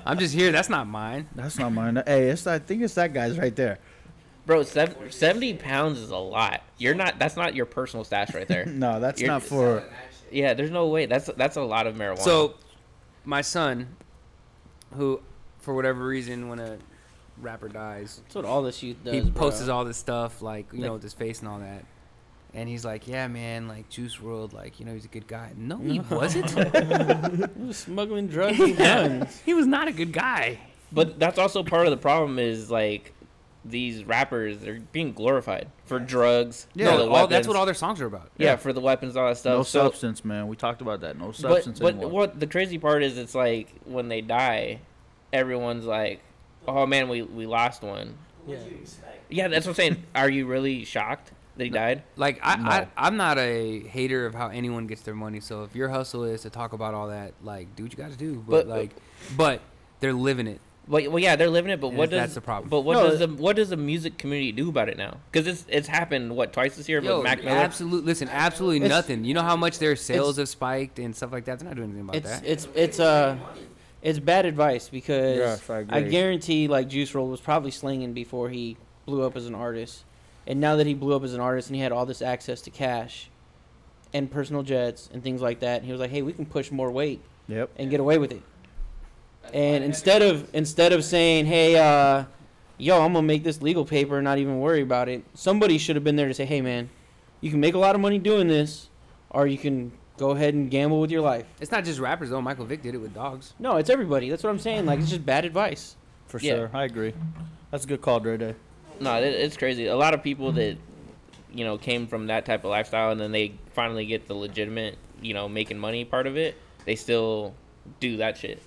Speaker 1: I'm just here. That's not mine."
Speaker 4: That's not mine. Hey, it's I think it's that guy's right there.
Speaker 7: Bro, sev- 70 pounds is a lot. You're not. That's not your personal stash right there.
Speaker 4: No, that's
Speaker 7: You're-
Speaker 4: not for
Speaker 7: yeah, there's no way. That's that's a lot of marijuana.
Speaker 1: So, my son, who, for whatever reason, when a rapper dies,
Speaker 2: That's what all this youth does.
Speaker 1: he posts
Speaker 2: bro.
Speaker 1: all this stuff, like, you know, with his face and all that. And he's like, yeah, man, like, Juice World, like, you know, he's a good guy. No, he wasn't.
Speaker 2: He was smuggling drugs and guns.
Speaker 1: he was not a good guy.
Speaker 7: But that's also part of the problem is like these rappers they're being glorified for drugs. for
Speaker 4: Yeah,
Speaker 1: No,
Speaker 7: the
Speaker 1: all, that's
Speaker 7: weapons.
Speaker 1: what all their songs are about.
Speaker 7: yeah, for the weapons, all that stuff.
Speaker 4: no
Speaker 7: so,
Speaker 4: substance, man. We talked about that. No substance
Speaker 7: but, but
Speaker 4: anymore.
Speaker 7: what the crazy part is, it's like when they die, everyone's like, "Oh man, we we lost one."
Speaker 5: Yeah.
Speaker 7: Yeah, that's what I'm saying. Are you really shocked that he died?
Speaker 1: Like I, I,
Speaker 4: No.
Speaker 1: I'm not a hater of how anyone gets their money. So if your hustle is to talk about all that, like do what you got to do. But,
Speaker 7: But-
Speaker 1: like, but they're living it.
Speaker 7: Well, well, yeah, they're living it, but
Speaker 1: And
Speaker 7: what
Speaker 1: if
Speaker 7: does
Speaker 1: that's the problem.
Speaker 7: But what
Speaker 4: No,
Speaker 7: does the what does the music community do about it now? Because it's it's happened what twice this year
Speaker 1: Yo,
Speaker 7: with Mac Miller.
Speaker 1: absolutely. Listen, absolutely
Speaker 2: It's-
Speaker 1: nothing. You know how much their sales have spiked and stuff like that. They're not doing anything about
Speaker 2: it's
Speaker 1: that.
Speaker 2: it's it's uh it's bad advice because
Speaker 4: Yes, I agree.
Speaker 2: guarantee like Juice Roll was probably slinging before he blew up as an artist, and now that he blew up as an artist and he had all this access to cash, and personal jets and things like that, and he was like, hey, we can push more weight
Speaker 4: yep.
Speaker 2: and get away with it. And instead of instead of saying, hey, uh, yo, I'm gonna make this legal paper and not even worry about it, somebody should have been there to say, hey, man, you can make a lot of money doing this, or you can go ahead and gamble with your life.
Speaker 1: It's not just rappers though. Michael Vick did it with dogs.
Speaker 2: No, it's everybody. That's what I'm saying. Like, it's just bad advice.
Speaker 4: For
Speaker 7: Yeah.
Speaker 4: sure. I agree. That's a good call, Dre Day.
Speaker 7: No, it, it's crazy. A lot of people that you know came from that type of lifestyle, and then they finally get the legitimate, you know, making money part of it. They still do that shit,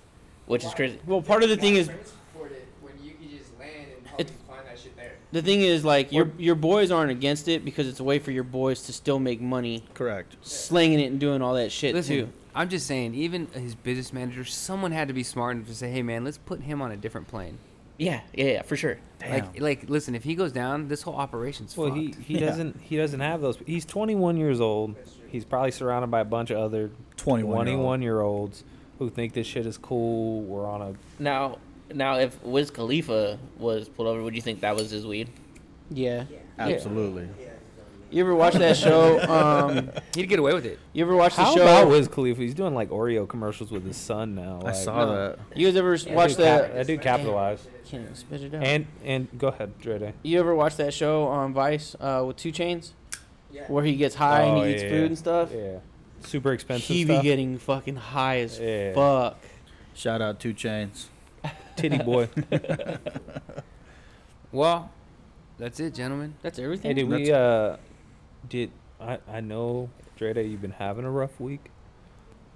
Speaker 7: which is crazy.
Speaker 2: Well, part of the thing is,
Speaker 6: Transport it when you can just land and
Speaker 2: It's-
Speaker 6: probably find that shit there.
Speaker 2: the thing is, like, your your boys aren't against it because it's a way for your boys to still make money,
Speaker 4: Correct.
Speaker 2: slinging it and doing all that shit
Speaker 1: Listen,
Speaker 2: too.
Speaker 1: I'm just saying. Even his business manager, someone had to be smart enough to say, "Hey, man, let's put him on a different plane."
Speaker 7: Yeah, yeah, yeah, for sure.
Speaker 1: Like, like, listen, if he goes down, this whole operation's
Speaker 3: Well,
Speaker 1: fucked.
Speaker 3: he, he
Speaker 4: Yeah.
Speaker 3: doesn't he doesn't have those. He's 21 years old. He's probably surrounded by a bunch of other
Speaker 4: 21 year old.
Speaker 3: 21 year olds who think this shit is cool. We're on a
Speaker 7: Now, now, if Wiz Khalifa was pulled over, would you think that was his weed?
Speaker 2: Yeah.
Speaker 4: Absolutely.
Speaker 2: You ever watch that show? Um,
Speaker 1: He'd get away with it.
Speaker 2: you ever watch the
Speaker 3: How
Speaker 2: show?
Speaker 3: about Wiz Khalifa? He's doing like Oreo commercials with his son now.
Speaker 4: I
Speaker 3: like-
Speaker 4: saw that.
Speaker 2: You guys ever
Speaker 3: That
Speaker 2: watch
Speaker 3: dude cap-
Speaker 2: that?
Speaker 3: That dude capitalized.
Speaker 2: Can't spit it out.
Speaker 3: And and go ahead, Dre Day.
Speaker 2: you ever watch that show on Vice uh, with Two Chains,
Speaker 6: Yeah.
Speaker 2: where he gets high
Speaker 3: Oh,
Speaker 2: and he eats
Speaker 3: yeah,
Speaker 2: food
Speaker 3: yeah.
Speaker 2: and stuff?
Speaker 3: Yeah, super expensive
Speaker 2: He be
Speaker 3: stuff.
Speaker 2: getting fucking high as
Speaker 3: Yeah.
Speaker 2: fuck.
Speaker 4: Shout out Two Chains.
Speaker 3: Titty boy.
Speaker 1: Well, that's it, gentlemen.
Speaker 2: That's
Speaker 3: hey,
Speaker 2: everything.
Speaker 3: did we uh, did I I know Dre Day? You've been having a rough week.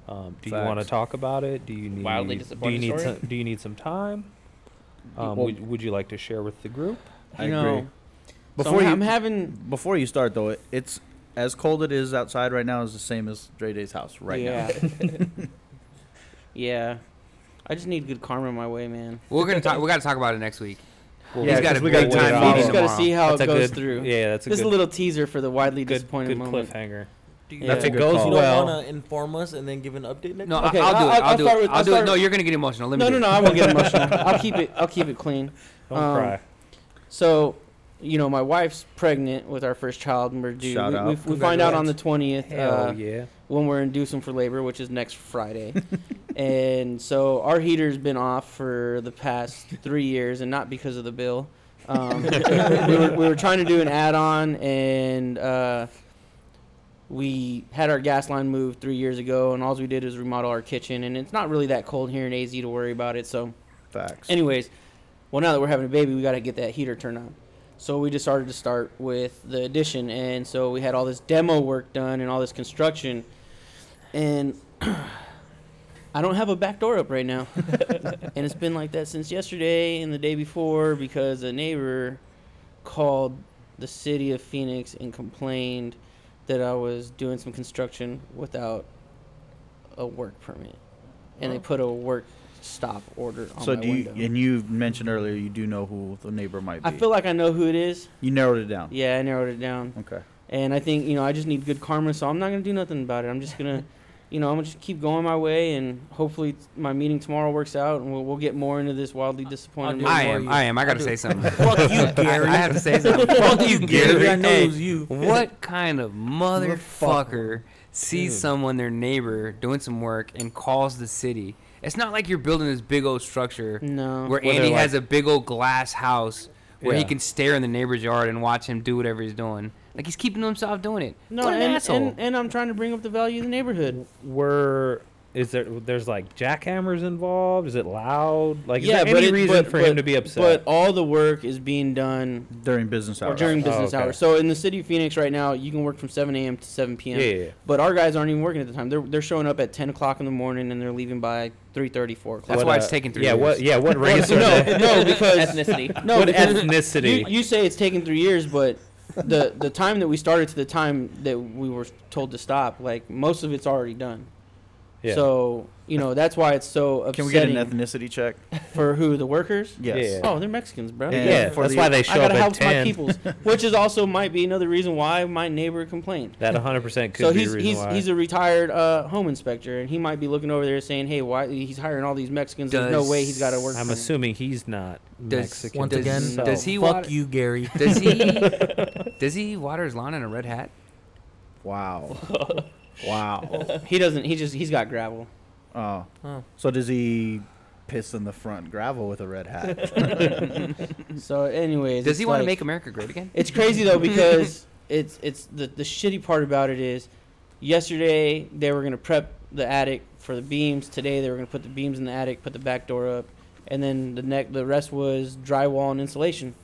Speaker 3: Um, do you want to
Speaker 4: Facts.
Speaker 3: talk about it? Do you need
Speaker 7: Wildly
Speaker 3: do you
Speaker 7: disappointing
Speaker 3: need
Speaker 7: story?
Speaker 3: some, do you need some time? Um,
Speaker 4: Well-
Speaker 3: would, would you like to share with the group?
Speaker 4: I
Speaker 2: you know,
Speaker 4: agree.
Speaker 2: Before
Speaker 4: Before you
Speaker 2: I'm having.
Speaker 4: before you start though, it- it's as cold it is outside right now is the same as Dre Day's house right
Speaker 2: yeah. yeah. I just need good karma my way, man.
Speaker 1: We're gonna talk. We got to talk about it next week.
Speaker 3: Well,
Speaker 4: Yeah,
Speaker 1: He's got a
Speaker 4: 'cause we
Speaker 1: big
Speaker 4: gotta
Speaker 1: time
Speaker 4: wait it
Speaker 2: we
Speaker 4: out.
Speaker 1: meeting
Speaker 2: just gotta
Speaker 1: tomorrow.
Speaker 2: see how
Speaker 3: That's a
Speaker 2: it goes
Speaker 3: good-
Speaker 2: through.
Speaker 3: Yeah, that's a
Speaker 2: Just
Speaker 3: good,
Speaker 2: a little teaser for the widely
Speaker 3: good,
Speaker 2: disappointed
Speaker 3: good
Speaker 2: moment.
Speaker 3: cliffhanger.
Speaker 5: You
Speaker 4: That's
Speaker 3: a
Speaker 5: don't-
Speaker 3: good
Speaker 5: You
Speaker 3: call.
Speaker 5: don't
Speaker 4: Well-
Speaker 5: want to inform us and then give an update next
Speaker 1: No,
Speaker 5: week?
Speaker 1: I,
Speaker 2: Okay,
Speaker 1: I'll, do it.
Speaker 2: I'll-
Speaker 1: I'll,
Speaker 2: I'll
Speaker 1: do
Speaker 2: start
Speaker 1: it.
Speaker 2: with-
Speaker 1: I'll
Speaker 2: I'll
Speaker 1: do it.
Speaker 2: start
Speaker 1: No,
Speaker 2: with-
Speaker 1: you're gonna get emotional. Let me.
Speaker 2: No,
Speaker 1: do
Speaker 2: no,
Speaker 1: it.
Speaker 2: no. I won't get emotional. I'll keep it. I'll keep it clean.
Speaker 3: Don't
Speaker 2: Um,
Speaker 3: cry.
Speaker 2: So, you know, my wife's pregnant with our first child, and we're due.
Speaker 4: Shout
Speaker 2: we,
Speaker 4: out.
Speaker 2: we- we find out on the twentieth
Speaker 3: Hell
Speaker 2: uh,
Speaker 3: Oh, yeah.
Speaker 2: when we're in Dewsum for labor, which is next Friday. and so our heater's been off for the past three years, and not because of the bill. Um, we, were, we were trying to do an add-on, and uh, we had our gas line moved three years ago, and all we did is remodel our kitchen. And it's not really that cold here in AZ to worry about it, so.
Speaker 4: Facts.
Speaker 2: Anyways, well, now that we're having a baby, we got to get that heater turned on. So we decided to start with the addition, and so we had all this demo work done and all this construction, and I don't have a back door up right now, and it's been like that since yesterday and the day before because a neighbor called the city of Phoenix and complained that I was doing some construction without a work permit, and they put a work stop order on
Speaker 4: so
Speaker 2: my
Speaker 4: do you
Speaker 2: window.
Speaker 4: and you mentioned earlier you do know who the neighbor might be.
Speaker 2: I feel like I know who it is.
Speaker 4: you narrowed it down.
Speaker 2: Yeah, I narrowed it down.
Speaker 4: Okay.
Speaker 2: And I think, you know, I just need good karma, so I'm not going to do nothing about it. I'm just going to, you know, I'm going to just keep going my way, and hopefully t- my meeting tomorrow works out, and we'll, we'll get more into this wildly disappointing.
Speaker 5: do
Speaker 1: I
Speaker 5: it.
Speaker 2: moment.
Speaker 1: am. I am. I gotta
Speaker 5: I'll do
Speaker 1: say
Speaker 5: it.
Speaker 1: something.
Speaker 5: Fuck you,
Speaker 1: I, I have to say something.
Speaker 5: Fuck you, Gary. I know
Speaker 1: Hey,
Speaker 5: it was you.
Speaker 1: What kind of motherfucker
Speaker 4: Motherfucker.
Speaker 1: sees
Speaker 3: Dude.
Speaker 1: someone, their neighbor, doing some work and calls the city? It's not like you're building this big old structure
Speaker 2: No.
Speaker 1: where
Speaker 3: Where
Speaker 1: Andy
Speaker 3: they're like-
Speaker 1: has a big old glass house where he
Speaker 3: Yeah.
Speaker 1: can stare in the neighbor's yard and watch him do whatever he's doing. Like he's keeping to himself doing it.
Speaker 2: no,
Speaker 1: what an
Speaker 2: and,
Speaker 1: asshole.
Speaker 2: and, and I'm trying to bring up the value of the neighborhood.
Speaker 3: Were Is there? There's like jackhammers involved. Is it loud? Like, is
Speaker 2: yeah,
Speaker 3: there
Speaker 2: but
Speaker 3: any
Speaker 2: it-
Speaker 3: reason
Speaker 2: but-
Speaker 3: for
Speaker 2: but-
Speaker 3: him to be upset?
Speaker 2: But all the work is being done
Speaker 4: during business
Speaker 2: or
Speaker 4: hours.
Speaker 2: during
Speaker 3: Oh,
Speaker 2: business
Speaker 3: okay.
Speaker 2: hours. So in the city of Phoenix right now, you can work from 7 a.m. to 7 p.m.
Speaker 3: yeah, yeah, yeah.
Speaker 2: But our guys aren't even working at the time. They're, they're showing up at 10 o'clock in the morning and they're leaving by 3:30, 4 o'clock.
Speaker 1: That's why it's taking three
Speaker 3: Yeah, what?
Speaker 1: years.
Speaker 3: Yeah, what
Speaker 2: Well,
Speaker 3: race? are they?
Speaker 2: no, no, because
Speaker 7: ethnicity.
Speaker 2: no,
Speaker 3: what
Speaker 2: because
Speaker 3: ethnicity?
Speaker 2: you, you say it's taken three years, but the the time that we started to the time that we were told to stop, like most of it's already done.
Speaker 3: yeah.
Speaker 2: So you know that's why it's so
Speaker 4: Can we get
Speaker 2: upsetting
Speaker 4: an ethnicity check?
Speaker 2: for who the workers.
Speaker 4: Yes.
Speaker 3: Yeah.
Speaker 2: Oh, they're Mexicans, bro.
Speaker 4: And
Speaker 3: yeah,
Speaker 4: for
Speaker 3: that's
Speaker 4: the-
Speaker 3: why they
Speaker 2: I
Speaker 3: show up
Speaker 2: gotta help
Speaker 3: at
Speaker 2: my
Speaker 3: ten.
Speaker 2: peoples, which is also might be another reason why my neighbor complained.
Speaker 3: That 100 percent could
Speaker 2: so
Speaker 3: be
Speaker 2: he's
Speaker 3: a reason
Speaker 2: he's,
Speaker 3: why.
Speaker 2: he's a retired uh, home inspector, and he might be looking over there saying, "Hey, why he's hiring all these Mexicans? There's no
Speaker 1: Does-
Speaker 2: way he's got to work."
Speaker 3: I'm
Speaker 2: for me."
Speaker 3: assuming he's not
Speaker 1: Does-
Speaker 3: Mexican.
Speaker 5: Once
Speaker 1: does-
Speaker 5: again,
Speaker 3: so-
Speaker 1: does he
Speaker 5: Fuck
Speaker 1: water,
Speaker 5: you, Gary.
Speaker 1: Does he does he water his lawn in a red hat?
Speaker 4: Wow. wow.
Speaker 2: he doesn't. He just he's got gravel.
Speaker 4: Oh.
Speaker 5: Oh.
Speaker 4: So does he piss in the front gravel with a red hat?
Speaker 2: So, anyways,
Speaker 1: Does he
Speaker 2: it's
Speaker 1: want to
Speaker 2: like-
Speaker 1: make America great again?
Speaker 2: It's crazy though because it's it's the the shitty part about it is, yesterday they were gonna prep the attic for the beams. Today they were gonna put the beams in the attic, put the back door up, and then the neck the rest was drywall and insulation.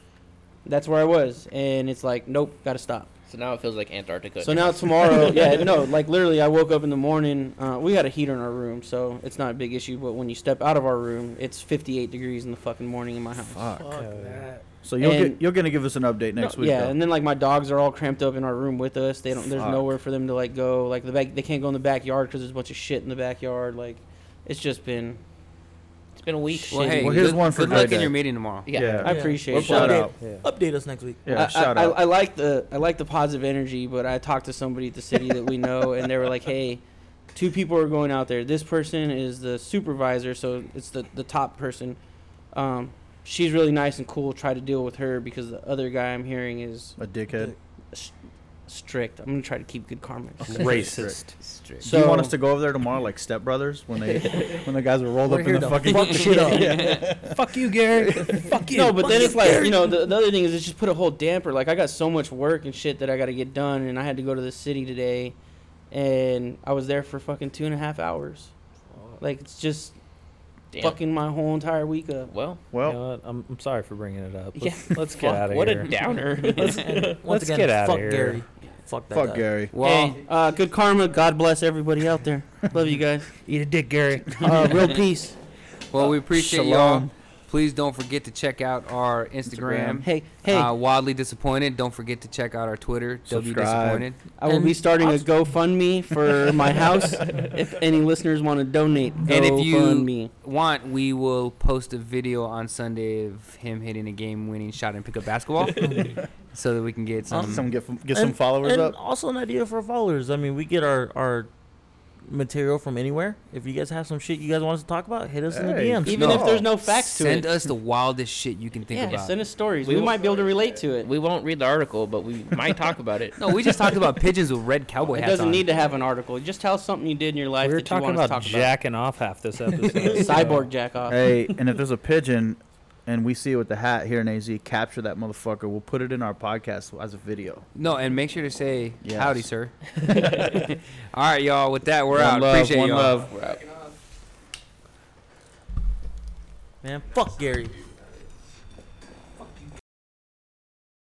Speaker 2: That's where I was, and it's like, nope, gotta stop.
Speaker 7: So now it feels like Antarctica.
Speaker 2: So now tomorrow, yeah, no, like literally, I woke up in the morning. Uh, we got a heater in our room, so it's not a big issue. But when you step out of our room, it's 58 degrees in the fucking morning in my house.
Speaker 4: Fuck.
Speaker 3: Fuck that.
Speaker 4: So you'll
Speaker 2: And-
Speaker 4: get, you're gonna give us an update next
Speaker 2: No,
Speaker 4: week.
Speaker 2: yeah,
Speaker 4: though.
Speaker 2: and then like my dogs are all cramped up in our room with us. They don't. There's
Speaker 4: Fuck.
Speaker 2: nowhere for them to like go. Like the back, they can't go in the backyard because there's a bunch of shit in the backyard. Like, it's just been.
Speaker 7: it's been a week.
Speaker 1: Well,
Speaker 2: Shitty.
Speaker 1: hey,
Speaker 4: Well, here's
Speaker 1: good,
Speaker 4: one for
Speaker 1: good luck
Speaker 4: Greg.
Speaker 1: in your meeting tomorrow.
Speaker 7: yeah.
Speaker 4: Yeah.
Speaker 2: I
Speaker 5: Yeah.
Speaker 2: appreciate
Speaker 4: We'll
Speaker 2: it.
Speaker 4: shout
Speaker 5: Update-
Speaker 4: out.
Speaker 3: Yeah.
Speaker 5: Update us next week.
Speaker 4: Yeah,
Speaker 2: I,
Speaker 4: shout
Speaker 2: I,
Speaker 4: out.
Speaker 2: I, I like the I like the positive energy, but I talked to somebody at the city that we know, and they were like, "Hey, two people are going out there. This person is the supervisor, so it's the the top person. Um, she's really nice and cool. Try to deal with her because the other guy I'm hearing is
Speaker 4: a dickhead.
Speaker 2: strict. I'm gonna try to keep good karma.
Speaker 3: Racist.
Speaker 1: Strict.
Speaker 4: Do you want
Speaker 2: So-
Speaker 4: us to go over there tomorrow like Step Brothers when they when the guys were rolled
Speaker 5: We're
Speaker 4: up
Speaker 5: here
Speaker 4: in the
Speaker 5: to
Speaker 4: fucking
Speaker 5: fuck shit up.
Speaker 3: Fuck you, Gary. Fuck you.
Speaker 2: No, but then it's like you know the, the other thing is it's just put a whole damper. Like I got so much work and shit that I got to get done, and I had to go to the city today, and I was there for fucking two and a half hours. Like it's just
Speaker 7: Damn.
Speaker 2: fucking my whole entire week up.
Speaker 3: You
Speaker 7: Well,
Speaker 4: Well,
Speaker 3: know what? I'm, I'm sorry for bringing it up.
Speaker 7: Yeah.
Speaker 3: Let's, let's get
Speaker 7: fuck,
Speaker 3: out of
Speaker 7: what
Speaker 3: here.
Speaker 7: a downer.
Speaker 5: Once
Speaker 3: Let's
Speaker 5: again,
Speaker 3: get outta
Speaker 5: fuck
Speaker 3: here.
Speaker 5: Gary. Fuck that.
Speaker 4: fuck
Speaker 5: guy.
Speaker 4: Gary.
Speaker 1: Well,
Speaker 2: hey, uh, good karma. God bless everybody out there. Love you guys.
Speaker 3: Eat a dick, Gary.
Speaker 2: Uh, real peace.
Speaker 1: well, we appreciate y'all.
Speaker 4: Shalom.
Speaker 1: Please don't forget to check out our Instagram.
Speaker 2: Hey, hey,
Speaker 1: Uh, Wildly disappointed. Don't forget to check out our Twitter. W
Speaker 4: Subscribe.
Speaker 1: disappointed.
Speaker 2: I will be
Speaker 5: and
Speaker 2: starting a
Speaker 5: I'll-
Speaker 2: GoFundMe for my house. if any listeners want to donate,
Speaker 1: And if you-
Speaker 2: GoFundMe.
Speaker 1: Want we will post a video on Sunday of him hitting a game-winning shot and pick up basketball, so that we can get some.
Speaker 4: Some get get some
Speaker 5: And-
Speaker 4: followers
Speaker 5: and
Speaker 4: up.
Speaker 5: also an idea for followers. I mean, we get our our material from anywhere. If you guys have some shit you guys want us to talk about, hit us in the
Speaker 4: Hey.
Speaker 5: DMs.
Speaker 2: even
Speaker 4: No.
Speaker 2: if there's no facts to
Speaker 1: send
Speaker 2: it.
Speaker 1: us the wildest shit you can think
Speaker 2: yeah,
Speaker 1: about.
Speaker 2: send us stories.
Speaker 7: We
Speaker 2: We,
Speaker 7: will-
Speaker 2: might be able to relate to it.
Speaker 7: we won't read the article, but we might talk about it.
Speaker 1: no, we just talked about pigeons with red cowboy
Speaker 2: It
Speaker 1: hats
Speaker 2: doesn't
Speaker 1: on.
Speaker 2: need to have an article. Just tell us something you did in your life
Speaker 3: we were
Speaker 2: that you
Speaker 3: talking
Speaker 2: want
Speaker 3: about
Speaker 2: us to talk
Speaker 3: jacking off half this episode.
Speaker 2: about. Cyborg jack off.
Speaker 4: hey, and if there's a pigeon and we see it with the hat here in AZ, capture that motherfucker. We'll put it in our podcast as a video.
Speaker 1: no, and make sure to say
Speaker 4: Yes.
Speaker 1: howdy, sir. All right, y'all. With that, we're
Speaker 4: One
Speaker 1: out.
Speaker 4: love,
Speaker 1: Appreciate
Speaker 4: one
Speaker 1: y'all.
Speaker 4: love.
Speaker 5: Man, fuck Gary.